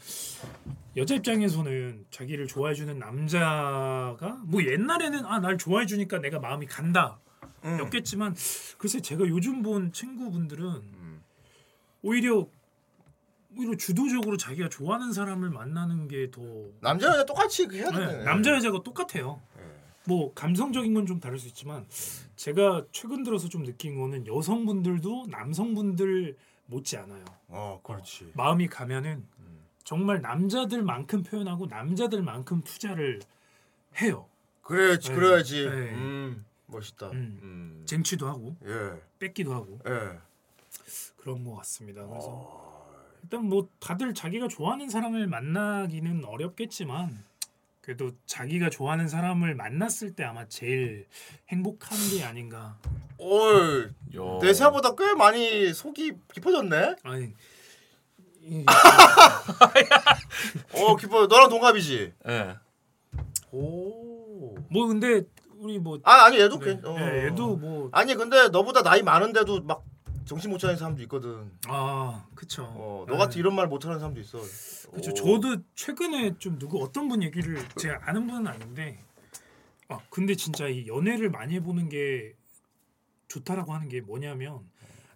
Speaker 6: 여자 입장에서는 자기를 좋아해 주는 남자가 뭐 옛날에는 아 날 좋아해 주니까 내가 마음이 간다 였겠지만 글쎄 제가 요즘 본 친구분들은
Speaker 4: 음.
Speaker 6: 오히려 오히려 주도적으로 자기가 좋아하는 사람을 만나는 게더
Speaker 4: 남자 여자 똑같이 그 해야 되네.
Speaker 6: 네, 남자 여자가 똑같아요.
Speaker 4: 네.
Speaker 6: 뭐 감성적인 건 좀 다를 수 있지만 제가 최근 들어서 좀 느낀 거는 여성분들도 남성분들 못지 않아요.
Speaker 4: 어 그렇지.
Speaker 6: 마음이 가면은 정말 남자들만큼 표현하고 남자들만큼 투자를 해요.
Speaker 4: 그래야지
Speaker 6: 네.
Speaker 4: 그래야지.
Speaker 6: 네.
Speaker 4: 음 멋있다.
Speaker 6: 음.
Speaker 4: 음.
Speaker 6: 쟁취도 하고
Speaker 4: 예.
Speaker 6: 뺏기도 하고
Speaker 4: 예.
Speaker 6: 그런 것 같습니다. 그래서
Speaker 4: 아.
Speaker 6: 일단 뭐 다들 자기가 좋아하는 사람을 만나기는 어렵겠지만 그래도 자기가 좋아하는 사람을 만났을 때 아마 제일 행복한 게 아닌가.
Speaker 4: 올.
Speaker 5: 요.
Speaker 4: 내 생각보다 꽤 많이 속이 깊어졌네.
Speaker 6: 아니
Speaker 4: 어 깊어. 너랑 동갑이지.
Speaker 5: 예.
Speaker 4: 오.
Speaker 6: 뭐 근데 우리 뭐
Speaker 4: 아 아니 얘도
Speaker 6: 네,
Speaker 4: 괜. 어.
Speaker 6: 예, 얘도 뭐
Speaker 4: 아니 근데 너보다 나이 많은데도 막 정신 못 차리는 사람도 있거든.
Speaker 6: 아, 그쵸.
Speaker 4: 어, 너 같이 이런 말 못 하는 사람도 있어.
Speaker 6: 네. 그쵸.
Speaker 4: 오.
Speaker 6: 저도 최근에 좀 누구 어떤 분 얘기를 제가 아는 분은 아닌데, 아 근데 진짜 이 연애를 많이 해보는 게 좋다라고 하는 게 뭐냐면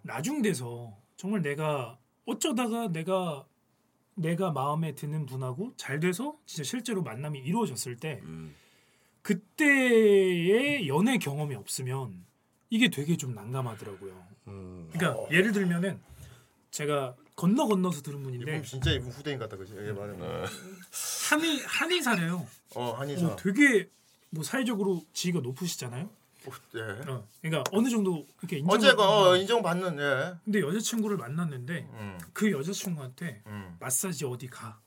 Speaker 6: 나중 돼서 정말 내가 어쩌다가 내가 내가 마음에 드는 분하고 잘 돼서 진짜 실제로 만남이 이루어졌을 때
Speaker 5: 음.
Speaker 6: 그때의 연애 경험이 없으면 이게 되게 좀 난감하더라고요. 그러니까 예를 들면은 제가 건너 건너서 들은 분인데
Speaker 4: 이분 진짜 이분 후대인 같다 그지? 얘 말은.
Speaker 5: 네.
Speaker 6: 한의 한의사래요.
Speaker 4: 어 한의사.
Speaker 6: 어, 되게 뭐 사회적으로 지위가 높으시잖아요.
Speaker 4: 어, 예.
Speaker 6: 어, 그러니까 어느 정도 이렇게 인정.
Speaker 4: 어쨌건 어, 인정받는 예.
Speaker 6: 근데 여자친구를 만났는데
Speaker 4: 음.
Speaker 6: 그 여자친구한테
Speaker 4: 음.
Speaker 6: 마사지 어디 가,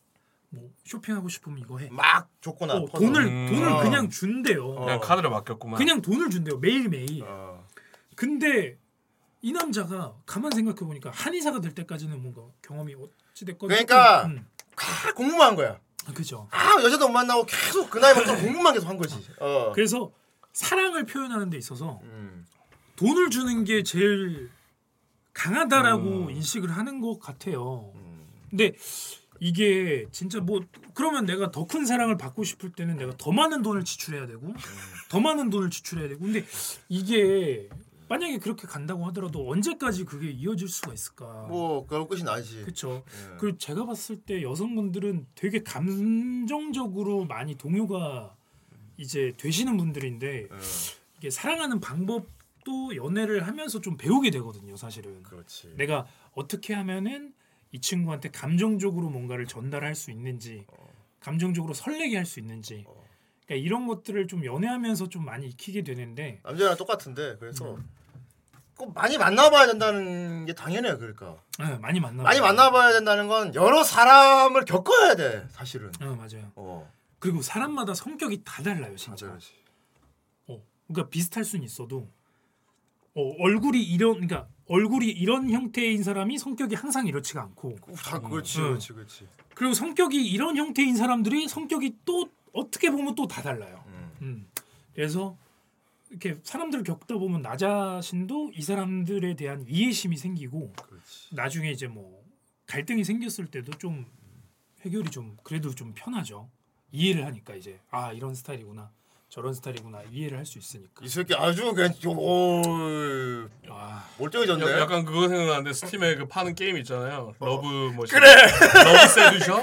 Speaker 6: 뭐 쇼핑하고 싶으면 이거 해.
Speaker 4: 막 줬구나.
Speaker 6: 어,
Speaker 4: 음, 아, 퍼서.
Speaker 6: 돈을
Speaker 5: 음.
Speaker 6: 돈을
Speaker 4: 어.
Speaker 6: 그냥 준대요.
Speaker 4: 어.
Speaker 5: 그냥 네. 카드를 맡겼구만.
Speaker 6: 그냥 돈을 준대요 매일 매일.
Speaker 4: 어.
Speaker 6: 근데 이 남자가 가만 생각해 보니까 한의사가 될 때까지는 뭔가 경험이 어찌 됐건
Speaker 4: 그러니까
Speaker 6: 음,
Speaker 4: 다 공부만 한 거야.
Speaker 6: 아, 그죠.
Speaker 4: 아 여자도 못 만나고 계속 그 나이 먹고 공부만 계속 한 거지. 어.
Speaker 6: 그래서 사랑을 표현하는 데 있어서
Speaker 4: 음.
Speaker 6: 돈을 주는 게 제일 강하다라고
Speaker 5: 음.
Speaker 6: 인식을 하는 것 같아요.
Speaker 4: 음.
Speaker 6: 근데 이게 진짜 뭐 그러면 내가 더 큰 사랑을 받고 싶을 때는 내가 더 많은 돈을 지출해야
Speaker 4: 음.
Speaker 6: 되고 더 많은 돈을 지출해야 되고 근데 이게 만약에 그렇게 간다고 하더라도 언제까지 그게 이어질 수가 있을까?
Speaker 4: 뭐 그런 끝이 나지.
Speaker 6: 그렇죠.
Speaker 4: 예.
Speaker 6: 그리고 제가 봤을 때 여성분들은 되게 감정적으로 많이 동요가 이제 되시는 분들인데
Speaker 4: 예.
Speaker 6: 이게 사랑하는 방법도 연애를 하면서 좀 배우게 되거든요, 사실은.
Speaker 4: 그렇지.
Speaker 6: 내가 어떻게 하면은 이 친구한테 감정적으로 뭔가를 전달할 수 있는지, 감정적으로 설레게 할 수 있는지. 그러니까 이런 것들을 좀 연애하면서 좀 많이 익히게 되는데
Speaker 4: 남자랑 똑같은데 그래서 꼭 많이 만나봐야 된다는 게 당연해요. 그러니까
Speaker 6: 예, 많이 만나.
Speaker 4: 많이 만나봐야 된다는 건 여러 사람을 겪어야 돼. 사실은.
Speaker 6: 어, 맞아요.
Speaker 4: 어.
Speaker 6: 그리고 사람마다 성격이 다 달라요, 진짜.
Speaker 4: 맞아야지.
Speaker 6: 어, 그러니까 비슷할 수는 있어도 어, 얼굴이 이런 그러니까 얼굴이 이런 형태인 사람이 성격이 항상 이렇지가 않고
Speaker 4: 다 그렇지,
Speaker 6: 음.
Speaker 4: 그렇지, 그렇지.
Speaker 6: 그리고 성격이 이런 형태인 사람들이 성격이 또 어떻게 보면 또 다 달라요.
Speaker 4: 음.
Speaker 6: 음. 그래서 이렇게 사람들을 겪다 보면 나 자신도 이 사람들에 대한 이해심이 생기고
Speaker 4: 그렇지.
Speaker 6: 나중에 이제 뭐 갈등이 생겼을 때도 좀 해결이 좀 그래도 좀 편하죠. 이해를 하니까 이제 아 이런 스타일이구나 저런 스타일이구나 이해를 할 수 있으니까.
Speaker 4: 이 새끼 아주 그냥 좀, 오
Speaker 6: 와.
Speaker 4: 멀쩡해졌네.
Speaker 5: 야- 약간 그거 생각나는데 스팀에 그 파는 게임 있잖아요. 러브 뭐 그래. 러브 세듀션.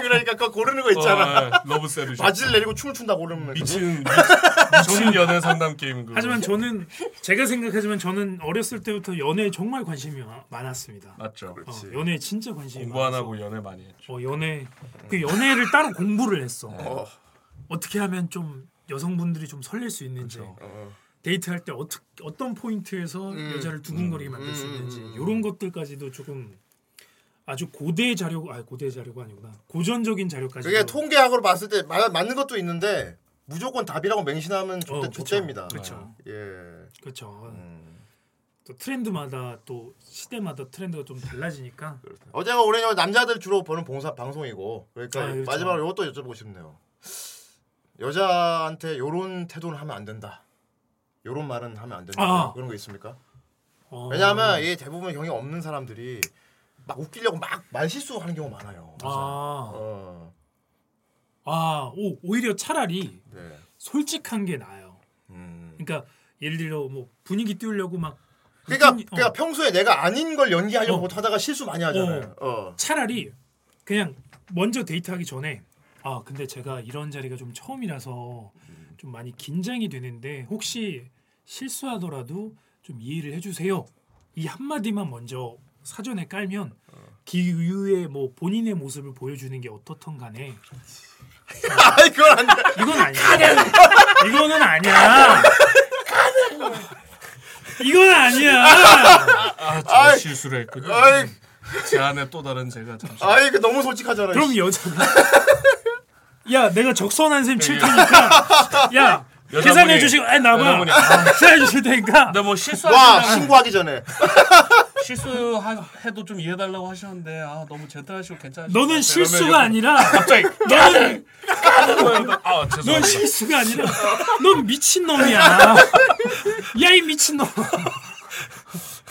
Speaker 4: 그러니까 그거 고르는 거 있잖아.
Speaker 5: 어, 예. 러브 세듀션.
Speaker 4: 바지를 내리고 춤을 춘다 고르면
Speaker 5: 미친 미- 미친 연애 상담 게임 그.
Speaker 6: 하지만 저는 제가 생각하지만 저는 어렸을 때부터 연애에 정말 관심이 마- 많았습니다.
Speaker 5: 맞죠.
Speaker 6: 어, 연애에 진짜 관심이
Speaker 5: 아, 공부 안
Speaker 6: 많아서.
Speaker 5: 하고 연애 많이 했죠.
Speaker 6: 어 연애 그 연애를 따로 공부를 했어.
Speaker 4: 어,
Speaker 6: 어떻게 하면 좀 여성분들이 좀 설렐 수 있는지
Speaker 4: 어.
Speaker 6: 데이트할 때 어떻게 어떤 포인트에서
Speaker 4: 음.
Speaker 6: 여자를 두근거리게 만들 수
Speaker 4: 음,
Speaker 6: 있는지
Speaker 4: 음, 음.
Speaker 6: 이런 것들까지도 조금 아주 고대 자료 아 고대 자료가 아니구나 고전적인 자료까지
Speaker 4: 그게 통계학으로 봤을 때 마, 맞는 것도 있는데 무조건 답이라고 맹신하면
Speaker 6: 어,
Speaker 4: 좋대
Speaker 6: 그쵸.
Speaker 4: 좋대입니다.
Speaker 6: 그쵸.
Speaker 4: 예.
Speaker 6: 그렇죠
Speaker 4: 음.
Speaker 6: 또 트렌드마다 또 시대마다 트렌드가 좀 달라지니까
Speaker 4: 어제가 올해는 남자들 주로 보는 봉사 방송이고 그러니까
Speaker 6: 아, 그렇죠.
Speaker 4: 마지막으로 이것도 여쭤보고 싶네요. 여자한테 요런 태도는 하면 안 된다. 요런 말은 하면 안 된다.
Speaker 6: 아.
Speaker 4: 그런 거 있습니까?
Speaker 6: 어,
Speaker 4: 왜냐하면 이게 대부분 경이 없는 사람들이 막 웃기려고 막 말실수하는 경우가 많아요.
Speaker 6: 아,
Speaker 4: 어,
Speaker 6: 아, 오, 오히려 차라리
Speaker 4: 네.
Speaker 6: 솔직한 게 나아요.
Speaker 4: 음.
Speaker 6: 그러니까 예를 들어 뭐 분위기 띄우려고 막
Speaker 4: 그러니까,
Speaker 6: 느낌이-
Speaker 4: 그러니까
Speaker 6: 어,
Speaker 4: 평소에 내가 아닌 걸 연기하려고
Speaker 6: 어.
Speaker 4: 못 하다가 실수 많이 하잖아요. 어.
Speaker 6: 차라리 그냥 먼저 데이트하기 전에 아 근데 제가 이런 자리가 좀 처음이라서 좀 많이 긴장이 되는데 혹시 실수하더라도 좀 이해를 해주세요. 이 한마디만 먼저 사전에 깔면 기 이후에 뭐 본인의 모습을 보여주는 게 어떻든 간에
Speaker 4: 아이 그건 안 돼.
Speaker 6: 이건 아니야. 이거는 아니야. 이건 아니야.
Speaker 5: 아, 제가
Speaker 4: 아이.
Speaker 5: 실수를 했거든.
Speaker 4: 아이, 아,
Speaker 5: 제 안에 또 다른 제가 잠시.
Speaker 4: 아이 그 너무 솔직하잖아.
Speaker 6: 그럼
Speaker 4: 씨.
Speaker 6: 여자가 야 내가 적선한 셈 칠 테니까 야
Speaker 5: 그러니까. 여자분이-
Speaker 6: 계산해 주시고 아 나봐
Speaker 5: 여자분이- 아.
Speaker 6: 계산해 주실 테니까
Speaker 5: 근데 뭐 실수
Speaker 4: 와 신고하기 전에
Speaker 5: 실수해도 좀 이해달라고 하셨는데 아 너무 제대하시고 괜찮으
Speaker 6: 너는 실수가 아니라
Speaker 5: 뭐- 갑자기
Speaker 6: 너는
Speaker 5: 아
Speaker 6: 넌
Speaker 5: 죄송합니다
Speaker 6: 실수가 아니라 넌 미친 놈이야 야 이 미친 놈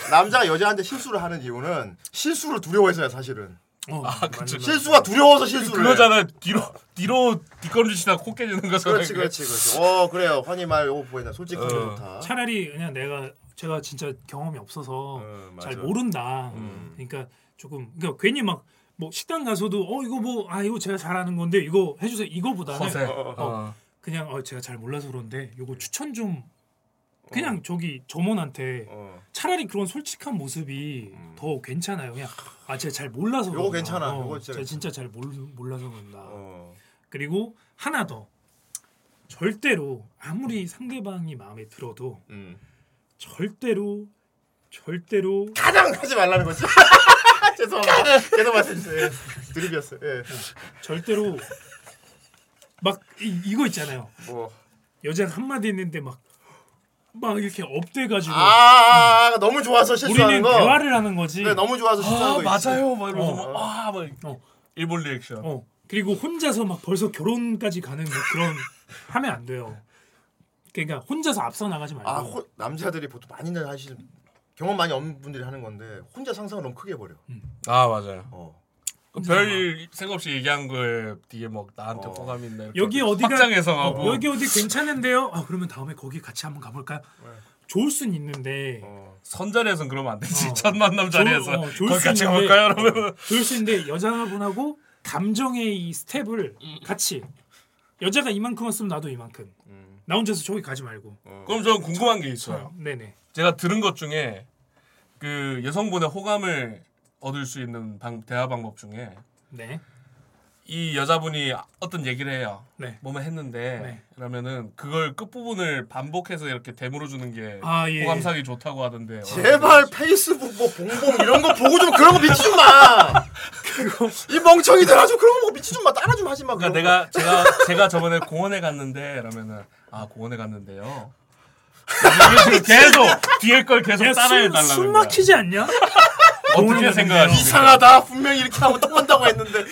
Speaker 4: 남자가 여자한테 실수를 하는 이유는 실수를 두려워해서야 사실은.
Speaker 5: 아
Speaker 6: 어,
Speaker 5: 그쵸
Speaker 4: 실수가 두려워서 실수를. 해.
Speaker 5: 그거잖아 뒤로 뒤로 뒷걸음질치다 코 깨지는 거잖아
Speaker 4: 그렇지 그렇지 그렇지. 어 그래요. 환희 말 요거 보이나 솔직하게
Speaker 5: 어.
Speaker 4: 좋다.
Speaker 6: 차라리 그냥 내가 제가 진짜 경험이 없어서
Speaker 4: 음,
Speaker 6: 잘
Speaker 4: 맞아.
Speaker 6: 모른다.
Speaker 5: 음.
Speaker 6: 그러니까 조금 그러니까 괜히 막 뭐 식당 가서도 어 이거 뭐 아 이거 제가 잘하는 건데 이거 해주세요 이거보다는
Speaker 5: 허세
Speaker 6: 어.
Speaker 5: 어.
Speaker 6: 그냥 어 제가 잘 몰라서 그런데
Speaker 4: 네.
Speaker 6: 요거 추천 좀 그냥 저기 점원한테
Speaker 4: 어. 음.
Speaker 6: 차라리 그런 솔직한 모습이 더 괜찮아요. 그냥 아 제가 잘 몰라서
Speaker 4: 요거
Speaker 6: 그런다.
Speaker 4: 괜찮아.
Speaker 6: 어,
Speaker 4: 요거 진짜
Speaker 6: 제가 진짜 잘 몰, 몰라서 그런다.
Speaker 4: 어.
Speaker 6: 그리고 하나 더 절대로 아무리 상대방이 마음에 들어도
Speaker 4: 음.
Speaker 6: 절대로 절대로
Speaker 4: 가장 하지 말라는 거지. 죄송합니다. 계속 말씀주세요. 드립이었어요. 예.
Speaker 6: 절대로 막 이, 이거 있잖아요.
Speaker 4: 뭐.
Speaker 6: 여자 한 마디 했는데 막 막 이렇게 업돼가지고
Speaker 4: 아, 아, 아, 너무 좋아서 실수하는
Speaker 6: 우리는
Speaker 4: 거.
Speaker 6: 대화를 하는 거지.
Speaker 4: 네, 너무 좋아서
Speaker 5: 아
Speaker 4: 실수하는 거. 있지.
Speaker 5: 맞아요 막 이러면서 막,
Speaker 6: 어.
Speaker 5: 아, 막
Speaker 6: 어,
Speaker 5: 일본 리액션
Speaker 6: 어. 그리고 혼자서 막 벌써 결혼까지 가는 뭐 그런 하면 안 돼요. 그러니까 혼자서 앞서 나가지 말고.
Speaker 4: 아 호, 남자들이 보통 많이들 하시는 경험 많이 없는 분들이 하는 건데 혼자 상상을 너무 크게 버려.
Speaker 5: 아 맞아요
Speaker 4: 어.
Speaker 6: 음.
Speaker 5: 별 생각 없이 얘기한 거에 뒤에 막 나한테 호감 있네 이렇게
Speaker 6: 어. 여기 어디가
Speaker 5: 그 확장해서
Speaker 6: 어,
Speaker 5: 하고
Speaker 6: 여기 어디 괜찮은데요? 아 그러면 다음에 거기 같이 한번 가볼까요?
Speaker 5: 네.
Speaker 6: 좋을 순 있는데
Speaker 5: 어, 선자리에선 그러면 안 되지
Speaker 6: 어.
Speaker 5: 첫 만남 자리에서
Speaker 6: 좋을- 어, 좋을
Speaker 5: 거기
Speaker 6: 수
Speaker 5: 같이
Speaker 6: 있는데-
Speaker 5: 가볼까요 그러면
Speaker 6: 어, 좋을 수 있는데 여자분하고 감정의 이 스텝을
Speaker 5: 음.
Speaker 6: 같이 여자가 이만큼 왔으면 나도 이만큼 나 혼자서 저기 가지 말고
Speaker 5: 그럼 저는 궁금한 게 음. 있어요
Speaker 6: 네네
Speaker 5: 제가 들은 것 중에 그 여성분의 호감을 얻을 수 있는 방, 대화 방법 중에
Speaker 6: 네
Speaker 5: 이 여자분이 어떤 얘기를 해요.
Speaker 6: 네.
Speaker 5: 뭐만 했는데
Speaker 6: 네.
Speaker 5: 그러면은 그걸 끝 부분을 반복해서 이렇게 대물어 주는 게
Speaker 6: 아, 예.
Speaker 5: 호감 사기 좋다고 하던데.
Speaker 4: 제발 페이스북 뭐 봉봉 이런 거 보고 좀 그런 거 미치 좀 마. 이 멍청이들 아주 그런 거 보고 미치 좀 마. 따라 좀 하지 마.
Speaker 5: 그러니까
Speaker 4: 그런
Speaker 5: 내가 제가 제가 저번에 공원에 갔는데 이러면은 아 공원에 갔는데요. 이게 지금 계속 뒤에 걸 계속 따라해
Speaker 6: 숨,
Speaker 5: 달라는
Speaker 6: 숨
Speaker 5: 거야.
Speaker 6: 막히지 않냐?
Speaker 5: 어떻게
Speaker 4: 거.
Speaker 5: 생각하세요?
Speaker 4: 이상하다. 분명히 이렇게 하고 또 한다고 했는데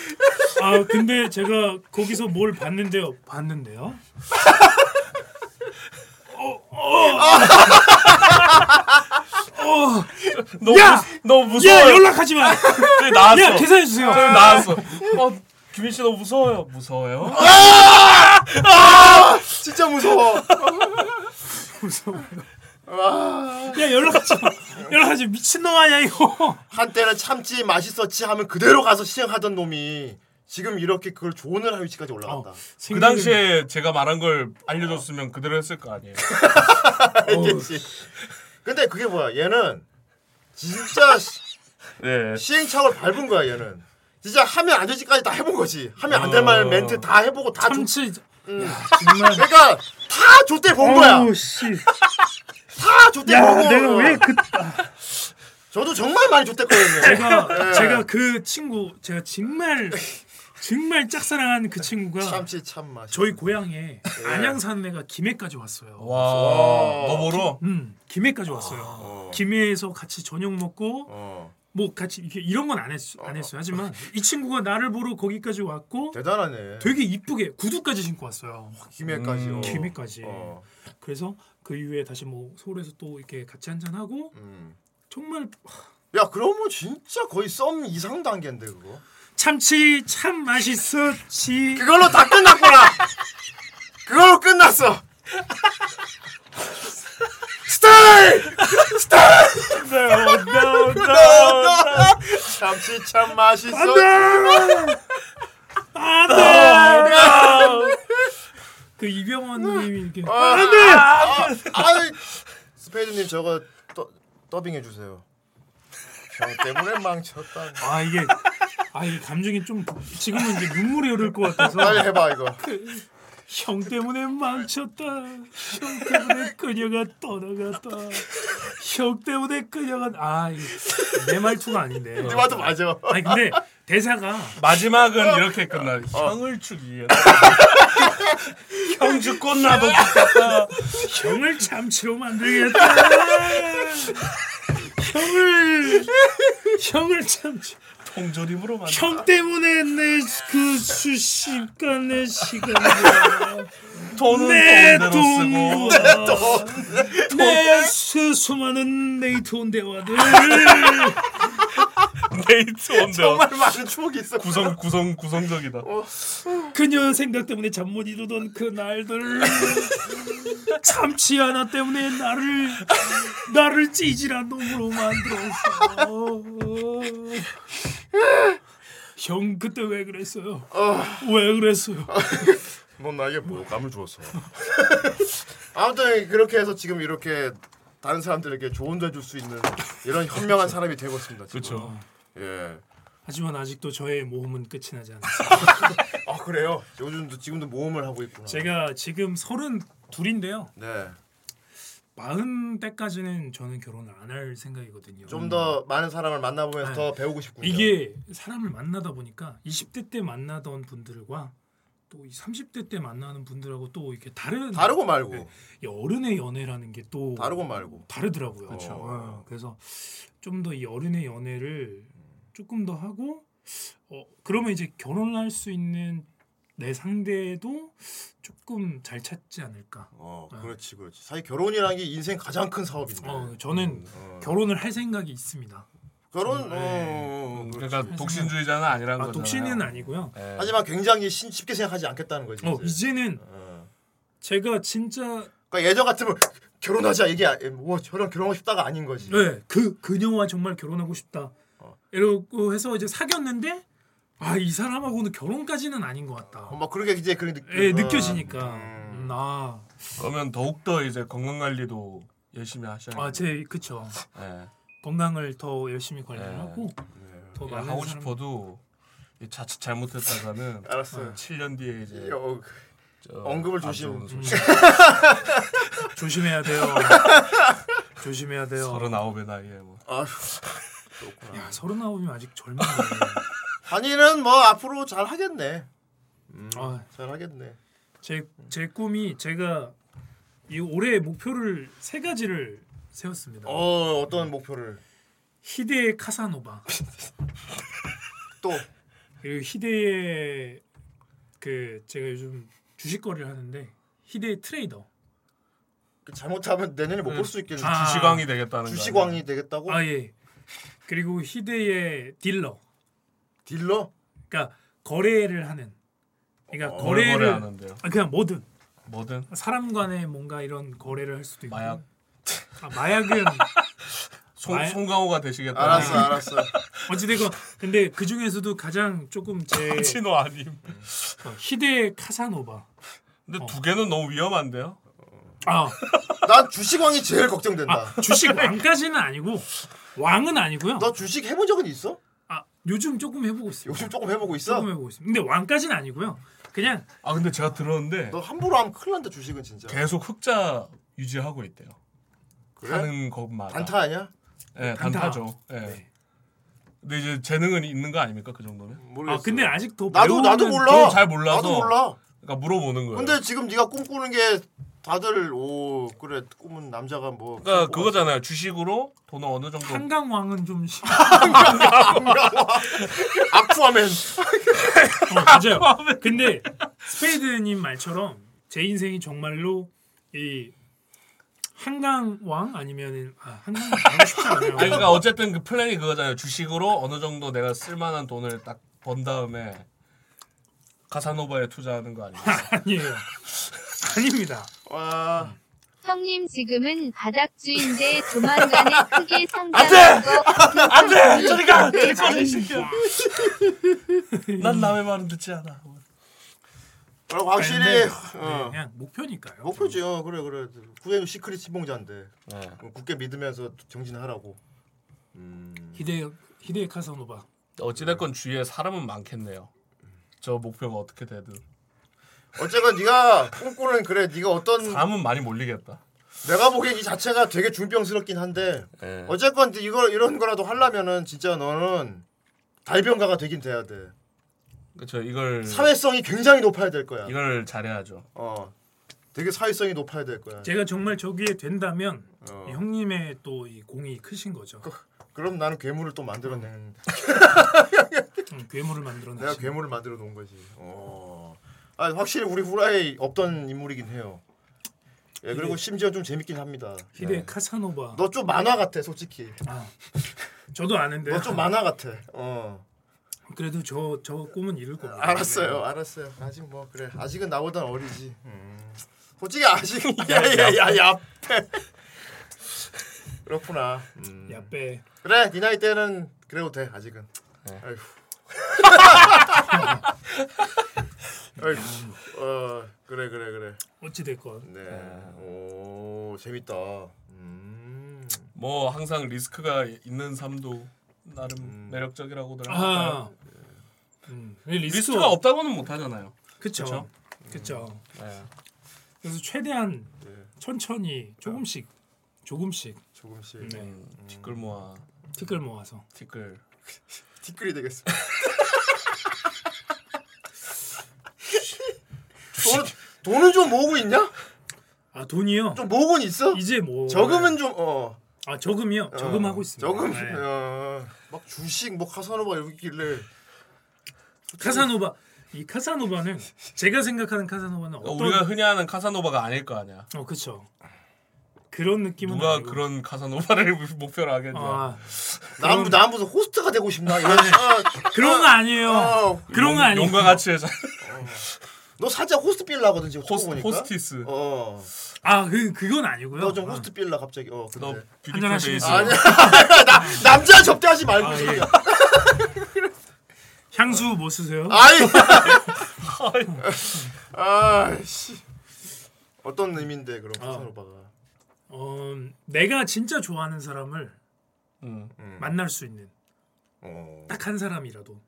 Speaker 6: 아 근데 제가 거기서 뭘 봤는데요 봤는데요?
Speaker 5: 너무
Speaker 6: 야!
Speaker 5: 너무
Speaker 6: 야
Speaker 5: 무서워.
Speaker 6: 예, 연락하지 마! 야
Speaker 5: 나왔어.
Speaker 6: 계산해 주세요
Speaker 5: 어, 나왔어. 어, 김민 씨 너무 무서워요. 아, 무서워요?
Speaker 4: 진짜 무서워.
Speaker 6: 야 예, 연락하지 마 연락하지 마. 미친놈 아니야 이거
Speaker 4: 한때는 참지 맛있었지 하면 그대로 가서 시행하던 놈이 지금 이렇게 그걸 조언을 할 위치까지 올라간다.
Speaker 5: 그 당시에 제가 말한 걸 알려줬으면 그대로 했을 거 아니에요.
Speaker 4: 알겠지. 근데 그게 뭐야? 얘는 진짜 시- 예.
Speaker 5: 네.
Speaker 4: 시행착오를 밟은 거야 얘는. 진짜 하면 안 되지까지 다 해본 거지. 하면 안 될
Speaker 5: 어.
Speaker 4: 만한 멘트 다 해보고 다 조,
Speaker 6: 참치 야 정말
Speaker 4: 그러니까 다 좆대 본 거야.
Speaker 6: 어우 씨
Speaker 4: 다 좆대
Speaker 6: 야,
Speaker 4: 보고.
Speaker 6: 내가 왜 그-
Speaker 4: 저도 정말 많이 예. 좆댔거든요.
Speaker 6: 제가 제가 그 친구 제가 정말 정말 짝사랑한 그 친구가
Speaker 4: 참치 참 맛.
Speaker 6: 저희 고향에 안양 사는 애가 김해까지 왔어요.
Speaker 5: 와, 너머로
Speaker 6: 음 김해까지 왔어요. 김해에서 같이 저녁 먹고
Speaker 4: 어.
Speaker 6: 뭐 같이 이렇게 이런 건 안 했어 안 했어요. 하지만 이 친구가 나를 보러 거기까지 왔고
Speaker 4: 대단하네.
Speaker 6: 되게 이쁘게 구두까지 신고 왔어요.
Speaker 4: 김해까지. 어.
Speaker 6: 음, 김해까지.
Speaker 4: 어.
Speaker 6: 그래서 그 이후에 다시 뭐 서울에서 또 이렇게 같이 한잔 하고
Speaker 4: 음.
Speaker 6: 정말
Speaker 4: 야 그러면 진짜 거의 썸 이상 단계인데 그거.
Speaker 6: 참치 참 맛있었지.
Speaker 4: 그걸로 다 끝났구나. 그걸로 끝났어. 스타일! 참치 참 맛있어.
Speaker 6: 그 이병헌님이 이렇게
Speaker 4: 안돼. 아, 스페이드님 저거 더, 더빙해 주세요. 형 때문에 망쳤다.
Speaker 6: 아 이게 아 이 감정이 좀 지금은 이제 눈물이 흐를 것 같아서
Speaker 4: 빨리 해봐 이거.
Speaker 6: 형 때문에 망쳤다 형 때문에 그녀가 떠나갔다 형 때문에 그녀가 아, 아내 말투가 아닌데
Speaker 4: 이마도 맞아.
Speaker 6: 아니 근데 대사가
Speaker 5: 마지막은 이렇게 끝나. 형을 추기. 형주 꽃나무 같다.
Speaker 6: 형을 참치로 만들겠다. 형을 형을 참치.
Speaker 5: 통조림으로 만.
Speaker 6: 형 때문에 내 그 수십 간의 시간과
Speaker 5: 돈은
Speaker 6: 내
Speaker 5: 돈대로 쓰고.
Speaker 6: 돈과 내 수- 수많은 네이트온 대화들
Speaker 5: 데이트 온대요.
Speaker 4: 정말 많은 추억이 있어.
Speaker 5: 구성 구성 구성적이다.
Speaker 6: 그녀 생각 때문에 잠 못 이루던 그 날들 참치 하나 때문에 나를 나를 찌질한 놈으로 만들었어 형 그때 왜 그랬어요 왜 그랬어요
Speaker 4: 넌 나에게 뭐 감을 주었어. 아무튼 그렇게 해서 지금 이렇게 다른 사람들에게 조언도 해줄 수 있는 이런 현명한 사람이 되었습니다.
Speaker 5: 그렇죠.
Speaker 4: 예.
Speaker 6: 하지만 아직도 저의 모험은 끝이 나지 않았어요
Speaker 4: 아 그래요? 요즘도 지금도 모험을 하고 있구나.
Speaker 6: 제가 지금 서른 둘인데요.
Speaker 4: 네.
Speaker 6: 마흔 때까지는 저는 결혼을 안 할 생각이거든요.
Speaker 4: 좀 더 많은 사람을 만나보면서
Speaker 6: 네.
Speaker 4: 더 배우고 싶군요.
Speaker 6: 이게 사람을 만나다 보니까 20대 때 만나던 분들과 또 30대 때 만나는 분들하고 또 이렇게 다른
Speaker 4: 다르고 말고
Speaker 6: 네. 이 어른의 연애라는 게 또
Speaker 4: 다르고 말고.
Speaker 6: 다르더라고요.
Speaker 4: 그쵸.
Speaker 6: 어, 그래서 좀 더 이 어른의 연애를 조금 더 하고 어, 그러면 이제 결혼할 수 있는 내 상대도 조금 잘 찾지 않을까.
Speaker 4: 어 그렇지 그렇지. 사실 결혼이라는 게 인생 가장 큰 사업인데.
Speaker 6: 어, 저는
Speaker 4: 어.
Speaker 6: 결혼을 할 생각이 있습니다. 아,
Speaker 4: 결혼. 어,
Speaker 6: 네.
Speaker 4: 어, 어, 그렇지.
Speaker 5: 그러니까 독신주의자는 아니라는
Speaker 6: 아,
Speaker 5: 거잖아요.
Speaker 6: 독신은 아니고요.
Speaker 5: 예.
Speaker 4: 하지만 굉장히 신- 쉽게 생각하지 않겠다는 거지.
Speaker 6: 어,
Speaker 4: 이제.
Speaker 6: 이제는
Speaker 4: 어.
Speaker 6: 제가 진짜
Speaker 4: 그러니까 예전 같으면 결혼하자 이게 아- 뭐 저랑 결혼하고 싶다가 아닌 거지.
Speaker 6: 네, 그 그녀와 정말 결혼하고 싶다.
Speaker 5: 어.
Speaker 6: 이러고 해서 이제 사귀었는데 아, 이 사람하고는 결혼까지는 아닌 것 같다.
Speaker 4: 어, 막 그렇게 이제 그런 느낌.
Speaker 6: 예, 느껴지니까. 음, 아,
Speaker 5: 그러면 더욱 더 이제 건강 관리도 열심히 하셔야 돼요.
Speaker 6: 아, 제 그쵸.
Speaker 5: 예.
Speaker 6: 건강을 더 열심히 관리하고
Speaker 4: 음.
Speaker 6: 더 많은
Speaker 5: 네. 하고
Speaker 6: 사람-
Speaker 5: 싶어도 이 자칫 잘못했다가는
Speaker 4: 네. 알았어요.
Speaker 5: 7년 뒤에 이제
Speaker 4: 어,
Speaker 5: 저
Speaker 4: 언급을
Speaker 5: 안
Speaker 4: 조심.
Speaker 5: 좋은 소식.
Speaker 6: 조심해야 돼요. 조심해야 돼요.
Speaker 5: 서른아홉의 나이에 뭐
Speaker 4: 아,
Speaker 6: 야, 서른아홉이면 아직 젊은데.
Speaker 4: 한이는 뭐 앞으로 잘 하겠네.
Speaker 5: 음.
Speaker 6: 아,
Speaker 4: 잘 하겠네.
Speaker 6: 제, 제 꿈이 제가 이 올해 목표를 세 가지를 세웠습니다.
Speaker 4: 어 어떤 목표를
Speaker 6: 희대의 카사노바
Speaker 4: 또
Speaker 6: 그리고 희대의 그 제가 요즘 주식거래를 하는데 희대의 트레이더
Speaker 4: 그 잘못하면 내년에 못 볼 수 있겠네.
Speaker 6: 아.
Speaker 5: 주식왕이 되겠다는
Speaker 4: 주식왕이 되겠다고?
Speaker 6: 아 예 그리고 희대의 딜러
Speaker 4: 딜러?
Speaker 6: 그러니까 거래를 하는 그러니까
Speaker 5: 어, 거래를
Speaker 6: 거래를
Speaker 5: 하는데요.
Speaker 6: 아, 그냥 뭐든
Speaker 5: 뭐든
Speaker 6: 사람 간에 뭔가 이런 거래를 할 수도 있고
Speaker 5: 마약.
Speaker 6: 아, 마약은
Speaker 5: 송,
Speaker 6: 마약-
Speaker 5: 송강호가 되시겠다.
Speaker 6: 아.
Speaker 4: 알았어, 알았어.
Speaker 6: 어찌되건 근데 그 중에서도 가장 조금 제
Speaker 5: 진호 아님.
Speaker 6: 어, 희대의 카사노바
Speaker 5: 근데
Speaker 6: 어.
Speaker 5: 두 개는 너무 위험한데요.
Speaker 6: 아
Speaker 4: 난 주식왕이 제일 걱정된다.
Speaker 6: 주식 왕까지는 아니고 왕은 아니고요.
Speaker 4: 너 주식 해본 적은 있어?
Speaker 6: 아 요즘 조금 해보고 있어요.
Speaker 4: 요즘 조금 해보고 있어?
Speaker 6: 조금 해보고 있어요. 근데 왕까지는 아니고요. 그냥
Speaker 5: 아 근데 제가 들었는데
Speaker 4: 너 함부로 하면 큰일 난다 주식은 진짜.
Speaker 5: 계속 흑자 유지하고 있대요.
Speaker 4: 그래?
Speaker 5: 하는 것마다.
Speaker 4: 단타 아니야?
Speaker 5: 예,
Speaker 6: 단타. 네.
Speaker 5: 단타죠. 예. 근데 이제 재능은 있는 거 아닙니까 그 정도면?
Speaker 4: 모르겠어.
Speaker 6: 아 근데 아직 더
Speaker 4: 나도 나도
Speaker 6: 배우는-
Speaker 4: 몰라.
Speaker 5: 잘 몰라서.
Speaker 4: 나도 몰라.
Speaker 5: 그러니까 물어보는 거예요.
Speaker 4: 근데 지금 네가 꿈꾸는 게 다들 오 그래 꿈은 남자가 뭐
Speaker 5: 그러니까 그거잖아요. 주식으로 돈을 어느 정도
Speaker 6: 한강 왕은 좀 어, 심-
Speaker 4: 아쿠아맨
Speaker 6: 어, 맞아요. 근데 스페이드님 말처럼 제 인생이 정말로 이 한강 왕 아니면은 아 한강 왕 쉽지 않아요.
Speaker 5: 아니, 그러니까 어쨌든 그 플랜이 그거잖아요. 주식으로 어느 정도 내가 쓸만한 돈을 딱 번 다음에 카사노바에 투자하는 거 아니에요?
Speaker 6: 아니에요. 아닙니다.
Speaker 4: 와
Speaker 8: 형님 지금은 바닥주인데 조만간에 크게 상장하고
Speaker 5: 안돼 저리가 난 남의 말은 듣지 않아.
Speaker 4: 그리고 확실히
Speaker 6: 근데,
Speaker 4: 어.
Speaker 6: 그냥 목표니까요.
Speaker 4: 목표지 어 그래 그래 구해도 시크릿 신봉자인데 어,
Speaker 5: 네.
Speaker 4: 굳게 믿으면서 정진하라고 음
Speaker 6: 히데 히데 카사노바.
Speaker 5: 어찌됐건 주위에 사람은 많겠네요. 저 목표가 어떻게 되든
Speaker 4: 어쨌건 네가 꿈꾸는 그래 네가 어떤
Speaker 5: 사람은 많이 몰리겠다.
Speaker 4: 내가 보기엔 이 자체가 되게 중병스럽긴 한데 네,
Speaker 5: 예.
Speaker 4: 어쨌건 이거 이런 거라도 하려면은 진짜 너는 달변가가 되긴 돼야 돼.
Speaker 5: 그렇죠. 이걸
Speaker 4: 사회성이 굉장히 높아야 될 거야.
Speaker 5: 이걸 잘해야죠.
Speaker 4: 어, 되게 사회성이 높아야 될 거야.
Speaker 6: 제가 정말 저기에 된다면
Speaker 4: 어.
Speaker 6: 이 형님의 또 이 공이 크신 거죠.
Speaker 4: 그럼 나는 괴물을 또 만들어내는.
Speaker 6: 음, 괴물을
Speaker 4: 내가
Speaker 6: 만들어내신.
Speaker 4: 괴물을 만들어 놓은 거지. 어. 아 확실히 우리 후라이 없던 인물이긴 해요. 예 그리고 심지어 좀 재밌긴 합니다. 네.
Speaker 6: 히데 카사노바.
Speaker 4: 너 좀 만화 같아 솔직히.
Speaker 6: 아, 저도 아는데.
Speaker 4: 너 좀 만화 같아. 어.
Speaker 6: 그래도 저 저 꿈은 이룰 겁니다.
Speaker 4: 알았어요, 알았어요. 네. 아직 뭐 그래. 아직은 나보단 어리지. 음. 솔직히 아직 야야야야. 그렇구나. 음.
Speaker 6: 야 빼.
Speaker 4: 그래, 네 나이 때는 그래도 돼. 아직은.
Speaker 6: 네.
Speaker 4: 아휴. 아휴. 어 그래 그래 그래.
Speaker 6: 어찌 됐건
Speaker 4: 네. 오 재밌다. 음.
Speaker 5: 뭐 항상 리스크가 있는 삶도 나름 매력적이라고들 하니까
Speaker 6: 아, 음, 리스
Speaker 5: 네. 리스크가 없다고는 못 하잖아요.
Speaker 6: 그쵸,
Speaker 5: 그쵸?
Speaker 6: 그쵸.
Speaker 5: 네.
Speaker 6: 그래서 최대한
Speaker 4: 네.
Speaker 6: 천천히 조금씩 조금씩
Speaker 4: 조금씩
Speaker 6: 네.
Speaker 5: 음, 티끌 모아
Speaker 6: 티끌 모아서
Speaker 5: 티끌.
Speaker 4: 티끌이 되겠습니다. 돈, 돈은 좀 모으고 있냐?
Speaker 6: 아 돈이요.
Speaker 4: 좀 모으고 있어?
Speaker 6: 이제 뭐
Speaker 4: 저금은 좀 어.
Speaker 6: 아 저금이요. 저금하고 있습니다.
Speaker 4: 저금.
Speaker 6: 네.
Speaker 4: 어, 막 주식 뭐 카사노바 여기 있길래
Speaker 6: 카사노바 이 카사노바는 제가 생각하는 카사노바는
Speaker 5: 그러니까
Speaker 6: 어떤
Speaker 5: 우리가 흔히 하는 카사노바가 아닐 거 아니야.
Speaker 6: 어 그쵸. 그런 느낌은
Speaker 5: 누가
Speaker 6: 아니고.
Speaker 5: 그런 카사노바를 목표로 하겠냐.
Speaker 6: 아
Speaker 4: 남 남부서 호스트가 되고 싶나 이런. 어,
Speaker 6: 그런 거 아니에요.
Speaker 4: 어,
Speaker 6: 그런 거 아니고.
Speaker 5: 용과 같이 해서
Speaker 4: 너 살짝 호스트 빌라 거든 지금
Speaker 5: 호스,
Speaker 4: 보니까.
Speaker 5: 호스티스.
Speaker 4: 어.
Speaker 6: 아그 그건 아니고요.
Speaker 4: 너 좀
Speaker 6: 아.
Speaker 4: 호스트 빌라 갑자기. 어.
Speaker 5: 너
Speaker 6: 네.
Speaker 4: 근데.
Speaker 5: 뷰티풀 베이스.
Speaker 6: 한잔하시겠어요?
Speaker 4: 남자 접대하지 말고.
Speaker 6: 아,
Speaker 4: 아,
Speaker 6: 예. 향수 뭐 쓰세요?
Speaker 4: 아이. 아씨. 어떤 의미인데 그럼 카사노바가?
Speaker 6: 어, 내가 진짜 좋아하는 사람을
Speaker 5: 음.
Speaker 6: 만날 수 있는
Speaker 4: 어.
Speaker 6: 딱 한 사람이라도.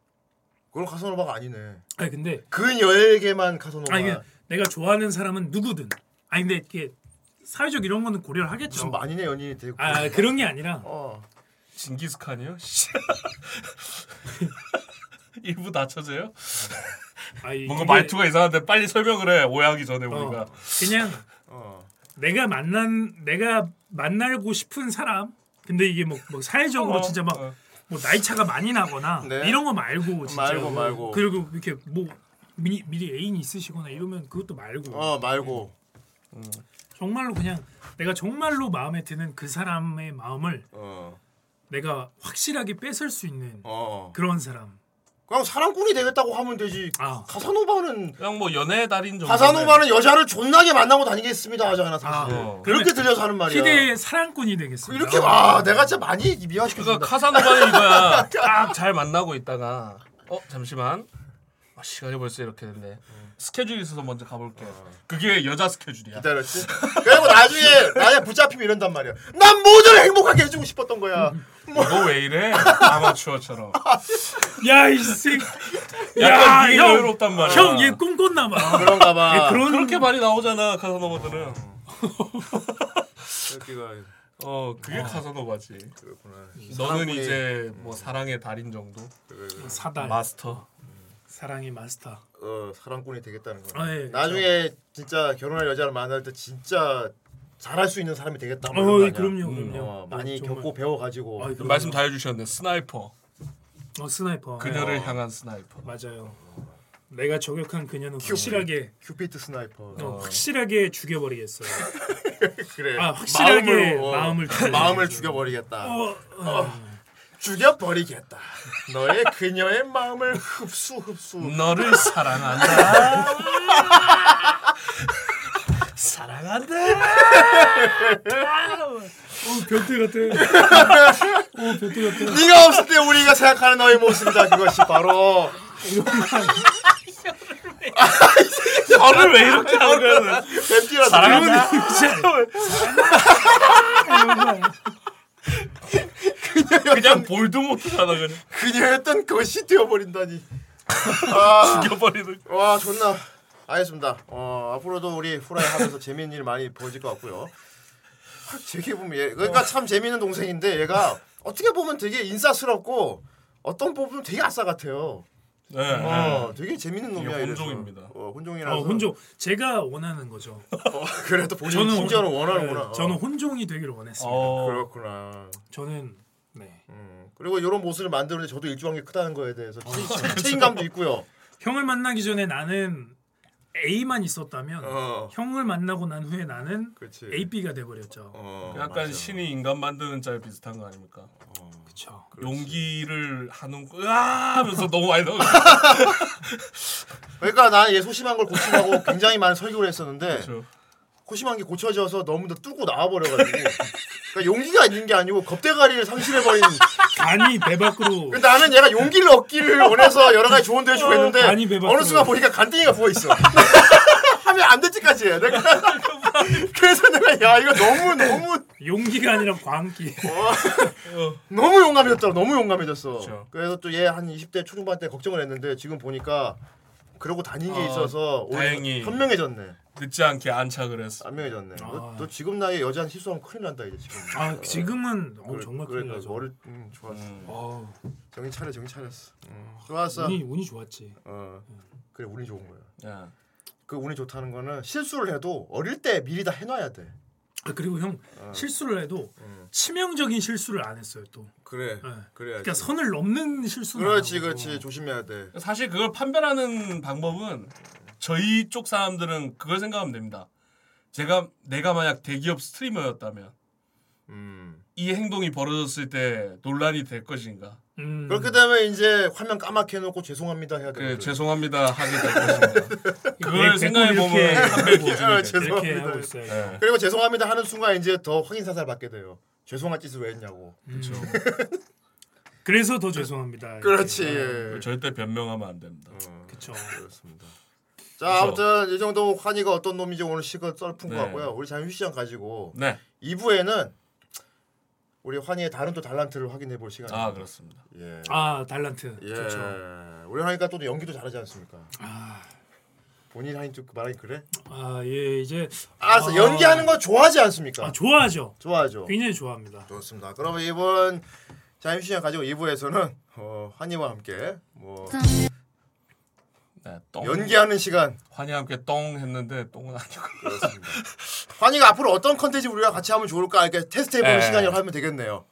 Speaker 4: 그럼 카사노바가 아니네.
Speaker 6: 아니 근데
Speaker 4: 그 열개만 카사노바.
Speaker 6: 아니 그냥 내가 좋아하는 사람은 누구든. 아니 근데 이게 사회적 이런 거는 고려를 하겠죠.
Speaker 4: 무슨 만인의 연인이 되고.
Speaker 6: 아 그런 게 아니라
Speaker 4: 어.
Speaker 5: 징기스칸이요? 씨. 일부 낮춰져요?
Speaker 6: 아, 이-
Speaker 5: 뭔가
Speaker 6: 이게
Speaker 5: 말투가 이상한데 빨리 설명을 해 오해하기 전에 우리가
Speaker 6: 어, 그냥
Speaker 4: 어.
Speaker 6: 내가 만난 내가 만나고 싶은 사람. 근데 이게 뭐, 뭐 사회적으로
Speaker 5: 어,
Speaker 6: 진짜 막
Speaker 5: 어.
Speaker 6: 뭐 나이 차가 많이 나거나
Speaker 4: 네.
Speaker 6: 이런 거 말고 진짜
Speaker 4: 말고, 말고.
Speaker 6: 그리고 이렇게 뭐 미리 미리 애인이 있으시거나 이러면 그것도 말고
Speaker 4: 어 말고.
Speaker 6: 정말로 그냥 내가 정말로 마음에 드는 그 사람의 마음을
Speaker 4: 어.
Speaker 6: 내가 확실하게 뺏을 수 있는
Speaker 4: 어.
Speaker 6: 그런 사람.
Speaker 4: 그냥 사랑꾼이 되겠다고 하면 되지.
Speaker 6: 아.
Speaker 4: 카사노바는
Speaker 5: 그냥 뭐 연애의 달인 정도
Speaker 4: 아, 카사노바는 여자를 존나게 만나고 다니겠습니다 하잖아 사실.
Speaker 5: 어.
Speaker 4: 그렇게 들려서 하는 말이야.
Speaker 6: 희대의 사랑꾼이 되겠습니다.
Speaker 4: 이렇게 와 내가 진짜 많이 미화시켜준다.
Speaker 5: 그러니까 카사노바는 이거야 딱 잘 만나고 있다가 어 잠시만 아, 시간이 벌써 이렇게 됐네 스케줄이 있어서 먼저 가볼게 그게 여자 스케줄이야
Speaker 4: 기다렸지? 그리고 나중에 나중에 붙잡히면 이런단 말이야. 난 모두를 행복하게 해주고 싶었던 거야. 뭐
Speaker 5: 너 왜 이래? 아마추어처럼
Speaker 6: 야이 씨.
Speaker 5: 약간 위로
Speaker 6: 형.
Speaker 5: 외롭단 말이야 어.
Speaker 6: 형 얘 꿈꿨나 봐.
Speaker 4: 그런가 봐.
Speaker 6: 얘 예, 그런
Speaker 5: 그렇게 많이 나오잖아 카사노바들은
Speaker 4: 새끼가
Speaker 5: 어 그게 카사노바지
Speaker 4: 그렇구나.
Speaker 5: 너는
Speaker 4: 사랑꾼이-
Speaker 5: 이제 뭐 사랑의 달인 정도
Speaker 4: 그래, 그래.
Speaker 6: 사달
Speaker 5: 마스터
Speaker 6: 사랑의 마스터.
Speaker 4: 어 사랑꾼이 되겠다는 거야.
Speaker 6: 아, 예,
Speaker 4: 나중에 진짜 결혼할 여자를 만날 때 진짜 잘할 수 있는 사람이 되겠다. 뭐 이런
Speaker 6: 어이 예,
Speaker 4: 거 아니야.
Speaker 6: 그럼요 그럼요.
Speaker 4: 어, 많이
Speaker 6: 어, 정말.
Speaker 4: 겪고 배워가지고
Speaker 6: 아이, 그럼요.
Speaker 5: 말씀 다 해주셨네 스나이퍼
Speaker 6: 어 스나이퍼.
Speaker 5: 그녀를 향한 스나이퍼
Speaker 6: 맞아요. 내가 저격한 그녀는 확실하게
Speaker 4: 큐피트 스나이퍼
Speaker 6: 어, 확실하게 죽여버리겠어요.
Speaker 4: 그래
Speaker 6: 아 확실하게
Speaker 4: 마음으로, 어,
Speaker 6: 마음을 죽여버리겠어요.
Speaker 4: 마음을 죽여버리겠다
Speaker 6: 어, 어.
Speaker 4: 죽여버리겠다 너의 그녀의 마음을 흡수 흡수
Speaker 5: 너를 사랑한다. 사랑한다.
Speaker 6: 어, 변태 같아. 어, 변태 같아.
Speaker 4: 네가 없을 때 우리가 생각하는 너의 모습이다 그것이 바로 아,
Speaker 5: 너를 왜 이렇게 하는 거야?
Speaker 4: 뱀띠라
Speaker 5: 사랑한다. 그냥 볼드모트잖아 그냥
Speaker 4: 그녀였던 것이 되어버린다니 아,
Speaker 5: 죽여버리는.
Speaker 4: 와 존나 알겠습니다 어 앞으로도 우리 후라이 하면서 재밌는 일 많이 벌어질 것 같고요 아, 되게 보면 얘, 그러니까 참 재밌는 동생인데 얘가 어떻게 보면 되게 인싸스럽고 어떤 부분 되게 아싸 같아요.
Speaker 5: 네.
Speaker 4: 어, 되게 재밌는
Speaker 5: 이게
Speaker 4: 놈이야. 이래서.
Speaker 5: 혼종입니다.
Speaker 4: 어, 혼종이라서.
Speaker 6: 어, 혼종 제가 원하는 거죠.
Speaker 4: 어, 그래 또 본인 심지어는
Speaker 6: 혼-
Speaker 4: 원하는구나.
Speaker 6: 네,
Speaker 4: 어.
Speaker 6: 저는 혼종이 되기를 원했습니다.
Speaker 5: 어.
Speaker 4: 그렇구나.
Speaker 6: 저는 네.
Speaker 4: 음. 그리고 이런 모습을 만드는데 저도 일조한 게 크다는 거에 대해서 체- 체- 책임감도 있고요.
Speaker 6: 형을 만나기 전에 나는 A만 있었다면
Speaker 4: 어.
Speaker 6: 형을 만나고 난 후에 나는
Speaker 4: 그렇지.
Speaker 6: AB가 돼버렸죠.
Speaker 4: 어,
Speaker 5: 약간
Speaker 4: 맞아.
Speaker 5: 신이 인간 만드는 짤 비슷한 거 아닙니까?
Speaker 4: 어,
Speaker 6: 그렇죠.
Speaker 5: 용기를 한웅 으아 하면서 너무 많이 넣어.
Speaker 4: 그러니까 나는 얘 소심한 걸 고치라고 굉장히 많은 설교를 했었는데
Speaker 5: 그렇죠.
Speaker 4: 소심한 게 고쳐져서 너무 더 뚫고 나와버려가지고 그러니까 용기가 있는 게 아니고 겁대가리를 상실해버린
Speaker 6: 간이 배 밖으로
Speaker 4: 근데 나는 얘가 용기를 얻기를 원해서 여러 가지 조언도 해주고 했는데
Speaker 6: 많이 배봤어.
Speaker 4: 어느 순간 보니까 간땡이가 부어있어 하면 안 될지까지 해 내가 그래서 내가 야 이거 너무 너무
Speaker 6: 용기가 아니라 광기.
Speaker 4: 어. 너무 용감해졌더라 너무 용감해졌어
Speaker 5: 그쵸.
Speaker 4: 그래서 또 얘 한 20대 초중반 때 걱정을 했는데 지금 보니까 그러고 다닌 게
Speaker 5: 아,
Speaker 4: 있어서 오히려
Speaker 5: 다행히.
Speaker 4: 현명해졌네
Speaker 5: 늦지 않게 안착을 했어.
Speaker 4: 안명해졌네 너,
Speaker 6: 아.
Speaker 4: 너 지금 나이에 여자한 실수하면 큰일 난다 이제 지금
Speaker 6: 아 지금은 어,
Speaker 4: 그래-
Speaker 6: 정말 큰일
Speaker 4: 그러니까
Speaker 6: 나죠.
Speaker 4: 머리 음, 좋았어.
Speaker 6: 어,
Speaker 4: 정신 차려 정신 차렸어. 음. 좋았어.
Speaker 6: 운이 운이 좋았지.
Speaker 4: 어. 그래 운이 좋은 거야.
Speaker 5: 예.
Speaker 4: 그 운이 좋다는 거는 실수를 해도 어릴 때 미리 다 해놔야 돼.
Speaker 6: 아, 그리고 형
Speaker 4: 어.
Speaker 6: 실수를 해도
Speaker 4: 음.
Speaker 6: 치명적인 실수를 안 했어요 또.
Speaker 4: 그래.
Speaker 6: 네.
Speaker 4: 그래야지.
Speaker 6: 그러니까 선을 넘는 실수는
Speaker 4: 그렇지
Speaker 6: 안 하고.
Speaker 4: 그렇지 조심해야 돼.
Speaker 5: 사실 그걸 판별하는 방법은 저희 쪽 사람들은 그걸 생각하면 됩니다. 제가 내가 만약 대기업 스트리머였다면
Speaker 4: 음.
Speaker 5: 이 행동이 벌어졌을 때 논란이 될 것인가?
Speaker 6: 음.
Speaker 4: 그렇게 되면 이제 화면 까맣게 해놓고 죄송합니다 해야 돼.
Speaker 5: 그래 죄송합니다 하게 될 것인가?
Speaker 6: 내-
Speaker 5: 그걸
Speaker 6: 내
Speaker 5: 생각해
Speaker 6: 꿈을
Speaker 5: 보면
Speaker 6: 이렇게-
Speaker 5: 판별
Speaker 4: 아,
Speaker 5: 기준이 돼.
Speaker 6: 이렇게 하고
Speaker 4: 죄송합니다.
Speaker 6: 있어요.
Speaker 5: 예.
Speaker 4: 그리고 죄송합니다 하는 순간 이제 더 확인 사살 받게 돼요. 죄송한 짓을 왜 했냐고.
Speaker 5: 그렇죠.
Speaker 6: 그래서 더 죄송합니다.
Speaker 4: 그렇지. 예.
Speaker 5: 음. 절대 변명하면 안 됩니다.
Speaker 4: 음.
Speaker 6: 그렇죠.
Speaker 4: 그렇습니다. 자 아무튼 이 정도 환희가 어떤 놈인지 오늘 시간 썰푼 것
Speaker 5: 네.
Speaker 4: 같고요. 우리 잠시 휴시장 가지고
Speaker 5: 네.
Speaker 4: 2부에는 우리 환희의 다른 또 달란트를 확인해 볼 시간입니다.
Speaker 5: 아 그렇습니다.
Speaker 4: 예.
Speaker 6: 아 달란트.
Speaker 4: 예.
Speaker 6: 그렇죠. 좋죠.
Speaker 4: 우리 환희가 또 연기도 잘하지 않습니까?
Speaker 6: 아,
Speaker 4: 본인 한이 좀 말하기 그래?
Speaker 6: 아, 예, 이제
Speaker 4: 알았어.
Speaker 6: 아.
Speaker 4: 연기하는 거 좋아하지 않습니까?
Speaker 6: 아, 좋아하죠.
Speaker 4: 좋아하죠.
Speaker 6: 굉장히 좋아합니다.
Speaker 4: 좋습니다. 그러면 이번 잠시간 가지고 2부에서는 어, 환희와 함께 뭐
Speaker 5: 네, 똥.
Speaker 4: 연기하는 시간
Speaker 5: 환희 함께 똥 했는데 똥은 아니고.
Speaker 4: 그렇습니다. 환희가 앞으로 어떤 컨텐츠 우리가 같이 하면 좋을까 이렇게 테스트 해보는
Speaker 5: 예.
Speaker 4: 시간이라고 하면 되겠네요.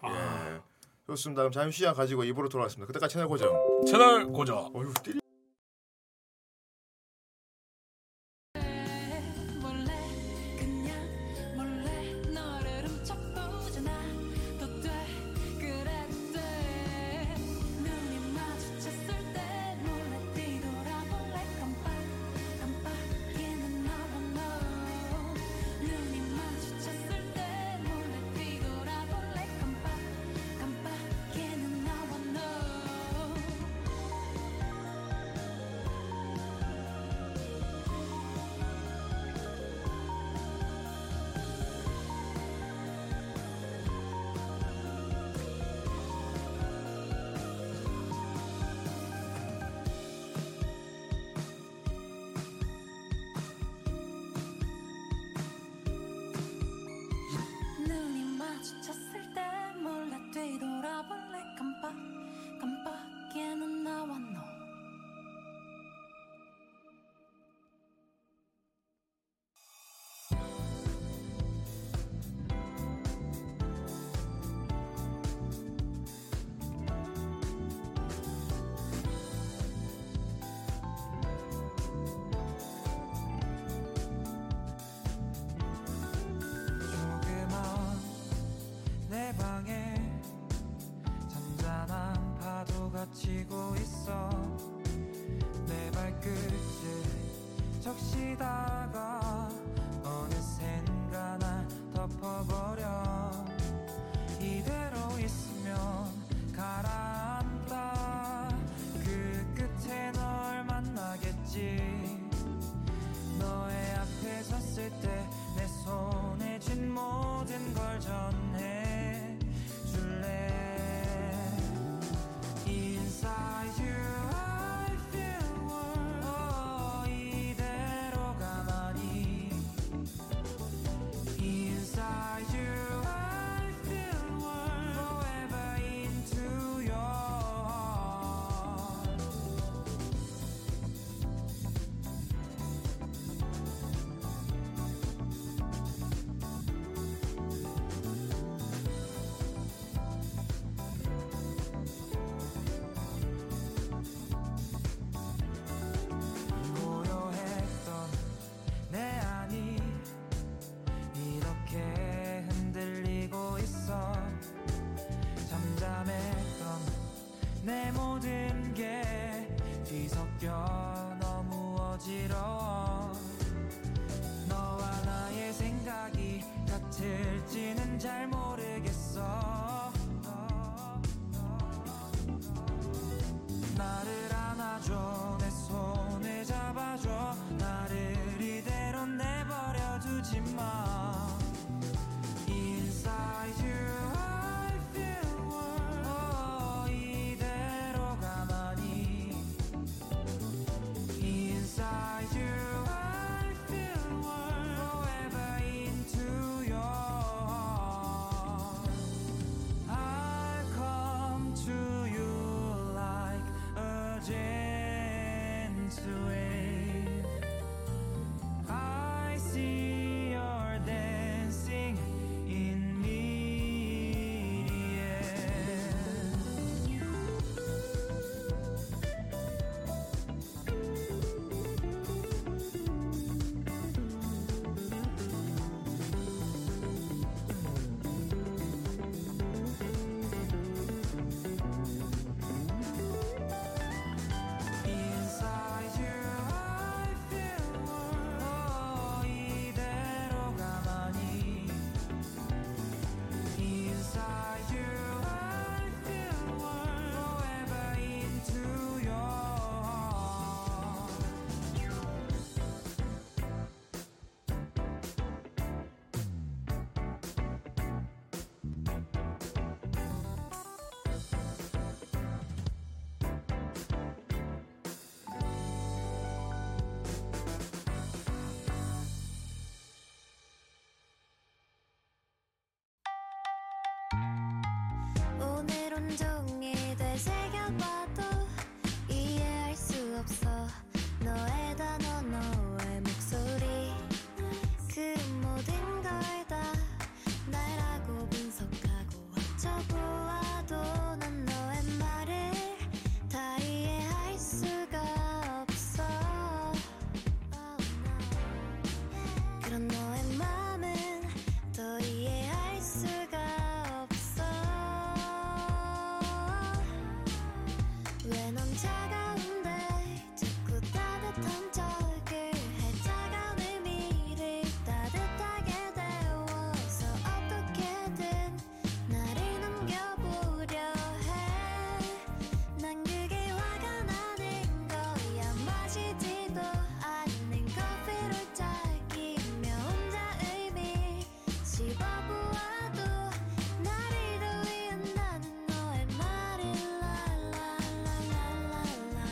Speaker 6: 아,
Speaker 4: 예. 좋습니다. 그럼 잠시 시간 가지고 2부로 돌아왔습니다. 그때까지 채널 고정.
Speaker 5: 채널 고정.
Speaker 4: 어휴, 띠-
Speaker 3: 몰래 그냥 몰래 너를 훔쳐보잖아 또돼 그래도 돼 눈이 마주쳤을 때 몰래 뒤돌아볼래 깜빡 깜빡이는 너와 너 눈이 마주쳤을 때 몰래 뒤돌아볼래 깜빡 깜빡이는 너와 너 눈이 마주쳤을 때 몰래 뒤돌아볼래 깜빡 깜빡이는 나와 너
Speaker 1: 조그마한 내 방에 잔잔한 파도가 치고 있어 내 발끝을 적시다가 어느샌가 날 덮어버려 이대로 있으면 가라앉다 그 끝에 널 만나겠지 너의 앞에 섰을 때 내 손에 쥔 모든 걸 전해 줄래 Inside you I feel warm oh, 이대로 가만히 나를 안아줘 내 손을 잡아줘 나를 이대로 내버려 두지 마 Inside you I feel warm oh, 이대로 가만히 Inside you I feel warm forever into your heart I'll come to you like a gentle wave. I see your dancing in me. yeah. Inside you I feel warm oh, 이대로 가만히 Inside you I feel warm forever into your heart
Speaker 2: 오늘 온종일 되새겨봐도 이해할 수 없어 너의 단어 너의 목소리 그 모든 걸 다 나라고 분석하고 합쳐보아도 난 너의 말을 다 이해할 수가 없어 그런 너의 맘은 더 이해할 수가 없어 왜 넌 차가운데 자꾸 따뜻한 척을 해 차가운 의미를 따뜻하게 데워서 어떻게든 나를 넘겨보려 해 난 그게 화가 나는 거야 마시지도 않는 커피를 짜기며 혼자 의미 씹어보아도 나를 더 위한다는 너의 말을 랄랄랄랄랄라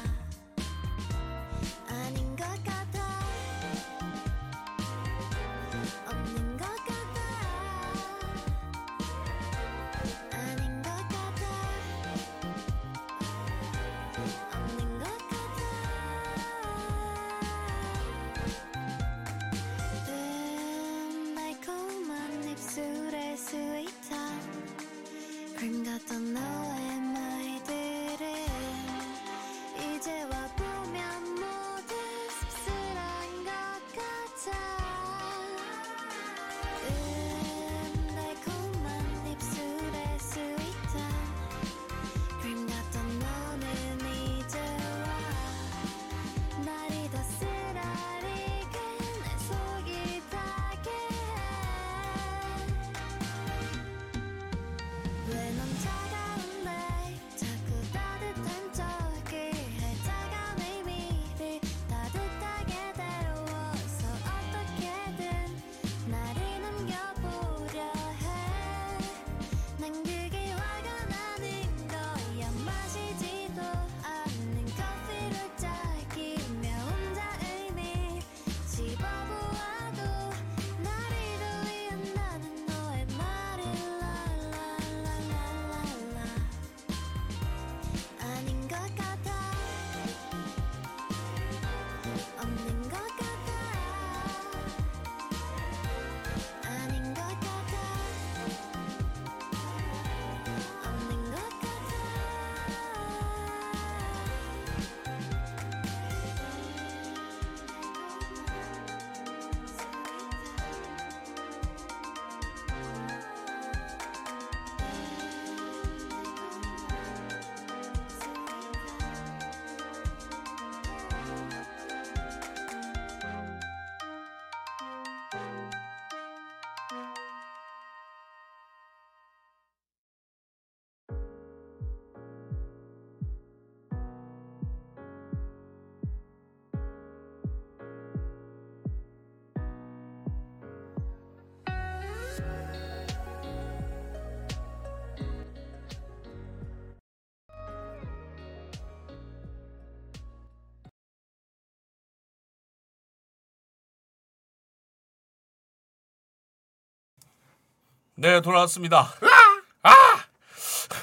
Speaker 5: 네 돌아왔습니다.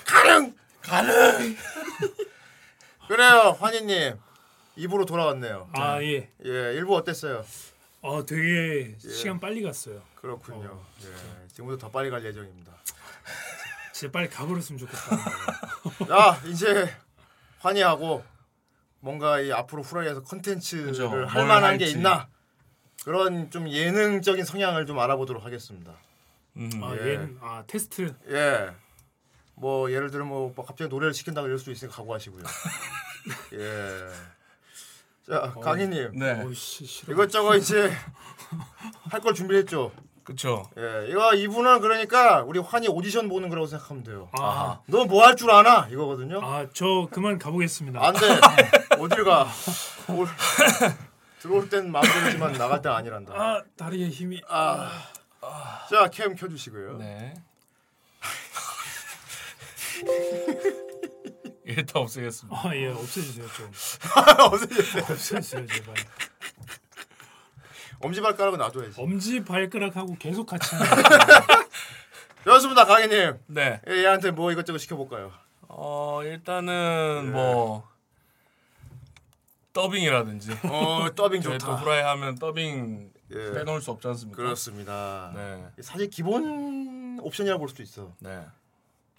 Speaker 4: 가능 가능. 그래요 환희님 입으로 돌아왔네요.
Speaker 6: 아 예.
Speaker 4: 예 일부 어땠어요?
Speaker 6: 어 되게
Speaker 4: 예.
Speaker 6: 시간 빨리 갔어요.
Speaker 4: 그렇군요. 예 지금부터 더 빨리 갈 예정입니다.
Speaker 6: 진짜 빨리 가버렸으면 좋겠다.
Speaker 4: 자 이제 환희하고 뭔가 이 앞으로 후라이에서 컨텐츠를
Speaker 5: 그죠.
Speaker 4: 할
Speaker 5: 뭘
Speaker 4: 만한 게
Speaker 5: 할지.
Speaker 4: 있나 그런 좀 예능적인 성향을 좀 알아보도록 하겠습니다.
Speaker 6: 아
Speaker 4: 예.
Speaker 6: 얘는 아 테스트.
Speaker 4: 예. 뭐 예를 들면 뭐뭐 갑자기 노래를 시킨다 이럴 수도 있으니까 각오하시고요. 예. 자 강희님
Speaker 5: 네,
Speaker 6: 오씨 싫어.
Speaker 4: 이것저것 이제 할 걸 준비했죠.
Speaker 5: 그렇죠.
Speaker 4: 예. 이거 이분은 그러니까 우리 환희 오디션 보는 거라고 생각하면 돼요.
Speaker 6: 아.
Speaker 4: 너 뭐 할 줄 아나 이거거든요.
Speaker 6: 아 저 그만 가보겠습니다.
Speaker 4: 안 돼. 어딜 가. 올- 들어올 땐 마음대로지만 나갈 땐 아니란다.
Speaker 6: 아 다리에 힘이.
Speaker 4: 자 캠 켜주시고요.
Speaker 5: 네. 일단 없애겠습니다.
Speaker 6: 아 예 없애주세요 좀.
Speaker 4: 어서 이제
Speaker 6: 없애주세요 제발.
Speaker 4: 엄지발가락은 놔둬야지.
Speaker 6: 엄지 발가락하고 계속 같이.
Speaker 4: 좋습니다 강희님.
Speaker 5: 네.
Speaker 4: 예, 얘한테 뭐 이것저것 시켜볼까요?
Speaker 5: 어 일단은 뭐 더빙이라든지
Speaker 4: 네. 어 더빙
Speaker 5: 저희 또
Speaker 4: 좋다.
Speaker 5: 후라이 하면 더빙
Speaker 4: 예.
Speaker 5: 빼놓을 수 없지 않습니까?
Speaker 4: 그렇습니다.
Speaker 5: 네.
Speaker 4: 사실 기본 옵션이라 볼 수도 있어.
Speaker 5: 네.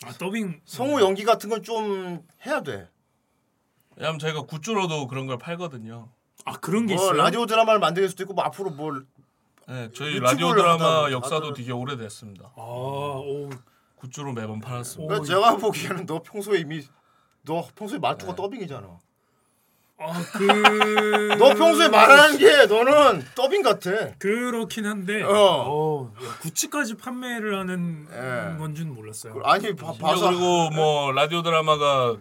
Speaker 6: 아 더빙.
Speaker 4: 성우 연기 같은 건 좀 해야 돼.
Speaker 5: 왜냐면 저희가 굿즈로도 그런 걸 팔거든요.
Speaker 6: 아 그런 게
Speaker 4: 뭐
Speaker 6: 있어요.
Speaker 4: 라디오 드라마를 만들 수도 있고 뭐 앞으로 뭘
Speaker 5: 네, 저희
Speaker 4: 유튜브를
Speaker 5: 라디오
Speaker 4: 하다 아,
Speaker 5: 드라마
Speaker 4: 보니
Speaker 5: 역사도
Speaker 4: 다들-
Speaker 5: 되게 오래됐습니다.
Speaker 6: 아오
Speaker 5: 굿즈로 매번 팔았습니다.
Speaker 4: 그러니까 제가 보기에는 너 평소에 이미 너 평소에 말투가 더빙이잖아.
Speaker 6: 아, 그...
Speaker 4: 너 평소에 말하는 게 너는 더빙 같아.
Speaker 6: 그렇긴 한데
Speaker 4: 어.
Speaker 6: 어. 야, 구찌까지 판매를 하는
Speaker 4: 예.
Speaker 6: 건 줄 몰랐어요.
Speaker 4: 그걸 아니 봐,
Speaker 5: 이게
Speaker 4: 봐서
Speaker 5: 그리고 뭐 라디오 드라마가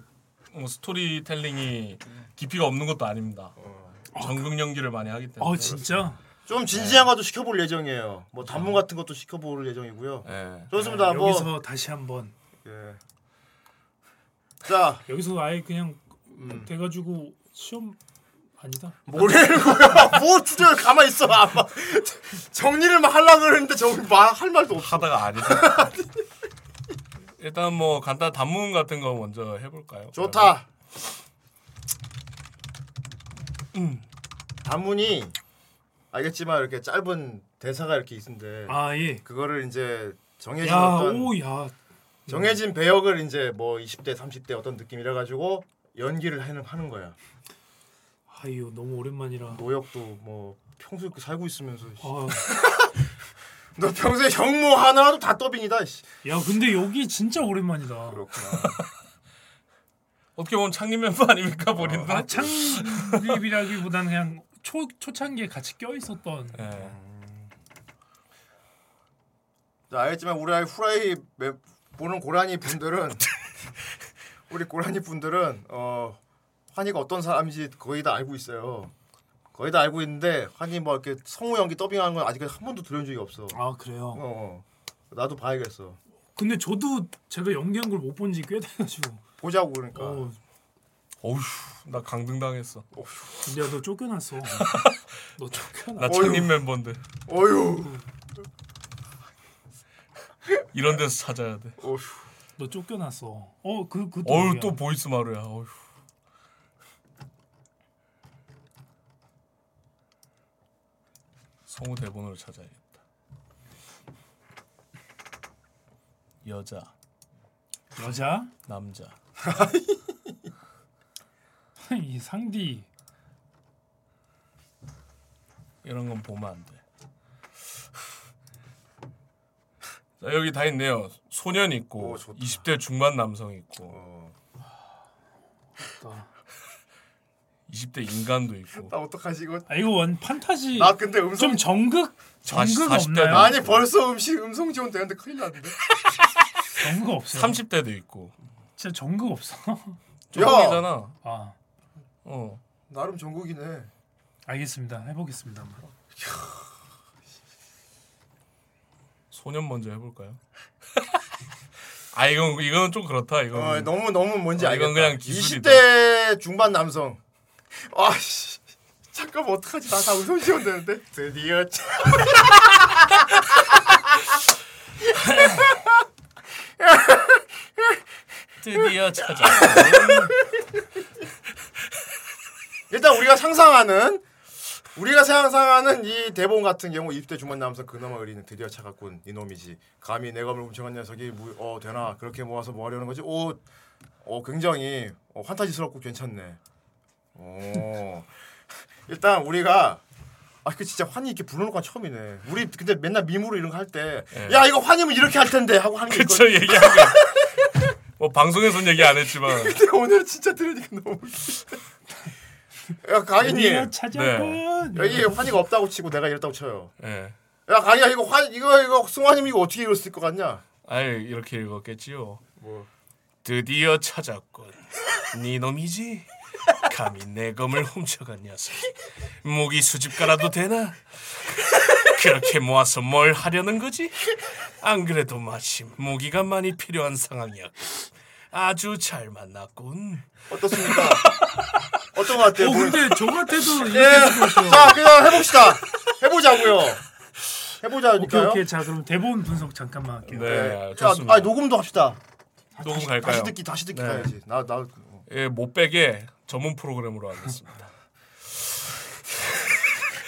Speaker 5: 뭐 스토리텔링이 깊이가 없는 것도 아닙니다.
Speaker 4: 어.
Speaker 5: 전극 연기를 많이 하기 때문에.
Speaker 6: 아 진짜?
Speaker 4: 좀 진지한 것도 시켜볼 예정이에요. 뭐 단문 같은 것도 시켜볼 예정이고요.
Speaker 5: 네.
Speaker 4: 좋습니다. 뭐
Speaker 6: 여기서 다시 한번
Speaker 4: 예. 자
Speaker 6: 여기서 아예 그냥
Speaker 4: 음.
Speaker 6: 돼가지고 시험 아니다.
Speaker 4: 뭐라는 거야? 뭐 주제를 가만히 있어. 아마 뭐. 정리를 막 하려고 그랬는데 정리 막할 말도 없어.
Speaker 5: 하다가 아니다. 일단 뭐 간단 단문 같은 거 먼저 해볼까요?
Speaker 4: 좋다. 음. 단문이 알겠지만 이렇게 짧은 대사가 이렇게 있는데
Speaker 6: 아 예.
Speaker 4: 그거를 이제 정해진 예, 어떤
Speaker 6: 야오야
Speaker 4: 정해진 배역을 이제 뭐 20대 30대 어떤 느낌이라 가지고 연기를 하는 하는 거야.
Speaker 6: 아유 너무 오랜만이라.
Speaker 4: 노역도 뭐 평소에 이렇게 살고 있으면서 씨.
Speaker 6: 아야
Speaker 4: 너 평소에 형모 하나도 다 더빙이다. 씨.
Speaker 6: 근데 여기 진짜 오랜만이다.
Speaker 4: 그렇구나.
Speaker 5: 어떻게 보면 창립 멤버 아닙니까 본인도?
Speaker 6: 아 창립이라기보다는 그냥 초 초창기에 같이 껴 있었던.
Speaker 5: 네.
Speaker 4: 자, 알겠지만 우리 아이 후라이 매- 보는 고라니 분들은 우리 고라니 분들은 어 환희가 어떤 사람인지 거의 다 알고 있어요. 거의 다 알고 있는데 환희 뭐 이렇게 성우 연기 더빙하는 건 아직까지 한 번도 들은 적이 없어. 어,
Speaker 6: 아 그래요.
Speaker 4: 어. 나도 봐야겠어.
Speaker 6: 근데 저도 제가 연기한 걸 못 본 지 꽤 돼가지고.
Speaker 4: 보자고 그러니까.
Speaker 6: 어,
Speaker 5: 어휴, 나 강등 당했어.
Speaker 6: 야, 너 쫓겨났어. 너 쫓겨나.
Speaker 5: 나 창립 멤버인데
Speaker 4: 어휴.
Speaker 5: 이런 데서 찾아야 돼.
Speaker 4: 어휴.
Speaker 6: 너 쫓겨났어. 어, 그, 그.
Speaker 5: 어휴 또 보이스 마루야. 어휴. 성우 대본으로 찾아야겠다. 여자,
Speaker 6: 여자?
Speaker 5: 남자.
Speaker 6: 이 상디.
Speaker 5: 이런 건 보면 안 돼. 자 여기 다 있네요. 소년 있고
Speaker 4: 오, 좋다.
Speaker 5: 20대 중반 남성 있고
Speaker 4: 어.
Speaker 5: 20대 인간도 있고
Speaker 4: 나 어떡하지 이거?
Speaker 6: 아, 이거 원 판타지.
Speaker 4: 나 근데 음성
Speaker 6: 좀 정극?
Speaker 5: 사십-
Speaker 6: 정극
Speaker 5: 사십 대다.
Speaker 6: 없나요?
Speaker 4: 아니 벌써 음식 음성 지원 되는데 큰일 났는데.
Speaker 6: 정극 없어.
Speaker 5: 30대도 있고
Speaker 6: 진짜 정극 없어.
Speaker 5: 조국이잖아.
Speaker 6: 아,
Speaker 5: 어.
Speaker 4: 나름 전국이네.
Speaker 6: 알겠습니다. 해보겠습니다. 한번.
Speaker 5: 소년 먼저 해볼까요? 아 이건 이건 좀 그렇다. 이건
Speaker 4: 어, 너무 너무 뭔지
Speaker 5: 어,
Speaker 4: 알겠다.
Speaker 5: 음. 이건 그냥 기술이다.
Speaker 4: 20대 중반 남성. 아씨. 잠깐만 어떡하지? 나다 우선 지원 되는데. 드디어 참-
Speaker 5: 드디어 찾아온
Speaker 4: 일단 우리가 상상하는 우리가 상상하는 이 대본 같은 경우 20대 중반 남성 그나마 의리는 드디어 차갔군 이놈이지 감히 내 검을 훔쳐간 녀석이 무, 어 되나 그렇게 모아서 뭐 하려는 거지 오, 어 굉장히 어, 환타지스럽고 괜찮네 오 일단 우리가 아 그 진짜 환이 이렇게 부르는 건 처음이네 우리 근데 맨날 밈으로 이런 거 할 때 야 이거 환이면 이렇게 할 텐데 하고 하는 게
Speaker 5: 예. 그쵸
Speaker 4: 있거든
Speaker 5: 얘기한 거. 뭐 방송에선 얘기 안 했지만
Speaker 4: 근데 오늘 진짜 들으니까 너무 웃기다. 야 강인이
Speaker 6: 드디어 찾아온
Speaker 4: 여기 환희가 없다고 치고 내가 이랬다고 쳐요.
Speaker 5: 예.
Speaker 4: 야 강이야 이거 환 이거 이거 승환님 이거 어떻게 이랬을 것 같냐?
Speaker 5: 아이 이렇게 읽었겠지요. 드디어 찾았군. 네 놈이지? 감히 내 검을 훔쳐간 녀석. 목이 수집 깔아도 되나? 그렇게 모아서 뭘 하려는 거지? 안 그래도 마침 무기가 많이 필요한 상황이야. 아주 잘 만났군.
Speaker 4: 어떻습니까? 어떤 것 같아요?
Speaker 6: 어
Speaker 4: 보니-
Speaker 6: 근데 저 같아도
Speaker 4: 예.
Speaker 6: 이렇게 해서
Speaker 4: 자 그냥 해봅시다. 해보자고요.
Speaker 6: 오케이
Speaker 4: 해보자니까요.
Speaker 6: 오케이 자 그럼 대본 분석 잠깐만 할게요.
Speaker 5: 네,
Speaker 4: 야,
Speaker 5: 좋습니다.
Speaker 4: 아 녹음도 합시다.
Speaker 5: 녹음
Speaker 4: 다시
Speaker 5: 갈까요?
Speaker 4: 듣기 다시 듣기
Speaker 5: 네.
Speaker 4: 가야지. 나 나. 어.
Speaker 5: 예, 못 빼게 전문 프로그램으로 하겠습니다.
Speaker 4: 아.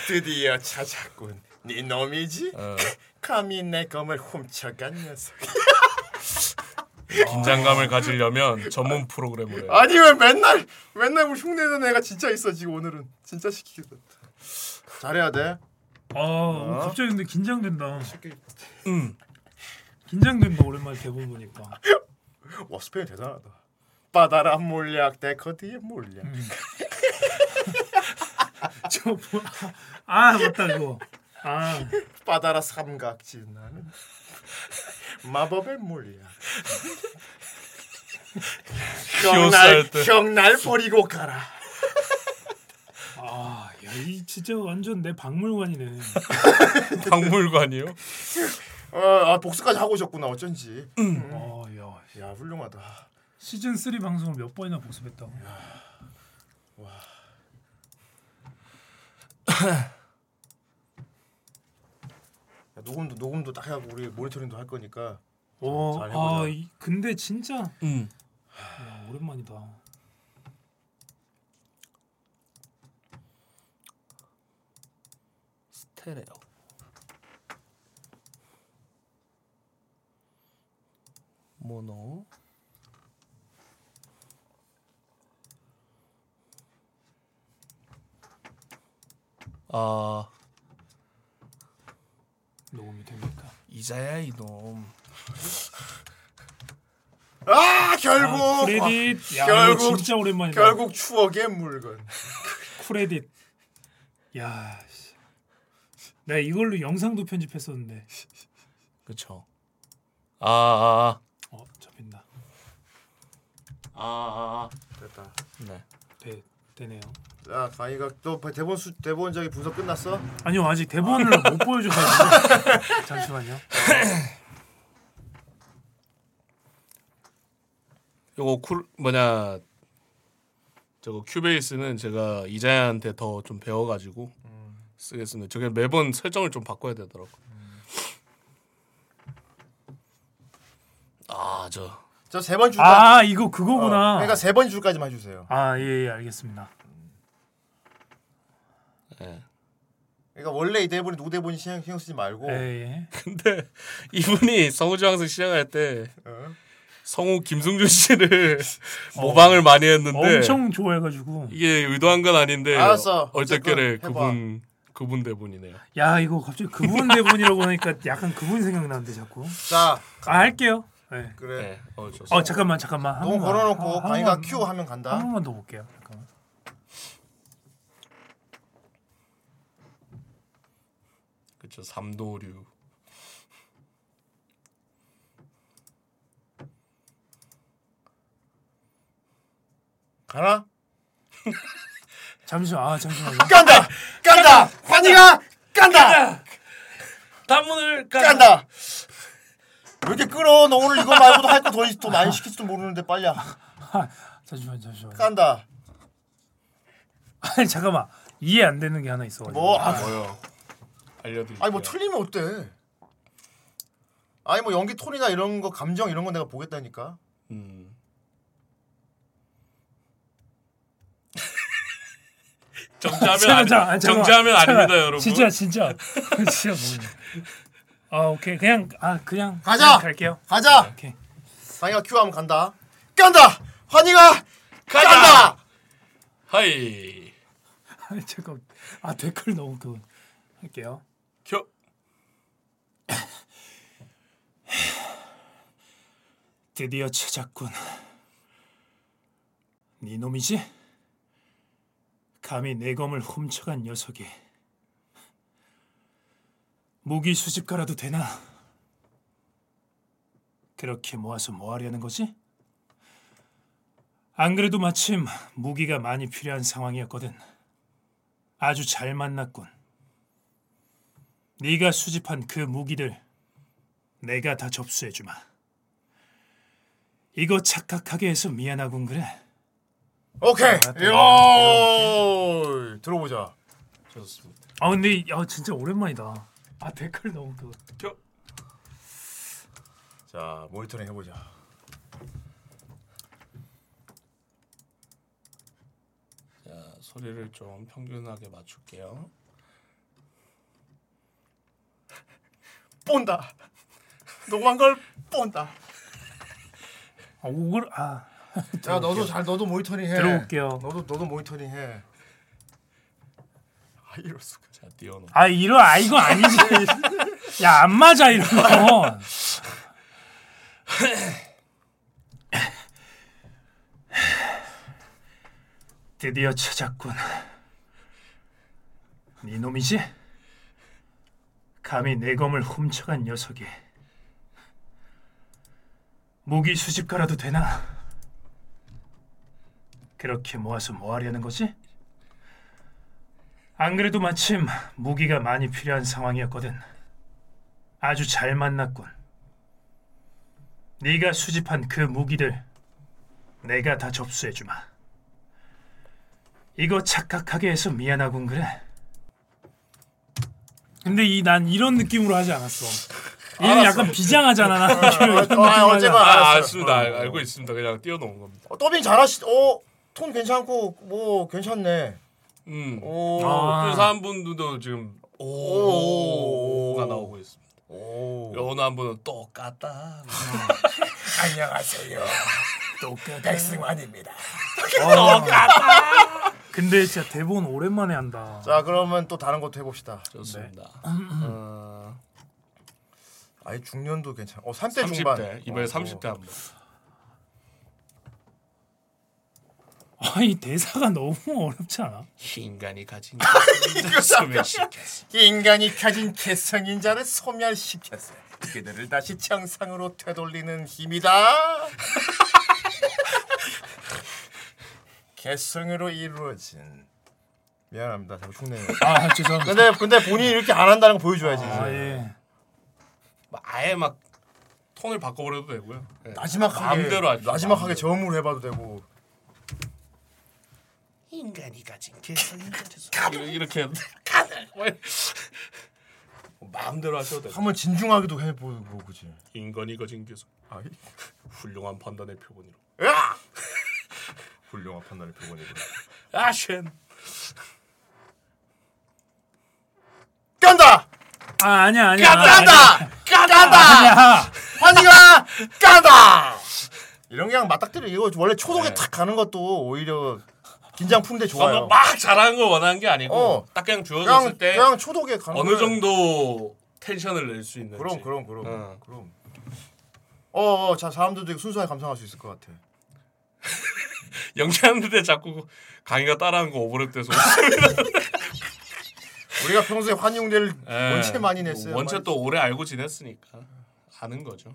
Speaker 4: 드디어 찾았군. 네 놈이지?
Speaker 5: 어,
Speaker 4: 감히 내 검을 훔쳐간 녀석.
Speaker 5: 긴장감을 가지려면 전문 프로그램으로 해요.
Speaker 4: 아니 왜 맨날 맨날 우리 흉내내는 애가 진짜 있어 지금 오늘은 진짜 시키겠다. 잘해야 돼.
Speaker 6: 아 어, 갑자기 근데 긴장된다.
Speaker 5: 음.
Speaker 6: 긴장된다 오랜만에 대본 보니까.
Speaker 4: 와 스페인 대단하다. 바다라 몰약 데커드의 몰약.
Speaker 6: 음. 저 뭐, 아 맞다 그거. 아
Speaker 4: 바다라 삼각지 나는 마법의 물이야.
Speaker 5: 키오스할
Speaker 4: 형날
Speaker 5: 때.
Speaker 4: 형날 버리고 가라.
Speaker 6: 아, 야, 이 진짜 완전 내 박물관이네.
Speaker 5: 박물관이요?
Speaker 4: 어, 아 복수까지 하고 오셨구나 어쩐지. 음.
Speaker 6: 어, 야,
Speaker 4: 야 훌륭하다.
Speaker 6: 시즌 3 방송을 몇 번이나 복습했다고.
Speaker 4: 야, 녹음도 녹음도 딱 해갖고 우리 모니터링도 할 거니까.
Speaker 6: 어,
Speaker 4: 잘 해보자.
Speaker 6: 아, 이, 근데 진짜
Speaker 5: 음.
Speaker 6: 야, 오랜만이다.
Speaker 5: 스테레오. 모노. 아
Speaker 6: 녹음이 됩니까?
Speaker 5: 이자야 이놈.
Speaker 4: 아 결국
Speaker 6: 아,
Speaker 4: 아,
Speaker 6: 크레딧. 야, 결국
Speaker 4: 결국-
Speaker 6: 진짜 오랜만이다.
Speaker 4: 결국 추억의 물건.
Speaker 6: 크레딧. 야, 씨. 내가 이걸로 영상도 편집했었는데.
Speaker 5: 그쵸. 아아아
Speaker 6: 어, 잡힌다.
Speaker 5: 아, 아, 아.
Speaker 4: 됐다.
Speaker 5: 네.
Speaker 6: 되, 되네요.
Speaker 4: 자 강희가 또 대본 수 대본 저기 분석 끝났어?
Speaker 6: 아니요, 아직 대본을 못 보여줘가지고. 잠시만요.
Speaker 5: 요거 쿨 뭐냐 저거 큐베이스는 제가 이자야한테 더 좀 배워가지고 쓰겠습니다. 저게 매번 설정을 좀 바꿔야 되더라고. 아저
Speaker 4: 저 세 번 줄까? 어,
Speaker 6: 아, 이거 그거구나.
Speaker 4: 그러니까 세 번 줄까지만 해주세요.
Speaker 6: 아, 예, 예, 알겠습니다.
Speaker 4: 그러니까 원래 이 대본이 노 대본이 신경 신경 쓰지 말고
Speaker 6: 예, 예.
Speaker 5: 근데 이분이 성우주황생 시작할 때
Speaker 4: 어?
Speaker 5: 성우 김승준 씨를 모방을 많이 했는데
Speaker 6: 엄청 좋아해가지고
Speaker 5: 이게 의도한 건 아닌데
Speaker 4: 알았어.
Speaker 5: 얼떨결에
Speaker 4: 어쨌건
Speaker 5: 그분 그분 대본이네요.
Speaker 6: 야 이거 갑자기 그분 대본이라고 하니까 약간 그분 생각나는데 자꾸
Speaker 4: 자
Speaker 6: 아 할게요 네.
Speaker 4: 그래
Speaker 5: 네, 어, 좋습니다.
Speaker 6: 어 잠깐만 잠깐만 한
Speaker 4: 너무
Speaker 6: 번만,
Speaker 4: 걸어놓고
Speaker 6: 한- 한
Speaker 4: 강의가
Speaker 6: 번만, 어.
Speaker 4: 큐 하면 간다.
Speaker 6: 한 번만 더 볼게요 잠깐만
Speaker 5: 그쵸 삼도류.
Speaker 4: 가나?
Speaker 6: 잠시만 아 잠시만요
Speaker 4: 깐다! 깐다! 환희가 깐다!
Speaker 5: 단문을
Speaker 4: 깐다! 왜 이렇게 끌어? 너 오늘 이거 말고도 할 거 더 더 많이 시킬지도 모르는데 빨리 하-
Speaker 6: 잠시만 잠시만
Speaker 4: 깐다.
Speaker 6: 아니 잠깐만 이해 안 되는 게 하나
Speaker 5: 뭐
Speaker 6: 있어가지고
Speaker 4: 뭐? 아,
Speaker 5: 네. 뭐요? 알려드릴게요.
Speaker 4: 아니 뭐 틀리면 어때? 아니 뭐 연기 톤이나 이런 거 감정 이런 거 내가 보겠다니까.
Speaker 5: 음.
Speaker 6: 아, 잠깐만,
Speaker 5: 정지하면
Speaker 6: 잠깐만,
Speaker 5: 안,
Speaker 6: 잠깐만.
Speaker 5: 정지하면 아닙니다,
Speaker 6: 잠깐만.
Speaker 5: 여러분.
Speaker 6: 진짜 진짜 진짜 모르네. 아 오케이 그냥 아 그냥
Speaker 4: 가자!
Speaker 6: 그냥 갈게요.
Speaker 4: 가자.
Speaker 6: 오케이.
Speaker 4: 자기가 큐하면 간다. 간다. 환희가 간다.
Speaker 5: 하이.
Speaker 6: 아니, 잠깐 아 댓글 너무 그 할게요.
Speaker 5: 겨.
Speaker 6: 드디어 찾았군. 네 놈이지? 감히 내 검을 훔쳐간 녀석이. 무기 수집가라도 되나? 그렇게 모아서 뭐 하려는 거지? 안 그래도 마침 무기가 많이 필요한 상황이었거든. 아주 잘 만났군. 네가 수집한 그 무기들 내가 다 접수해 주마. 이거 착각하게 해서 미안하군 그래.
Speaker 4: 오케이.
Speaker 6: 맞다.
Speaker 4: 요 들어보자.
Speaker 5: 좋습니다.
Speaker 6: 아 근데 야 진짜 오랜만이다. 아 댓글 너무 그.
Speaker 5: 겨.
Speaker 4: 자 모니터링 해보자.
Speaker 5: 자, 소리를 좀 평균하게 맞출게요.
Speaker 4: 본다. 녹만 걸 본다.
Speaker 6: 아 오글 아.
Speaker 4: 자 너도 잘 너도 모니터링 해.
Speaker 6: 들어올게요.
Speaker 4: 너도 너도 모니터링 해. 아 이럴 수가.
Speaker 5: 자, 띄워놓.
Speaker 6: 아 이런 아 이거 아니지. 야 안 맞아 이런 건. 드디어 찾았군. 네 놈이지? 감히 내 검을 훔쳐간 녀석이. 무기 수집가라도 되나? 그렇게 모아서 뭐 하려는 거지? 안 그래도 마침 무기가 많이 필요한 상황이었거든. 아주 잘 만났군. 네가 수집한 그 무기들 내가 다 접수해 주마. 이거 착각하게 해서 미안하군 그래. 근데 이 난 이런 느낌으로 하지 않았어. 얘는 약간 비장하잖아. 나 이런 느낌으로
Speaker 4: 아,
Speaker 6: 하지
Speaker 4: 어쨌건
Speaker 5: 아,
Speaker 6: 않아.
Speaker 4: 알았어요.
Speaker 5: 알습니다. 알- 알고 있습니다. 그냥 띄워놓은 겁니다.
Speaker 4: 어, 더빙 잘하시. 어톤 괜찮고 뭐 괜찮네.
Speaker 5: 음.
Speaker 4: 오.
Speaker 6: 아.
Speaker 5: 그래서 한 분도 지금
Speaker 4: 오.
Speaker 5: 오가 나오고 있습니다.
Speaker 4: 오.
Speaker 5: 어느 한 분은 똑같다.
Speaker 4: 안녕하세요.
Speaker 6: 똑같아.
Speaker 4: 그 백승환입니다.
Speaker 6: 근데 진짜 대본 오랜만에 한다.
Speaker 4: 자 그러면 또 다른 것도 해봅시다.
Speaker 5: 좋습니다.
Speaker 4: 네.
Speaker 5: 어,
Speaker 4: 아예 중년도 괜찮아. 어 30대 중반.
Speaker 5: 30대 이번에 30대 한 분.
Speaker 6: 아이 대사가 너무 어렵지 않아?
Speaker 5: 인간이 가진 것을 소멸시켰어.
Speaker 4: 인간이 가진 개성인 자를 소멸시켰어요. 그들을 다시 정상으로 되돌리는 힘이다. 개성으로 이루어진. 미안합니다. 자꾸 흉내요.
Speaker 6: 아 죄송합니다.
Speaker 4: 근데 근데 본인이 이렇게 안 한다는 거 보여줘야지.
Speaker 6: 아
Speaker 4: 이제.
Speaker 6: 예.
Speaker 5: 막뭐 아예 막 톤을 바꿔버려도 되고요. 네.
Speaker 4: 마지막하게
Speaker 5: 마음대로 하죠.
Speaker 4: 마지막하게
Speaker 5: 마음대로.
Speaker 4: 저음으로 해봐도 되고.
Speaker 5: 인간이 가진 개성인 것을 이렇게 뭐 마음대로 하셔도 돼요.
Speaker 4: 한번 진중하게도 해보고 그지.
Speaker 5: 인간이 가진 개성. 아이, 훌륭한 판단의 표본이로.
Speaker 4: 으악! 훌륭한 판단을 표본이고.
Speaker 5: 아쉔.
Speaker 4: 깐다!
Speaker 6: 아 아니야 아니야.
Speaker 4: 깐다! 깐다!
Speaker 6: 아니야.
Speaker 4: 환희가 깐다! 네. 이런 게 그냥 맞닥뜨려. 이거 원래 초독에 탁 가는 것도 오히려 긴장 푸는데 좋아요.
Speaker 5: 막 잘하는 걸 원하는 게 아니고
Speaker 4: 어.
Speaker 5: 딱
Speaker 4: 그냥
Speaker 5: 그냥 주어졌을 때
Speaker 4: 그냥 초독에 가는
Speaker 5: 어느
Speaker 4: 거예요.
Speaker 5: 정도 텐션을 낼 수 있는지.
Speaker 4: 그럼 그럼 그럼
Speaker 5: 어.
Speaker 4: 그럼. 어, 어, 자 사람들도 이거 순수하게 감상할 수 있을 것 같아.
Speaker 5: 연기하는데 자꾸 강의가 따라하는 거 오버랩돼서
Speaker 4: 우리가 평소에 환희용대를 원체 많이 냈어요.
Speaker 5: 예. 원체 또 오래 알고 지냈으니까 아는 거죠.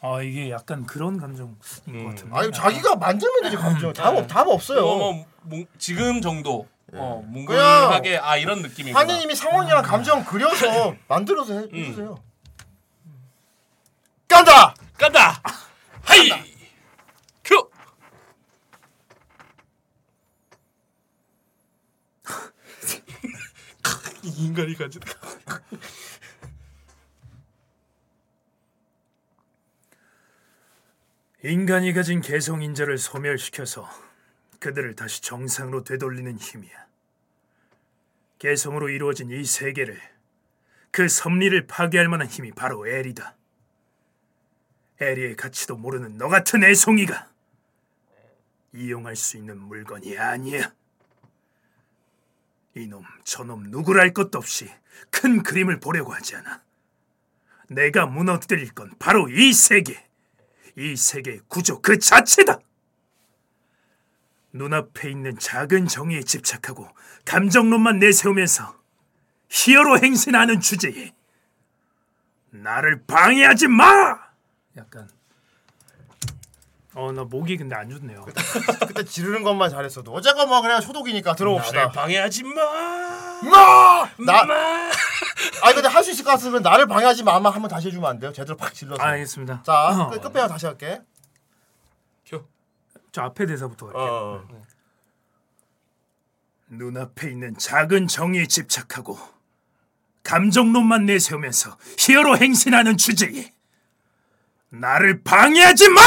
Speaker 6: 아 이게 약간 그런 감정인 것 같은데.
Speaker 4: 아유 자기가 만들면 되지 감정. 답, 답 없어요. 예.
Speaker 5: 어, 음. 뭐, 뭉- 지금 정도 어, 뭉글하게
Speaker 4: 그냥
Speaker 5: 아 이런 느낌이구나.
Speaker 4: 환희님이 상황이랑 감정 그려서 만들어서 해- 해주세요. 깐다!
Speaker 5: 간다. 하이. 큐. 이 인간이 가진
Speaker 6: 인간이 가진 개성 인자를 소멸시켜서 그들을 다시 정상으로 되돌리는 힘이야. 개성으로 이루어진 이 세계를 그 섭리를 파괴할 만한 힘이 바로 에리다. 에리의 가치도 모르는 너 같은 애송이가 이용할 수 있는 물건이 아니야. 이놈 저놈 누구랄 것도 없이 큰 그림을 보려고 하지 않아. 내가 무너뜨릴 건 바로 이 세계, 이 세계의 구조 그 자체다. 눈앞에 있는 작은 정의에 집착하고 감정론만 내세우면서 히어로 행세하는 주제에 나를 방해하지 마. 약간 어 나 목이 근데 안 좋네요.
Speaker 4: 그때 지르는 것만 잘했어도 어제가 뭐 그냥 소독이니까 들어봅시다.
Speaker 5: 방해하지 마.
Speaker 4: 마! 나 아니 근데 할 수 있을 것 같으면 나를 방해하지 마마 한번 다시 해주면 안 돼요? 제대로 팍 질러서.
Speaker 6: 아, 알겠습니다.
Speaker 4: 자,
Speaker 6: 어.
Speaker 4: 끝- 끝배야 다시 할게.
Speaker 6: 저 앞에 대사부터 갈게요.
Speaker 4: 어.
Speaker 6: 눈앞에 있는 작은 정의에 집착하고 감정론만 내세우면서 히어로 행세하는 주제에 나를 방해하지 마!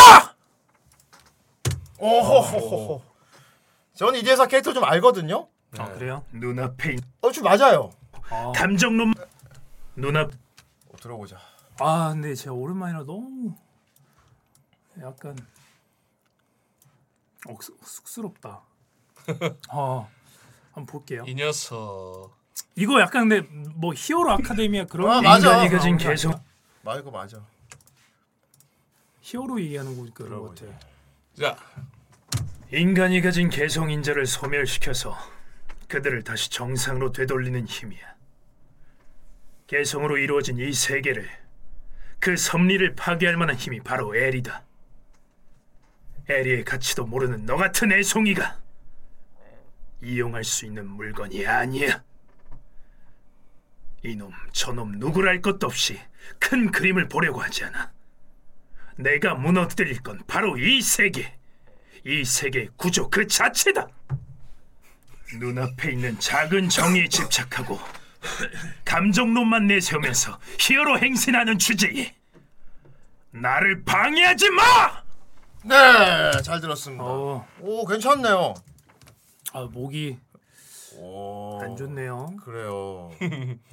Speaker 4: 오호호호호. 저는 이제서 캐릭터 좀 알거든요.
Speaker 6: 아 그래요? 눈앞에 있-
Speaker 4: 어, 좀 맞아요.
Speaker 6: 감정론 눈앞
Speaker 4: 어, 들어보자.
Speaker 6: 아 근데 제가 오랜만이라 너무 약간 억, 쑥스럽다. 어 한번 볼게요.
Speaker 5: 이 녀석.
Speaker 6: 이거 약간 근데 뭐 히어로 아카데미아 그런
Speaker 4: 아, 맞아.
Speaker 6: 인간이 가진
Speaker 4: 아,
Speaker 6: 개성
Speaker 4: 맞아, 이거 맞아.
Speaker 6: 히어로 얘기하는 거니까 그런 것 같아.
Speaker 5: 자,
Speaker 6: 인간이 가진 개성 인자를 소멸시켜서 그들을 다시 정상으로 되돌리는 힘이야. 개성으로 이루어진 이 세계를 그 섭리를 파괴할 만한 힘이 바로 에리다. 에리의 가치도 모르는 너 같은 애송이가 이용할 수 있는 물건이 아니야. 이놈 저놈 누구랄 것도 없이 큰 그림을 보려고 하지 않아. 내가 무너뜨릴 건 바로 이 세계. 이 세계 구조 그 자체다. 눈앞에 있는 작은 정의에 집착하고 감정론만 내세우면서 히어로 행세하는 주제에 나를 방해하지 마.
Speaker 4: 네, 잘 들었습니다.
Speaker 6: 어,
Speaker 4: 오, 괜찮네요.
Speaker 6: 아 목이
Speaker 4: 오.
Speaker 6: 안 좋네요.
Speaker 4: 그래요.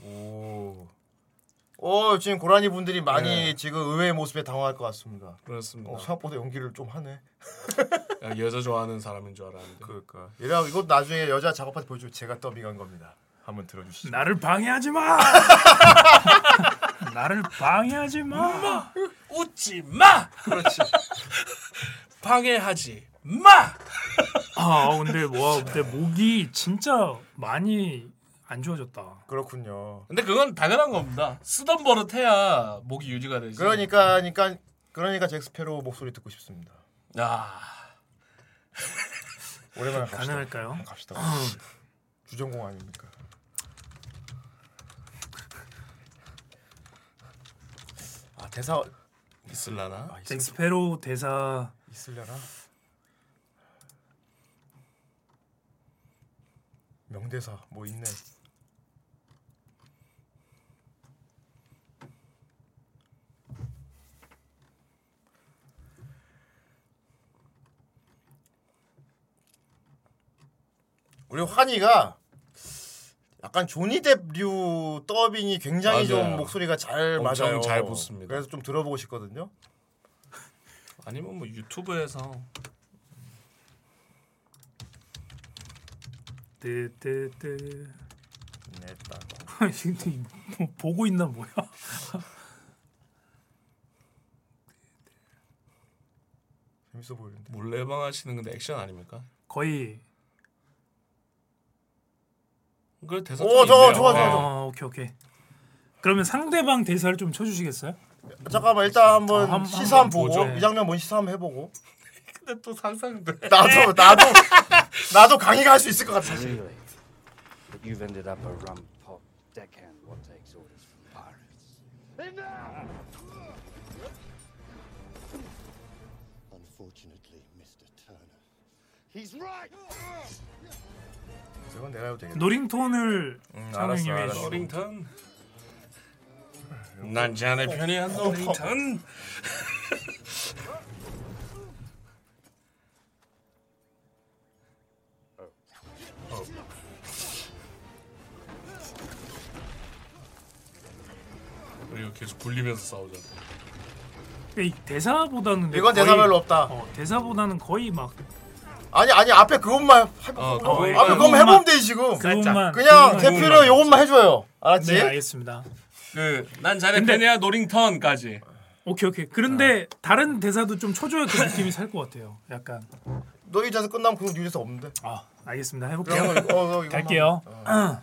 Speaker 4: 오. 오, 지금 고라니 분들이 많이 지금 의외의 모습에 당황할 것 같습니다.
Speaker 5: 그렇습니다.
Speaker 4: 어, 생각보다 연기를 좀 하네.
Speaker 5: 야, 여자 좋아하는 사람인 줄 알았는데.
Speaker 4: 그러니까. 얘랑 이거 나중에 여자 작업할 때 보여주고 제가 더빙한 겁니다. 한번 들어주시죠.
Speaker 6: 나를 방해하지 마. 나를 방해하지 마.
Speaker 5: 웃지 마. 그렇지. 방해하지 마.
Speaker 6: 아 근데 와 근데 목이 진짜 많이 안 좋아졌다.
Speaker 4: 그렇군요.
Speaker 5: 근데 그건 당연한 겁니다. 쓰던 버릇 해야 목이 유지가 되지.
Speaker 4: 그러니까, 그러니까, 그러니까 잭스페로 목소리 듣고 싶습니다.
Speaker 5: 야,
Speaker 4: 오랜만에 갑시다.
Speaker 6: 가능할까요?
Speaker 4: 갑시다. 주전공 아닙니까? 아 대사
Speaker 5: 있을라나?
Speaker 4: 있을-
Speaker 6: 잭스페로 대사
Speaker 4: 있으려나? 명대사 뭐 있네. 우리 환희가 약간 조니뎁류 더빙이 굉장히 좀
Speaker 5: 맞아요.
Speaker 4: 목소리가 잘
Speaker 5: 엄청
Speaker 4: 맞아요.
Speaker 5: 잘 붙습니다.
Speaker 4: 그래서 좀 들어보고 싶거든요.
Speaker 5: 아니면 뭐 유튜브에서
Speaker 6: 뜨뜨뜨
Speaker 4: 네, 딱.
Speaker 6: 이게 뭐 보고 있나 뭐야?
Speaker 4: 재밌어 보이는데.
Speaker 5: 몰래방 하시는 건데 액션 아닙니까?
Speaker 6: 거의
Speaker 5: 그 대사
Speaker 4: 오,
Speaker 5: 좀
Speaker 4: 저거, 저거,
Speaker 5: 있네요.
Speaker 4: 저거,
Speaker 5: 네.
Speaker 4: 저거.
Speaker 6: 어 오케이 오케이. 그러면 상대방 대사를 좀 쳐주시겠어요?
Speaker 4: 잠깐만 일단 한번
Speaker 6: 한-
Speaker 4: 시사 한번
Speaker 6: 한번
Speaker 4: 보고
Speaker 6: 보죠. 네.
Speaker 4: 이 장면 뭔 시사 한번 해보고
Speaker 5: 근데 또 상상돼.
Speaker 4: 나도 나도 나도 강의가 할 수 있을 것 같아
Speaker 6: 네.
Speaker 4: 사실
Speaker 9: But you've ended up a rum pop deckhand what takes orders from pirates. Unfortunately, Mr. Turner. He's right!
Speaker 4: 이건 내가 해도 되겠다
Speaker 6: 노링톤을
Speaker 4: 음, 알았어,
Speaker 6: 선생님이
Speaker 4: 알았어.
Speaker 6: 해주시고.
Speaker 5: 노링턴. 난 자네 편이 한 노링턴. 이거 계속 굴리면서 싸우잖아.
Speaker 6: 근데 이 대사보다는
Speaker 4: 이건
Speaker 6: 거의-
Speaker 4: 대사별로 없다.
Speaker 6: 어, 대사보다는 거의 막
Speaker 4: 아니 아니 앞에 그것만 해,
Speaker 5: 어,
Speaker 4: 어,
Speaker 5: 그거
Speaker 4: 앞에
Speaker 5: 그것만.
Speaker 4: 그것만 해보면 되지 지금.
Speaker 6: 그것만
Speaker 4: 그냥
Speaker 6: 그것만-
Speaker 4: 대표로 요것만 해줘요. 알았지?
Speaker 6: 네 알겠습니다.
Speaker 5: 그난 자네
Speaker 6: 근데-
Speaker 5: 팬이야 노링턴까지.
Speaker 6: 오케이 오케이. 그런데
Speaker 4: 아.
Speaker 6: 다른 대사도 좀 쳐줘야 그 느낌이 살 것 같아요. 약간
Speaker 4: 너 이자서 끝나면 그건 뉴에서 없는데.
Speaker 6: 아 알겠습니다.
Speaker 4: 그냥
Speaker 6: 해볼게요.
Speaker 4: 어, 너 이것만.
Speaker 6: 갈게요.
Speaker 4: 어.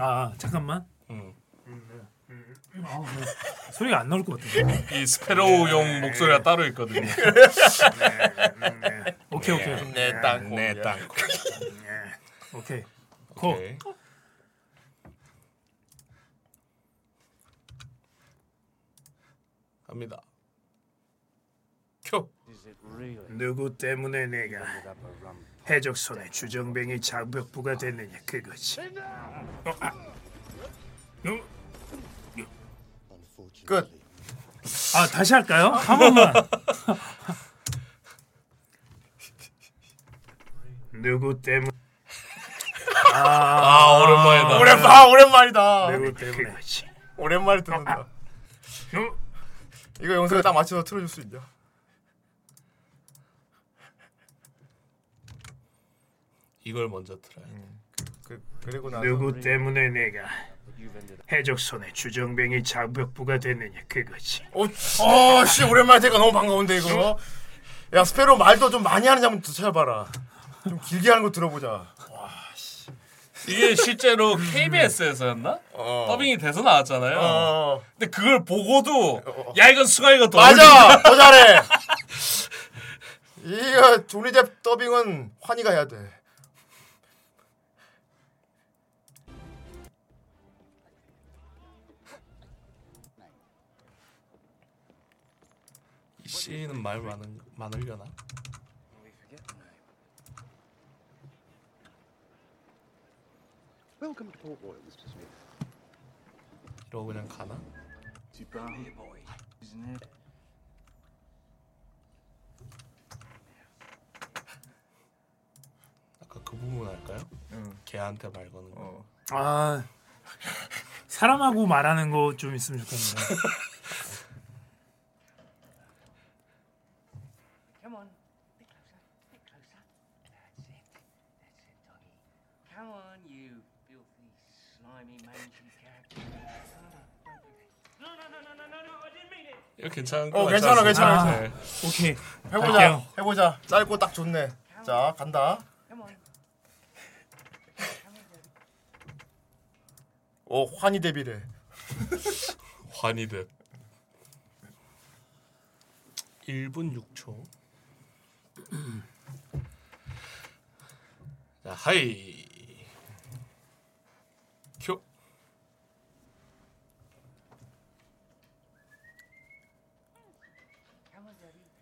Speaker 6: 아 잠깐만.
Speaker 5: 음.
Speaker 6: 아, 네. 소리가 안 나올 것 같아요.
Speaker 5: 이 스페로우용 목소리가 따로 있거든요.
Speaker 6: 오케이 오케이
Speaker 4: 내 땅.
Speaker 5: 내 네, 땅.
Speaker 6: 오케이. 고.
Speaker 5: 오케이. 갑니다. 큐.
Speaker 9: Is it really
Speaker 6: 누구 때문에 내가
Speaker 9: ended up a rump?
Speaker 6: 해적선의 주정뱅이 장벽부가 됐느냐 그거지. 어, 아. 어?
Speaker 4: 끝.
Speaker 6: 아 다시 할까요? 한 번만. 누구 때문?
Speaker 5: 아 오랜만이다.
Speaker 4: 오랜만 아, 오랜만이다.
Speaker 6: 누구 때문에? 그거지.
Speaker 4: 오랜만에 듣는다.
Speaker 6: 어?
Speaker 4: 이거 영상에 딱 맞춰서 틀어줄 수 있냐?
Speaker 5: 이걸 먼저 틀어야 돼.
Speaker 4: 그 그리고 나서
Speaker 6: 누구 때문에 내가
Speaker 9: You've ended up
Speaker 6: 해적선의 주정뱅이 장벽부가 됐느냐 그거지.
Speaker 4: 어, 어씨 오랜만에 되니까 너무 반가운데 이거. 야 스페로 말도 좀 많이 하는 장면 찾아봐라. 좀 길게 하는 거 들어보자.
Speaker 5: 이게 실제로 KBS에서였나?
Speaker 4: 어.
Speaker 5: 더빙이 돼서 나왔잖아요.
Speaker 4: 어.
Speaker 5: 근데 그걸 보고도 야 이건 승아이가 더 어울린다.
Speaker 4: 맞아 더 잘해. 이거 조니 뎁 더빙은 환희가 해야 돼.
Speaker 5: 이 씨는 말 많은 많으려나? 이러고 그냥 가나? 아까 그 부분 할까요? 걔한테 말 거는 거.
Speaker 6: 아 사람하고 말하는 거 좀 있으면 좋겠네요.
Speaker 1: Come on, you filthy, slimy, mangy character. Son of a donkey. No, no, no, no, no, no, no, I didn't mean it.
Speaker 5: 이거 괜찮은
Speaker 4: 어,
Speaker 5: 거 같지
Speaker 4: 괜찮아,
Speaker 5: 않습니까?
Speaker 6: 괜찮아,
Speaker 5: 네.
Speaker 6: 오케이
Speaker 4: 해보자
Speaker 6: 갈게요.
Speaker 4: 해보자 짧고 딱 좋네. 자 간다. 오 어, 환희 데뷔래.
Speaker 5: 환희 대 1분 6초 자 하이 큐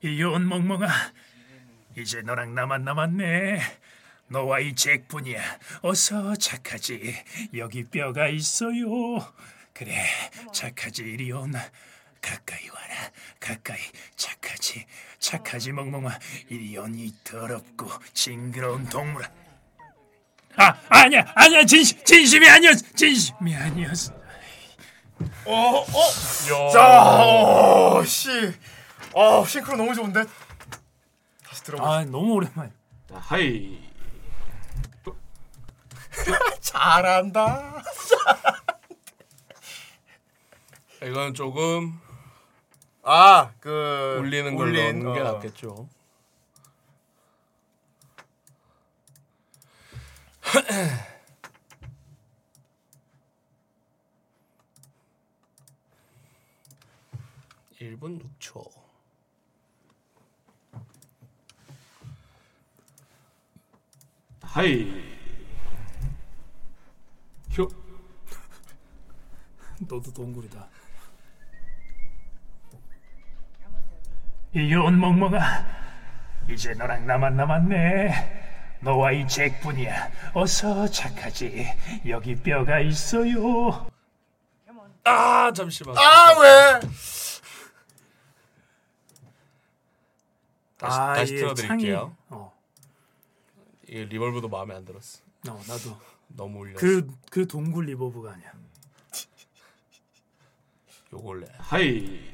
Speaker 6: 이온 멍멍아 이제 너랑 나만 남았네 너와 이 잭뿐이야 어서 착하지 여기 뼈가 있어요 그래 착하지 이리온 가까이 와라 가까이 착하지 착하지 멍멍아 이리온 이 더럽고 징그러운 동물아 아 아니야 아니야 진심 진심이 아니었어 진심이 아니었어
Speaker 5: 야.
Speaker 4: 자, 어, 씨. 아, 싱크로 너무 좋은데? 다시 들어보자.
Speaker 6: 아 너무 오랜만에
Speaker 5: 자, 하이
Speaker 4: 잘한다.
Speaker 5: 이건 조금
Speaker 4: 아, 그
Speaker 5: 올리는 걸로
Speaker 4: 올린,
Speaker 5: 넣는 게
Speaker 4: 어.
Speaker 5: 낫겠죠 일분 6초 하이 큐
Speaker 6: 너도 동굴이다. 이온 멍멍아, 이제 너랑 나만 남았네. 너와 이 잭뿐이야. 어서 착하지. 여기 뼈가 있어요.
Speaker 5: 아 잠시만
Speaker 4: 아, 왜?
Speaker 5: 다시, 다시 틀어드릴게요 아,
Speaker 6: 어.
Speaker 5: 이게 리벌브도 마음에 안 들었어
Speaker 6: 어 나도
Speaker 5: 너무 올렸어.
Speaker 6: 그 그 동굴 리버브가 아니야.
Speaker 5: 요걸래. 하이.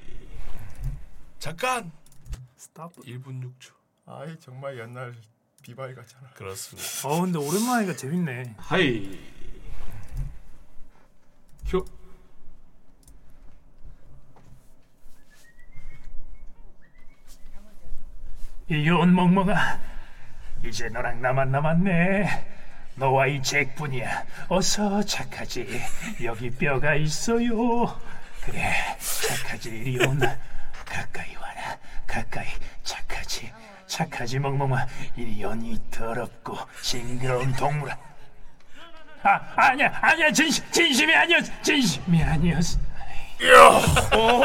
Speaker 5: 잠깐.
Speaker 6: 스탑.
Speaker 5: 1분 6초.
Speaker 4: 아이 정말 옛날 비바이 같잖아.
Speaker 5: 그렇습니다.
Speaker 6: 어 근데 오랜만이가 재밌네.
Speaker 5: 하이. 효.
Speaker 6: 이혼 멍멍아 이제 너랑 나만 남았네 너와 이 잭뿐이야 어서 착하지 여기 뼈가 있어요 그래 착하지 이리 오나 가까이 와라 가까이 착하지 착하지 멍멍아 이리 연이 더럽고 징그러운 동물아 아 아니야 아니야 진심 진심이 아니었어 진심이 아니었어 어,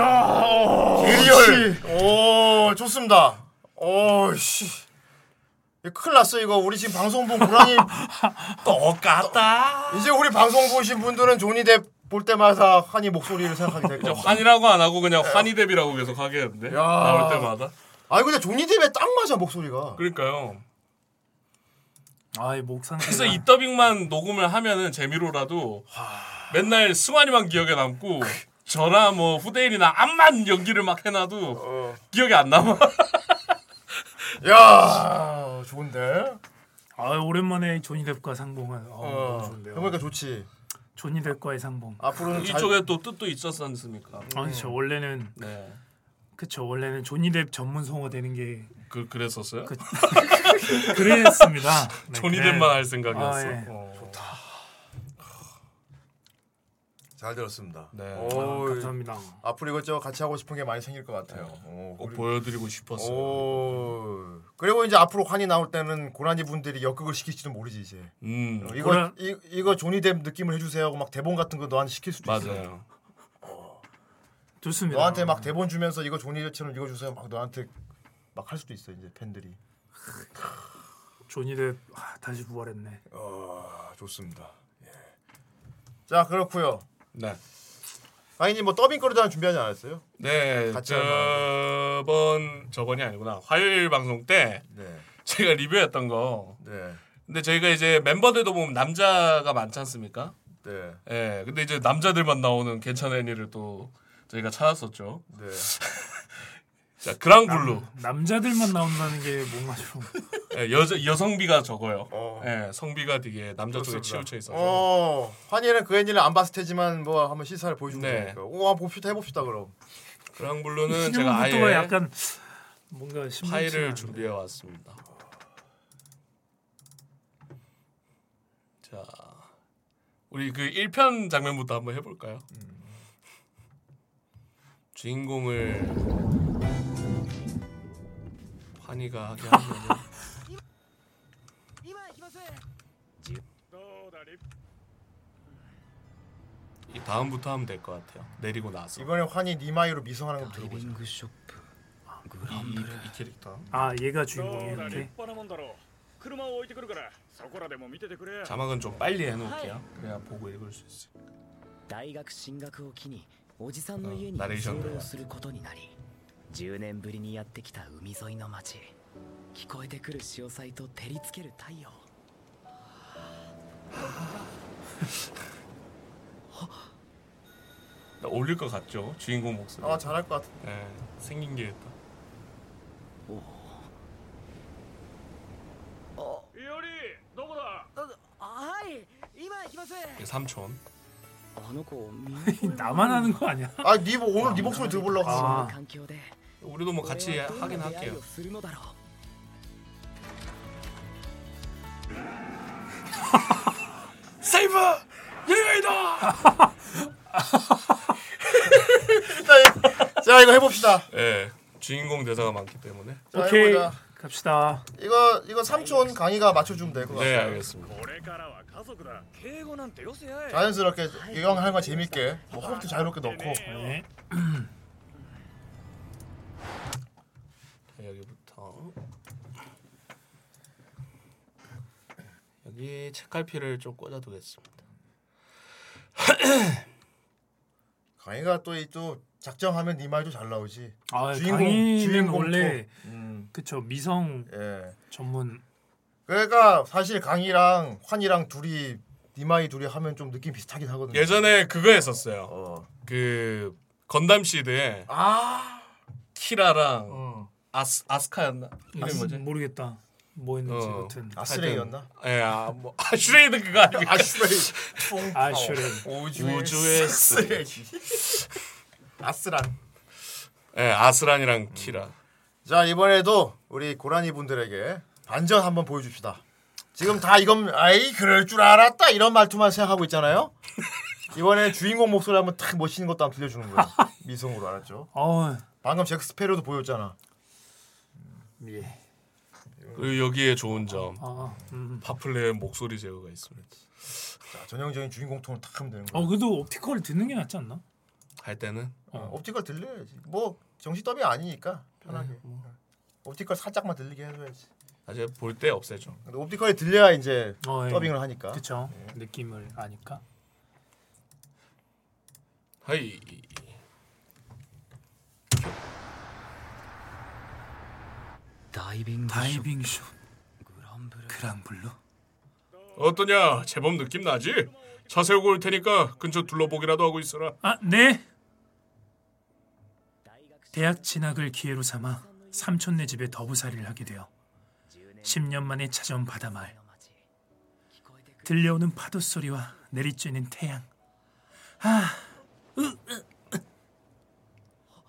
Speaker 5: 어,
Speaker 4: 리얼. 오 좋습니다. 오씨. 큰일 났어 이거 우리 지금 방송 본 고라니
Speaker 5: 똑같다.
Speaker 4: 이제 우리 방송 보신 분들은 조니 뎁볼 때마다 환희 목소리를 생각하게 될
Speaker 5: 이제
Speaker 4: 거예요.
Speaker 5: 환이라고 안 하고 그냥 환이대비라고 계속 하겠는데 나올 때마다.
Speaker 4: 아니 근데 조니 뎁에 딱 맞아 목소리가.
Speaker 5: 그러니까요.
Speaker 6: 아이 목상
Speaker 5: 그래서 이 더빙만 녹음을 하면은 재미로라도 맨날 승환이만 기억에 남고 저나 뭐 후대인이나 암만 연기를 막 해놔도 기억이 안 남아.
Speaker 4: 야 좋은데.
Speaker 6: 아 오랜만에 조니뎁과 상봉은 어,
Speaker 4: 어.
Speaker 6: 너무 좋은데요.
Speaker 4: 그러니까 좋지.
Speaker 6: 조니뎁과의 상봉.
Speaker 5: 아,
Speaker 4: 앞으로는 잘-
Speaker 5: 그 이쪽에 또 뜻도 있었지 않습니까?
Speaker 6: 아니 저 원래는
Speaker 5: 네.
Speaker 6: 그쵸 원래는 조니뎁 전문 성어 되는 게
Speaker 5: 그 그랬었어요?
Speaker 6: 그, 그랬습니다. 네,
Speaker 5: 존이덴만
Speaker 6: 그래.
Speaker 5: 할 생각이었어.
Speaker 6: 아, 예.
Speaker 5: 어.
Speaker 4: 잘 들었습니다.
Speaker 5: 네.
Speaker 4: 오,
Speaker 6: 감사합니다.
Speaker 4: 앞으로 이것저것 같이 하고 싶은 게 많이 생길 것 같아요. 오,
Speaker 5: 꼭
Speaker 4: 그리고,
Speaker 5: 어, 보여드리고 싶었어. 요
Speaker 4: 오, 그리고 이제 앞으로 환이 나올 때는 고라니 분들이 역극을 시킬지도 모르지 이제.
Speaker 5: 음
Speaker 4: 이거
Speaker 6: 고라-
Speaker 4: 이, 이거 조니뎁 느낌을 해주세요 하고 막 대본 같은 거 너한테 시킬 수도 있어.
Speaker 5: 맞아요.
Speaker 6: 좋습니다.
Speaker 4: 너한테 막 대본 주면서 이거 조니뎁처럼 이거 주세요 막 너한테 막 할 수도 있어 이제 팬들이.
Speaker 6: 조니뎁 아, 다시 부활했네.
Speaker 4: 아 좋습니다. 자 그렇고요.
Speaker 5: 네.
Speaker 4: 아니님 뭐 더빙 거를 다 준비하지 않았어요?
Speaker 5: 네.
Speaker 4: 같이
Speaker 5: 저번 저번이 아니구나. 화요일 방송 때
Speaker 4: 네.
Speaker 5: 제가 리뷰했던 거.
Speaker 4: 네.
Speaker 5: 근데 저희가 이제 멤버들도 보면 남자가 많지 않습니까?
Speaker 4: 네.
Speaker 5: 예. 근데 이제 남자들만 나오는 괜찮은 애니를 또 저희가 찾았었죠.
Speaker 4: 네.
Speaker 5: 자, 그랑블루.
Speaker 6: 남자들만 나온다는 게 뭔가 좀
Speaker 5: 예, 여자 여성비가 적어요.
Speaker 4: 어.
Speaker 5: 예, 성비가 되게 남자 쪽에 치우쳐 있어서.
Speaker 4: 어, 환희는 그 애니를 안 봤을 테지만 뭐 한번 시사를 보여주면
Speaker 5: 네.
Speaker 4: 되니까. 오, 한번 봅시다 해봅시다 그럼.
Speaker 5: 그랑블루는 제가
Speaker 6: 신용부터가
Speaker 5: 아예
Speaker 6: 약간 뭔가 심상치
Speaker 5: 파일을
Speaker 6: 않은데.
Speaker 5: 준비해 왔습니다. 자, 우리 그 1편 장면부터 한번 해볼까요?
Speaker 6: 음.
Speaker 5: 주인공을 환희가 하게 하면
Speaker 1: 今行きます
Speaker 5: 이 다음부터 하면 될 것 같아요. 내리고 나서
Speaker 4: 이번에 환희 니마이로 미성하는 거 들어보자.
Speaker 1: ングショップ
Speaker 5: 이, 이, 이 캐릭터
Speaker 6: 아 얘가 주인공이 이렇게
Speaker 10: なもんだろう車を置いてくるからそこらでも見ててくれ
Speaker 5: 자막은 좀 빨리 해놓을게요. 그래야 보고 읽을 수 있어요.
Speaker 1: 大学進学を機におじさんの家
Speaker 5: うんナレー
Speaker 1: に
Speaker 5: ションだよ
Speaker 1: をすることになり10年ぶりにやってきた海沿いの町聞こえてくる潮騒と照りつける太陽
Speaker 5: 나 올릴 것 같죠? 주인공 목소리.
Speaker 4: 아 잘할 것 같아.
Speaker 5: 네, 생긴 게 있다.
Speaker 10: いよりどこだ
Speaker 1: はい今行きます
Speaker 5: 이게 삼촌.
Speaker 1: あの子
Speaker 6: 나만 하는 거 아니야?
Speaker 4: 아니 네 목- 오늘 네 목소리 들어보려고.
Speaker 6: 아.
Speaker 1: 環境で
Speaker 5: 우리도 뭐 같이
Speaker 4: 어,
Speaker 1: 俺はどんな
Speaker 5: 하긴
Speaker 1: 出会い
Speaker 5: 할게요.
Speaker 1: をするのだろう
Speaker 5: 세이브! 예외이다!
Speaker 4: 자 이거 해봅시다.
Speaker 5: 예. 주인공 대사가 많기 때문에.
Speaker 4: 자,
Speaker 6: 오케이
Speaker 4: 해보자.
Speaker 6: 갑시다.
Speaker 4: 이거 이거 삼촌 강희가 맞춰주면 될 것 같아.
Speaker 5: 네, 알겠습니다.
Speaker 10: これからは家族だ敬語なんてよせやい
Speaker 4: 자연스럽게 예광하는 거 재밌게 뭐 호흡도 자유롭게 넣고.
Speaker 6: 네.
Speaker 5: 자, 예, 여기부터. 여기 책갈피를 좀 꽂아두겠습니다.
Speaker 4: 강희가 또 이 또 작정하면 니마이도 잘 나오지.
Speaker 6: 아
Speaker 4: 주인공,
Speaker 6: 강인은
Speaker 4: 주인공
Speaker 6: 원래
Speaker 4: 음,
Speaker 6: 그쵸 미성
Speaker 4: 예.
Speaker 6: 전문
Speaker 4: 그러니까 사실 강이랑 환이랑 둘이 니마이 둘이 하면 좀 느낌 비슷하긴 하거든요.
Speaker 5: 예전에 그거 했었어요.
Speaker 4: 어.
Speaker 5: 그 건담 시대에
Speaker 4: 아.
Speaker 5: 키라랑
Speaker 4: 어.
Speaker 5: 아스 아스카였나? 이름이
Speaker 6: 아스-
Speaker 5: 뭐지?
Speaker 6: 모르겠다. 뭐 있는지
Speaker 5: 어.
Speaker 6: 같은.
Speaker 4: 아스레이였나?
Speaker 5: 예, 아, 뭐 아슈레이드 그거 아니야?
Speaker 4: 아스레이.
Speaker 6: 아슈레.
Speaker 5: 우주의
Speaker 4: 쓰레기. 아스란.
Speaker 5: 예, 아스란이랑 키라.
Speaker 4: 자 이번에도 우리 고라니 분들에게 반전 한번 보여줍시다. 지금 다 이건 아이 그럴 줄 알았다 이런 말투만 생각하고 있잖아요. 이번에 주인공 목소리 한번 탁 멋있는 것도 한번 들려주는 거예요. 미성으로 알았죠?
Speaker 6: 어,
Speaker 4: 방금 잭스페로도 보였잖아.
Speaker 6: 예.
Speaker 5: 그리고 여기에 좋은 점
Speaker 6: 아, 음.
Speaker 5: 파플레의 목소리 제어가 있습니다.
Speaker 4: 자, 전형적인 주인공 톤을 탁 하면 되는 거예요.
Speaker 6: 어, 그래도 옵티컬 듣는 게 낫지 않나?
Speaker 5: 할 때는
Speaker 4: 어, 옵티컬 들려야지. 뭐 정시더비 아니니까 편하게.
Speaker 6: 네, 뭐.
Speaker 4: 옵티컬 살짝만 들리게 해줘야지.
Speaker 5: 아직 볼 때 없애죠.
Speaker 4: 근데 옵티컬이 들려야 이제
Speaker 6: 어, 예.
Speaker 4: 더빙을 하니까.
Speaker 6: 그쵸. 느낌을 아니까.
Speaker 5: 하이.
Speaker 1: 다이빙
Speaker 6: 다이빙 쇼.
Speaker 1: 그랑블루
Speaker 5: 어떠냐? 제법 느낌 나지? 차 세우고 올 테니까 근처 둘러보기라도 하고 있어라.
Speaker 6: 아, 네. 대학 진학을 기회로 삼아 삼촌네 집에 더부살이를 하게 되어 10년 만에 찾아온 바다 마을. 들려오는 파도 소리와 내리쬐는 태양. 아,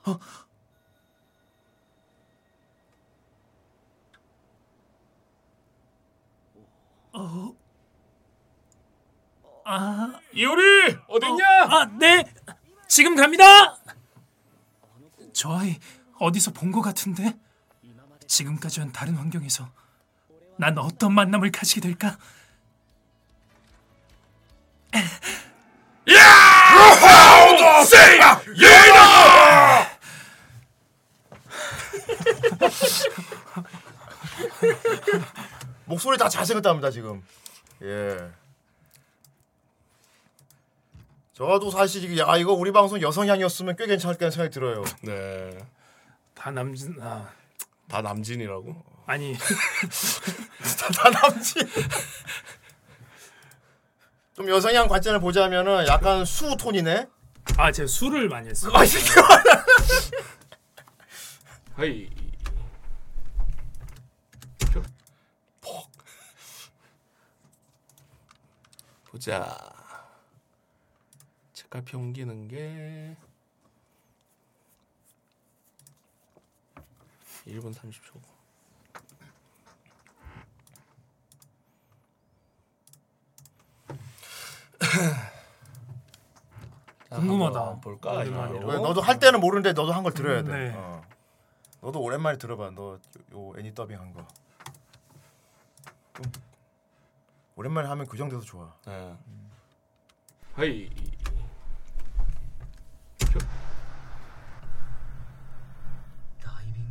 Speaker 6: 어. 어.
Speaker 5: 이효리 어딨냐?
Speaker 6: 아, 네. 지금 갑니다. 저 아이 어디서 본 것 같은데? 지금까지는 다른 환경에서 난 어떤 만남을 가지게 될까?
Speaker 4: 목소리 다 잘생겼답니다 지금. 예. 저도 사실 이게 아 이거 우리 방송 여성향이었으면 꽤 괜찮을 거라는 생각이 들어요.
Speaker 5: 네.
Speaker 6: 다 남진 아
Speaker 5: 다 남진이라고.
Speaker 6: 아니
Speaker 4: 다 남지. 좀 여성향 관점을 보자면은 약간 수 톤이네.
Speaker 6: 아 제가 술을 많이 했어.
Speaker 4: 아 이게
Speaker 5: 하이. 폭. 보자. 책갈피 옮기는 게 1분 30초.
Speaker 6: 궁금하다.
Speaker 5: 볼까? 이거
Speaker 4: 왜 너도 할 때는 모르는데 너도 한 걸 들어야 돼.
Speaker 6: 네.
Speaker 4: 어. 너도 오랜만에 들어봐. 너 요 애니 더빙 한 거. 좀 오랜만에 하면 그 교정돼서 좋아.
Speaker 5: 네. 하이.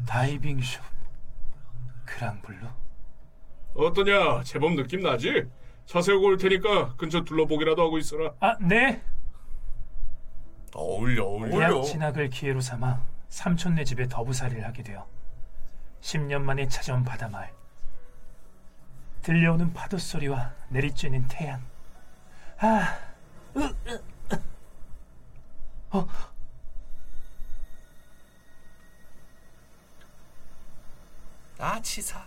Speaker 6: 다이빙 쇼. 그랑블루.
Speaker 5: 어떠냐? 제법 느낌 나지? 차 세우고 올 테니까 근처 둘러보기라도 하고 있어라.
Speaker 6: 아 네.
Speaker 5: 어울려 어울려.
Speaker 6: 대학 진학을 기회로 삼아 삼촌네 집에 더부살이를 하게 되어 10년 만에 찾아온 바다 마을. 들려오는 파도 소리와 내리쬐는 태양.
Speaker 5: 아 치사.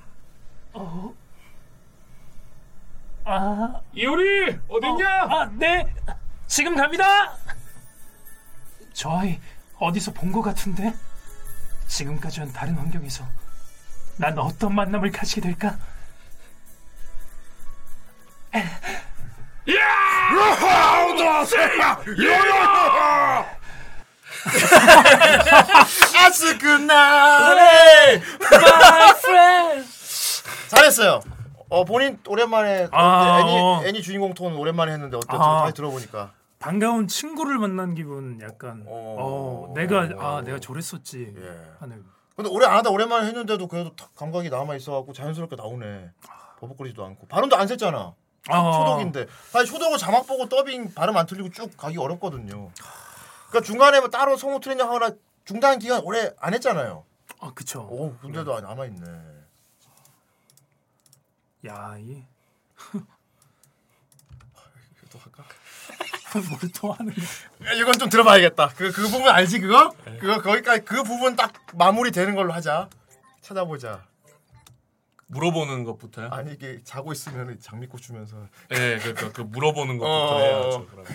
Speaker 6: 아,
Speaker 5: 이효리 어딨냐?
Speaker 6: 아, 네. 지금 갑니다. 저 아이 어디서 본 것 같은데? 지금까지는 다른 환경에서 난 어떤 만남을 가지게 될까?
Speaker 4: 아스쿠나레 잘했어요. 어 본인 오랜만에 어때?
Speaker 6: 아,
Speaker 4: 애니
Speaker 6: 어.
Speaker 4: 애니 주인공 톤 오랜만에 했는데 어때?
Speaker 6: 아.
Speaker 4: 다시 들어보니까
Speaker 6: 반가운 친구를 만난 기분 약간
Speaker 4: 어, 어,
Speaker 6: 내가 아 내가 저랬었지
Speaker 4: 예.
Speaker 6: 하는
Speaker 4: 근데 오래 안 하다 오랜만에 했는데도 그래도 탁 감각이 남아 있어갖고 자연스럽게 나오네. 버벅거리지도 않고 발음도 안 셌잖아.
Speaker 6: 아,
Speaker 4: 초독인데 사실 초독은 자막 보고 더빙 발음 안 틀리고 쭉 가기 어렵거든요. 그러니까 중간에 뭐 따로 성우 트레이닝 하거나 중단 기간 오래 안 했잖아요.
Speaker 6: 아 그쵸
Speaker 4: 오 근데도 남아 있네.
Speaker 6: 야, 이
Speaker 5: 또 할까?
Speaker 6: 뭘 또 하는 거야?
Speaker 4: 야, 이건 좀 들어봐야겠다. 그, 그 부분 알지, 그거? 그거, 거기까지, 그 부분 딱 마무리 되는 걸로 하자. 찾아보자.
Speaker 5: 물어보는 것부터요?
Speaker 4: 아니, 이게 자고 있으면 장미꽃 주면서.
Speaker 5: 예, 그, 그, 그 물어보는 것부터
Speaker 4: 어.
Speaker 5: 해야죠. 그러면.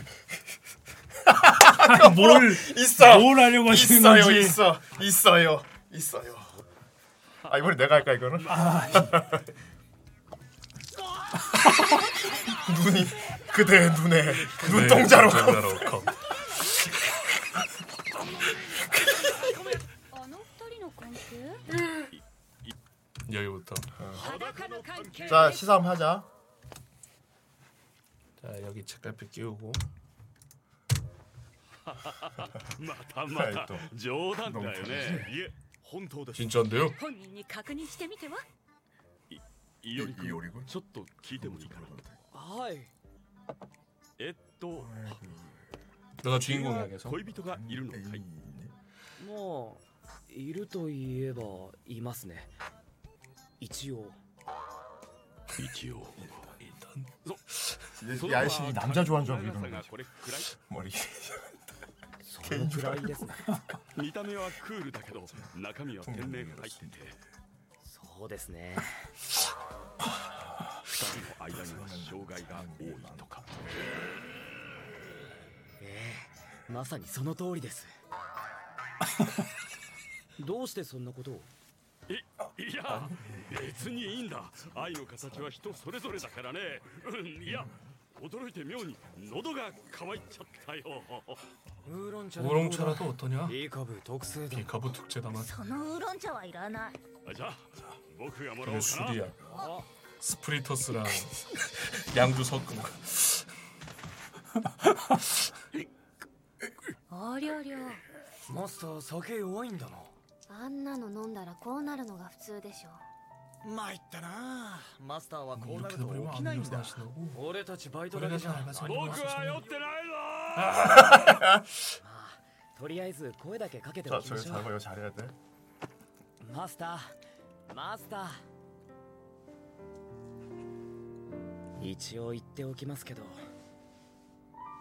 Speaker 6: 아, 뭘
Speaker 4: 있어!
Speaker 6: 뭘 하려고 하시는
Speaker 4: 있어요,
Speaker 6: 건지.
Speaker 4: 있어. 있어요. 있어요. 아, 이번에 내가 할까, 이거는? 눈이, 그대 눈에 눈동자로.
Speaker 5: 네, 눈동자로 컵. 어,
Speaker 3: あの二人の関係
Speaker 5: 그? 여기부터.
Speaker 4: 자, 시삼하자.
Speaker 5: 자, 여기 책갈피 끼우고.
Speaker 10: またま
Speaker 4: はい
Speaker 10: た
Speaker 4: と
Speaker 10: 冗談だよねいえ本当です
Speaker 5: 진짜인데요?
Speaker 3: 本人に確認してみては
Speaker 10: イオリ君ちょっと聞いてもいいかな
Speaker 1: はい。
Speaker 10: えっと
Speaker 5: 내가 주인공이야, 계속.
Speaker 10: 恋人がいるのかい
Speaker 1: まあ、いるといえば、いますね。一応。
Speaker 10: 一応
Speaker 4: 이 아저씨 남자 좋아하는 줄 알고
Speaker 10: 長
Speaker 4: 이러는
Speaker 10: さが
Speaker 4: 거지.
Speaker 10: これくらい
Speaker 4: 머리.
Speaker 1: そのくらい ですね。
Speaker 10: 見た目はクールだけど中身は天然入ってて
Speaker 1: そうですね。
Speaker 10: 二人の間には障害が多いとか
Speaker 1: まさにその通り です。どうしてそんなことを
Speaker 10: いいや別にいいんだ愛の形は人それぞれだからねうんいや驚いて妙に喉が渇いちゃったよ
Speaker 1: ウーロン茶の方だ
Speaker 5: 우롱차라도 어떠냐?
Speaker 1: いい株特製だ
Speaker 5: 이 。 가부 특제다만.
Speaker 11: このウーロン茶はいらない
Speaker 10: あじゃあ
Speaker 4: 뭐
Speaker 10: 僕がもらおう
Speaker 5: 이거
Speaker 10: かな
Speaker 5: 술이야. 스프리터스랑 양주 섞은 거.
Speaker 11: ありゃりゃ
Speaker 1: マスター酒弱いんだな。
Speaker 3: あんなの飲んだらこうなるのが普通でしょ
Speaker 1: 参ったな。マスターはこうな
Speaker 5: 이렇게
Speaker 1: ると
Speaker 5: 돼버리면
Speaker 1: 起きないん
Speaker 5: 안녕도
Speaker 1: だ。
Speaker 5: 하시고.
Speaker 1: 俺たちバイトだ
Speaker 5: 우리가
Speaker 1: けじゃ
Speaker 5: 잘
Speaker 1: ん
Speaker 5: 알면서
Speaker 10: 僕は酔
Speaker 5: 하시는
Speaker 10: ってない ぞ
Speaker 1: とりあえず声だけかけてお
Speaker 4: 자,
Speaker 1: きま
Speaker 4: 저기
Speaker 1: しょう
Speaker 4: 잘봐요. 잘해야 돼.
Speaker 1: マスターマスター一応言っておきますけど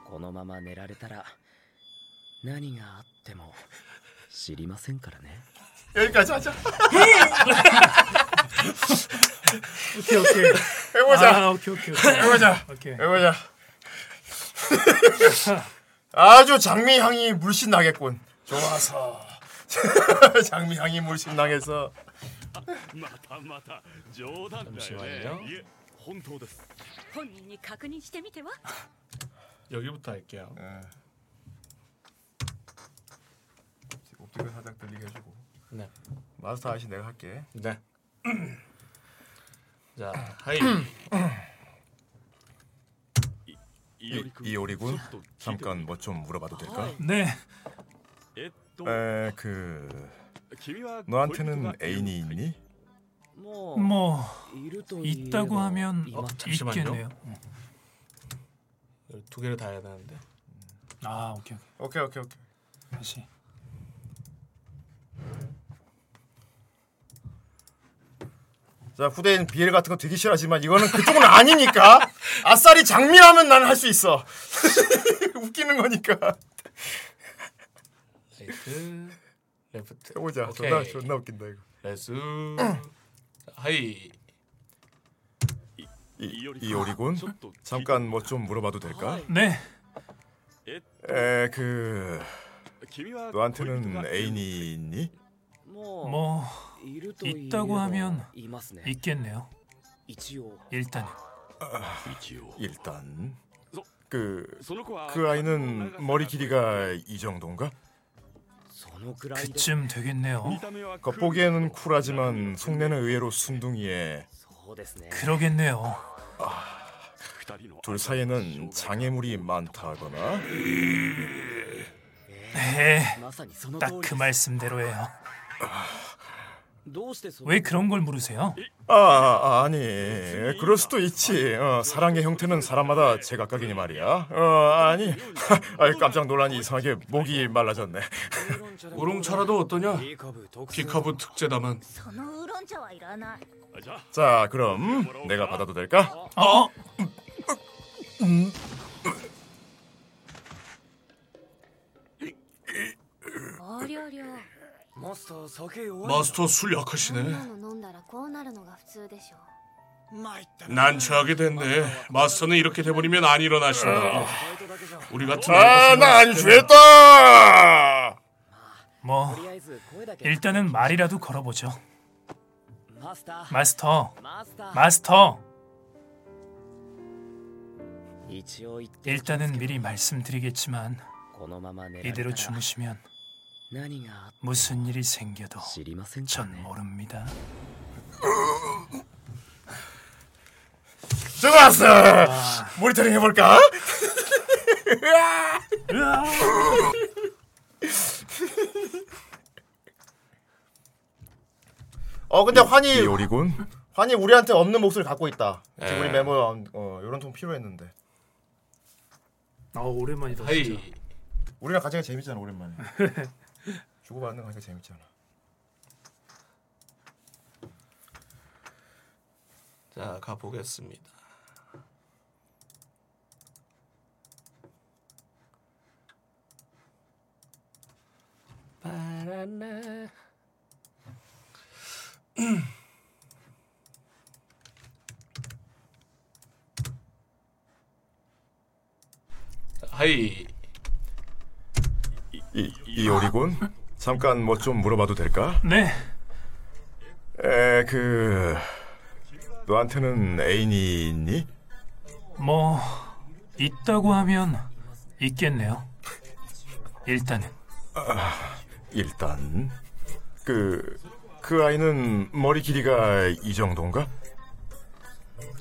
Speaker 1: このまま寝られたら何があっても知りませんからね
Speaker 4: 여기까지 하자.
Speaker 6: 오케이 오케이.
Speaker 4: 해보자.
Speaker 6: 아, 오케이 오케이. 오케이.
Speaker 4: 해보자.
Speaker 6: 오케이.
Speaker 4: 해보자. 아주 장미 향이 물씬 나겠군. 좋아서. 장미 향이 물씬 나겠어.
Speaker 10: ま
Speaker 4: 아,
Speaker 10: たまた冗談だよ
Speaker 4: 네.
Speaker 10: ねいえ本当です
Speaker 3: 本人に確認してみては
Speaker 5: 여기부터 할게요.
Speaker 4: 엎드려 살짝 들리게 해주고.
Speaker 5: 네.
Speaker 4: 마스터 아저씨 내가 할게.
Speaker 5: 네. 자, 하이.
Speaker 10: いおり
Speaker 4: 그
Speaker 10: 君ちょっと聞いて
Speaker 4: 뭐좀 물어봐도 될까?
Speaker 6: 네.
Speaker 10: えっと
Speaker 4: 에, 그
Speaker 10: 君は
Speaker 4: 있니?
Speaker 1: もう
Speaker 6: 뭐
Speaker 1: いるといえば
Speaker 6: 있다고 하면
Speaker 1: 今
Speaker 5: 잠시만요.
Speaker 6: 있겠네요. 음.
Speaker 5: 두 개를 다 해야 되는데.
Speaker 6: 아, 오케이 오케이.
Speaker 4: 오케이 오케이 오케이.
Speaker 6: 다시.
Speaker 4: 자 후대인 비엘 같은 거 되게 싫어하지만 이거는 그쪽은 아니니까 아싸리 장미라면 나는 할 수 있어. 웃기는 거니까.
Speaker 5: 라이트, 레프트.
Speaker 4: 해보자.
Speaker 5: 오케이.
Speaker 4: 존나 존나 웃긴다 이거.
Speaker 5: 레스. 자, 하이.
Speaker 10: い
Speaker 4: 이 오리군
Speaker 10: ちょっと聞い
Speaker 4: 뭐 좀 물어봐도 될까?
Speaker 6: 네.
Speaker 10: え
Speaker 4: 에 그
Speaker 10: 君は
Speaker 4: 애인이 있니?
Speaker 1: も
Speaker 6: 뭐
Speaker 1: ういるといえば
Speaker 6: 있다고 하면
Speaker 1: いますね
Speaker 6: 있겠네요.
Speaker 1: 一応
Speaker 6: 일단.
Speaker 10: 一応
Speaker 4: 일단
Speaker 10: 소-
Speaker 4: 그.
Speaker 10: その子は
Speaker 4: 그 아이는 머리 길이가 이 정도인가?
Speaker 1: そのくらいで
Speaker 6: 그쯤 되겠네요.
Speaker 10: 見た目は
Speaker 4: 겉보기에는 쿨하지만 속내는 의외로 순둥이에
Speaker 1: そうですね
Speaker 6: 그러겠네요.
Speaker 10: 二人の
Speaker 4: 둘 사이에는 장애물이 많다거나
Speaker 6: 네.
Speaker 1: まさにその通
Speaker 6: 딱
Speaker 1: り
Speaker 6: 그
Speaker 1: です
Speaker 6: 말씀대로예요.
Speaker 1: どうしてそんな
Speaker 6: 왜 그런 걸 물으세요?
Speaker 4: 아, 아 아니 그럴 수도 있지 어, 사랑의 형태는 사람마다 제각각이니 말이야 어 아니 아 깜짝 놀라니 이상하게 목이 말라졌네
Speaker 5: 우롱차라도 어떠냐?
Speaker 1: いい株特製
Speaker 12: 뭐.
Speaker 5: 비카브 특제다만.
Speaker 12: 음.
Speaker 11: そのウーロン茶はいらない
Speaker 12: 자, 그럼 내가 받아도 될까?
Speaker 6: 어?
Speaker 3: おりょりょ
Speaker 9: マスター酒弱いな
Speaker 5: 마스터 술
Speaker 3: こん
Speaker 5: 약하시네.
Speaker 3: なの飲んだらこうなるのが普通でしょ
Speaker 5: 난 저하게 됐네. 마스터는 이렇게 돼버리면 안 일어나신다. 우리 같은
Speaker 12: 음. 아, 나 안 취했다.
Speaker 6: 뭐
Speaker 9: とりあえず声だけ
Speaker 6: 일단은 말이라도 걸어보죠.
Speaker 9: マスター
Speaker 6: 마스터,
Speaker 9: マスター
Speaker 6: 마스터.
Speaker 9: 一応言っておきます
Speaker 6: 일단은 미리 말씀드리겠지만
Speaker 9: このまま寝られた
Speaker 6: 이대로
Speaker 9: ら
Speaker 6: 주무시면
Speaker 9: 何があっ
Speaker 6: 무슨 일이 생겨도
Speaker 9: 知りませんか
Speaker 6: 전
Speaker 9: ね
Speaker 6: 모릅니다.
Speaker 12: 좋았어.
Speaker 5: 아.
Speaker 12: 모니터링 해볼까?
Speaker 4: 어 근데 환희
Speaker 12: 이 예. 오리군.
Speaker 4: 환희 우리한테 없는 목소리 갖고 있다. 지금
Speaker 5: 에.
Speaker 4: 우리 메모 어, 이런 통 필요했는데
Speaker 6: 아 오랜만이다 진짜.
Speaker 5: 헤이.
Speaker 4: 우리랑 가장 재밌잖아 오랜만에. 주고받는 거 가장 재밌잖아.
Speaker 5: 자 가보겠습니다. 바나나. 하이
Speaker 12: 이, 이 오리군. 잠깐 뭐 좀 물어봐도 될까?
Speaker 6: 네,
Speaker 12: 에, 그 너한테는 애인이 있니?
Speaker 6: 뭐 있다고 하면 있겠네요. 일단은
Speaker 12: 일단 그. 그 아이는 머리 길이가 이 정도인가?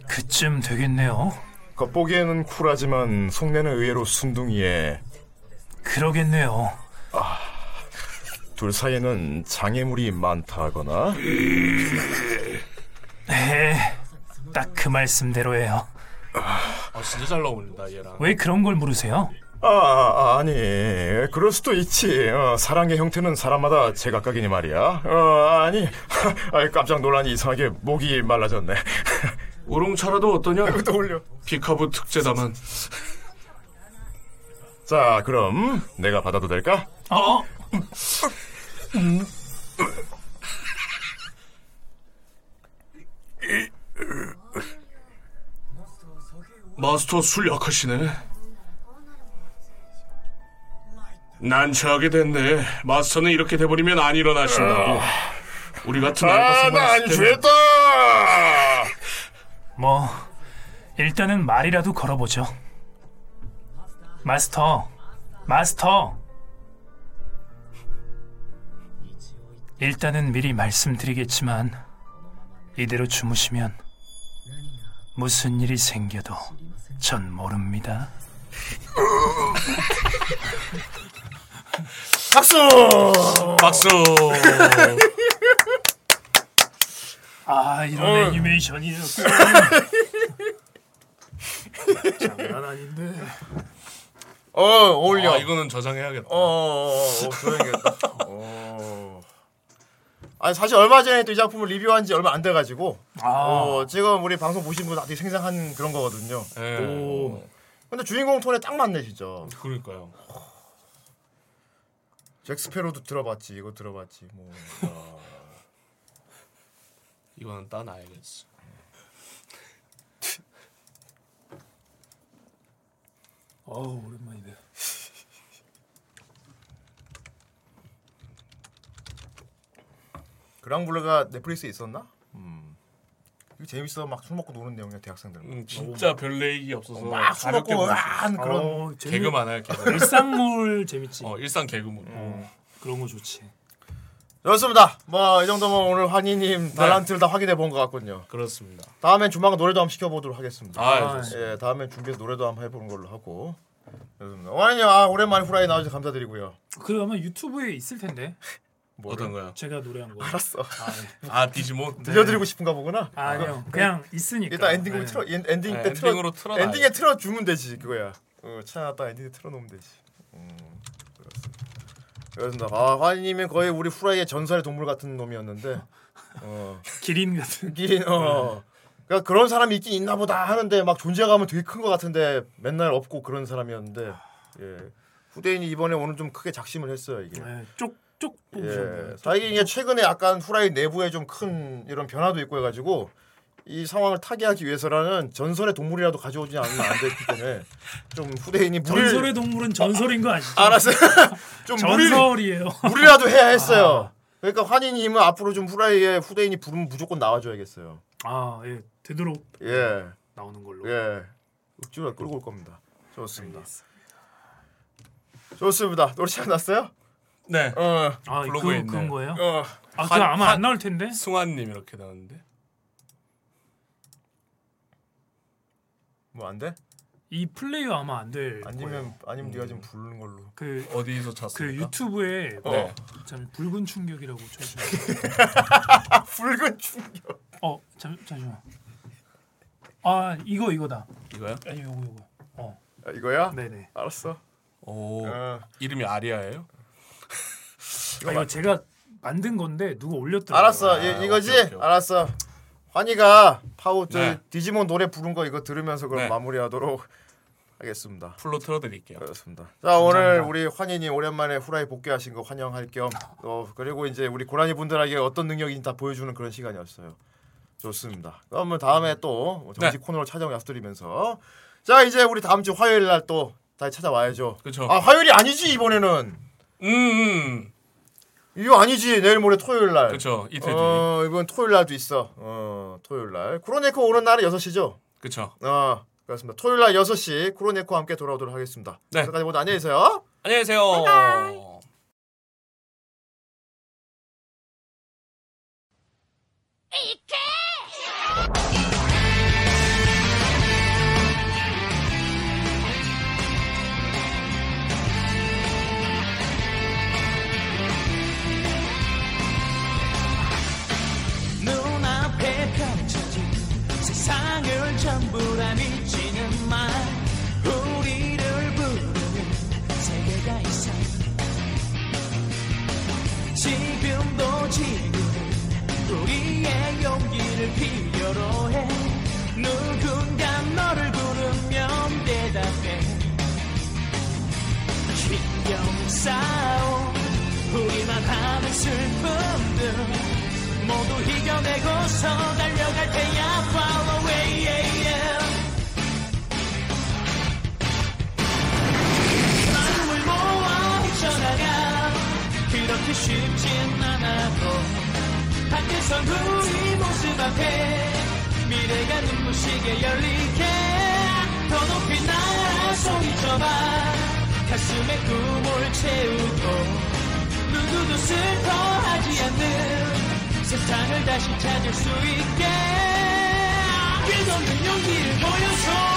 Speaker 6: 그쯤 되겠네요.
Speaker 12: 겉보기에는 쿨하지만 속내는 의외로 순둥이에
Speaker 6: 그러겠네요.
Speaker 12: 둘 사이에는 장애물이 많다거나
Speaker 6: 에, 네, 딱 그 말씀대로예요.
Speaker 5: 아 진짜 잘 어울린다 얘랑
Speaker 6: 왜 그런 걸 물으세요?
Speaker 12: 아, 아, 아니 그럴 수도 있지 어, 사랑의 형태는 사람마다 제각각이니 말이야 어, 아니 아이, 깜짝 놀라니 이상하게 목이 말라졌네
Speaker 5: 우롱차라도 어떠냐
Speaker 12: 떠올려
Speaker 5: 비카브 특제다만
Speaker 12: 자 그럼 내가 받아도 될까?
Speaker 6: 어?
Speaker 5: 마스터 술 약하시네. 난 저하게 됐네. 마스터는 이렇게 돼버리면 안 일어나신다. 우리 같은
Speaker 12: 아
Speaker 5: 알바생만
Speaker 12: 나 안
Speaker 5: 있을 때는
Speaker 12: 죄다
Speaker 6: 뭐 일단은 말이라도 걸어보죠. 마스터, 마스터. 일단은 미리 말씀드리겠지만 이대로 주무시면 무슨 일이 생겨도 전 모릅니다.
Speaker 4: 박수.
Speaker 5: 박수.
Speaker 6: 아 이런
Speaker 4: 어.
Speaker 6: 애니메이션이었군. 장난 아닌데.
Speaker 4: 어 어울려.
Speaker 5: 아, 이거는 저장해야겠다.
Speaker 4: 어, 어, 어, 어, 조용했다. 어. 아니 사실 얼마 전에 또 이 작품을 리뷰한 지 얼마 안 돼가지고
Speaker 6: 아,
Speaker 4: 어, 지금 우리 방송 보신 분 되게 생생한 그런 거거든요.
Speaker 5: 예.
Speaker 4: 근데 주인공 톤에 딱 맞네 진짜.
Speaker 5: 그러니까요.
Speaker 4: 잭스페로도 들어봤지 이거 들어봤지 뭐.
Speaker 5: 이거는 따놔야겠어.
Speaker 6: 어우 오랜만이다.
Speaker 4: 그랑블루가 넷플릭스에 있었나? 음. 이거 재밌어 막 술 먹고 노는 내용이야 대학생들.
Speaker 5: 음, 진짜 별 내기 없어서
Speaker 4: 막술
Speaker 5: 아, 가볍게
Speaker 4: 먹고
Speaker 5: 보는
Speaker 4: 한 그런
Speaker 6: 어, 재밌...
Speaker 5: 개그만 할 개그.
Speaker 6: 일상물 재밌지.
Speaker 5: 어 일상 개그물.
Speaker 6: 그런 거 좋지.
Speaker 4: 그렇습니다. 뭐 이 정도면 오늘 환희님
Speaker 5: 네.
Speaker 4: 달란트를 다 확인해 본 것 같군요.
Speaker 5: 그렇습니다.
Speaker 4: 다음엔 조만간 노래도 한번 시켜보도록 하겠습니다.
Speaker 5: 아,
Speaker 6: 아,
Speaker 5: 좋습니다.
Speaker 4: 예, 다음엔 준비해서 노래도 한번 해보는 걸로 하고. 그렇습니다. 환희님 아 오랜만에 후라이 나와주셔서 감사드리고요.
Speaker 6: 그 아마 유튜브에 있을 텐데
Speaker 5: 어떤 거야?
Speaker 6: 제가 노래한 거.
Speaker 4: 알았어.
Speaker 6: 아, 네.
Speaker 5: 아 디지몬.
Speaker 4: 들려드리고 싶은가 보구나.
Speaker 6: 아, 아니요. 그냥 있으니까.
Speaker 4: 일단 엔딩을
Speaker 6: 네.
Speaker 4: 틀어 엔, 딩
Speaker 5: 그러니까, 네,
Speaker 4: 때 틀어
Speaker 5: 엔딩으로 틀어놔요.
Speaker 4: 엔딩에 틀어 주면 되지 그거야. 어, 찾아다 엔딩에 틀어 놓으면 되지. 음, 그렇습니다. 그렇습니다. 아, 환희님은 거의 우리 후라이의 전설의 동물 같은 놈이었는데
Speaker 6: 기린 같은.
Speaker 4: 기린
Speaker 6: 네.
Speaker 4: 어. 그러니까 그런 사람이 있긴 있나 보다 하는데 막 존재감은 되게 큰 것 같은데 맨날 없고 그런 사람이었는데 예. 후대인이 이번에 오늘 좀 크게 작심을 했어요 이게.
Speaker 6: 네, 쪽쪽
Speaker 4: 예. 자
Speaker 6: 네.
Speaker 4: 이게 이제 최근에 약간 후라이 내부에 좀 큰 이런 변화도 있고 해가지고 이 상황을 타개하기 위해서라는 전설의 동물이라도 가져오지 않으면 안 되기 때문에 좀 후대인이 물을
Speaker 6: 전설의 동물은 전설인 거 아시죠?
Speaker 4: 알았어요. 좀 물을-
Speaker 6: 전설이에요. 아.
Speaker 4: 물이라도 해야 했어요. 그러니까 환희님은 앞으로 좀 후라이에 후대인이 부르면 무조건 나와줘야겠어요.
Speaker 6: 아, 예. 되도록
Speaker 4: 예.
Speaker 6: 나오는 걸로.
Speaker 4: 예. 억지로 끌고 올 겁니다. 좋습니다. 좋습니다. 노래 시간 났어요?
Speaker 5: 네.
Speaker 4: 어.
Speaker 6: 아,
Speaker 5: 블로그에
Speaker 6: 그-
Speaker 5: 있네.
Speaker 6: 그런 거예요?
Speaker 5: 어.
Speaker 6: 아, 그거 아마 안 나올 텐데.
Speaker 5: 승환님 이렇게 나오는데.
Speaker 4: 뭐 안 돼?
Speaker 6: 이 플레이어 아마 안 될.
Speaker 4: 아니면 아니면 네가 지금 부르는 걸로.
Speaker 6: 그
Speaker 5: 어디서
Speaker 6: 그 유튜브에
Speaker 4: 어.
Speaker 6: 참 붉은 충격이라고 쳐주.
Speaker 4: 붉은 충격.
Speaker 6: 어, 잠 잠시만. 아, 이거 이거다.
Speaker 5: 이거야?
Speaker 6: 아니, 요거 요거. 어.
Speaker 4: 아, 이거야?
Speaker 6: 네네.
Speaker 4: 알았어.
Speaker 5: 오. 이름이 아리아예요?
Speaker 6: 아, 이거 제가 만든 건데 누가 올렸더라고요.
Speaker 4: 알았어. 이, 이거지? 알았어. 환희가 파우 저
Speaker 5: 네.
Speaker 4: 디지몬 노래 부른 거 이거 들으면서 그럼 마무리하도록 하겠습니다.
Speaker 5: 풀로 틀어드릴게요.
Speaker 4: 그렇습니다. 자 오늘 우리 환희님 오랜만에 후라이 복귀하신 거 환영할 겸 어, 그리고 이제 우리 고라니 분들에게 어떤 능력인지 다 보여주는 그런 시간이었어요. 좋습니다. 그러면 다음에 또 정식
Speaker 5: 네.
Speaker 4: 코너로 찾아오 약속드리면서 자 이제 우리 다음 주 화요일 날 또 다시 찾아와야죠.
Speaker 5: 그쵸.
Speaker 4: 아 화요일이 아니지 이번에는.
Speaker 5: 음.
Speaker 4: 이거 아니지 내일 모레 토요일 날.
Speaker 5: 그쵸, 이틀 뒤.
Speaker 4: 어, 이번 토요일 날도 있어. 어 토요일 날. 쿠로네코 오는 날은 6시죠.
Speaker 5: 그쵸.
Speaker 4: 어 그렇습니다. 토요일 날 6시 쿠로네코와 함께 돌아오도록 하겠습니다.
Speaker 5: 네.
Speaker 4: 그까지 모두 안녕히 계세요.
Speaker 5: 안녕히 계세요.
Speaker 1: 눈앞에 펼쳐진 세상을 전부 다 미치는 말 우리를 부르는 세계가 있어 지금도 지금 우리의 용기를 필요로 해 누군가 너를 부르면 대답해 신경 싸움 우리만 하는 슬픔들 모두 이겨내고서 달려갈 테야 Follow away yeah, yeah. 마음을 모아 헤쳐나가 그렇게 쉽진 않아도 밖에선 우리 모습 앞에 미래가 눈부시게 열리게 더 높이 날아 소리쳐봐 가슴에 꿈을 채우고 누구도 슬퍼하지 않는 세상을 다시 찾을 수 있게 끝없는 용기를 보여줘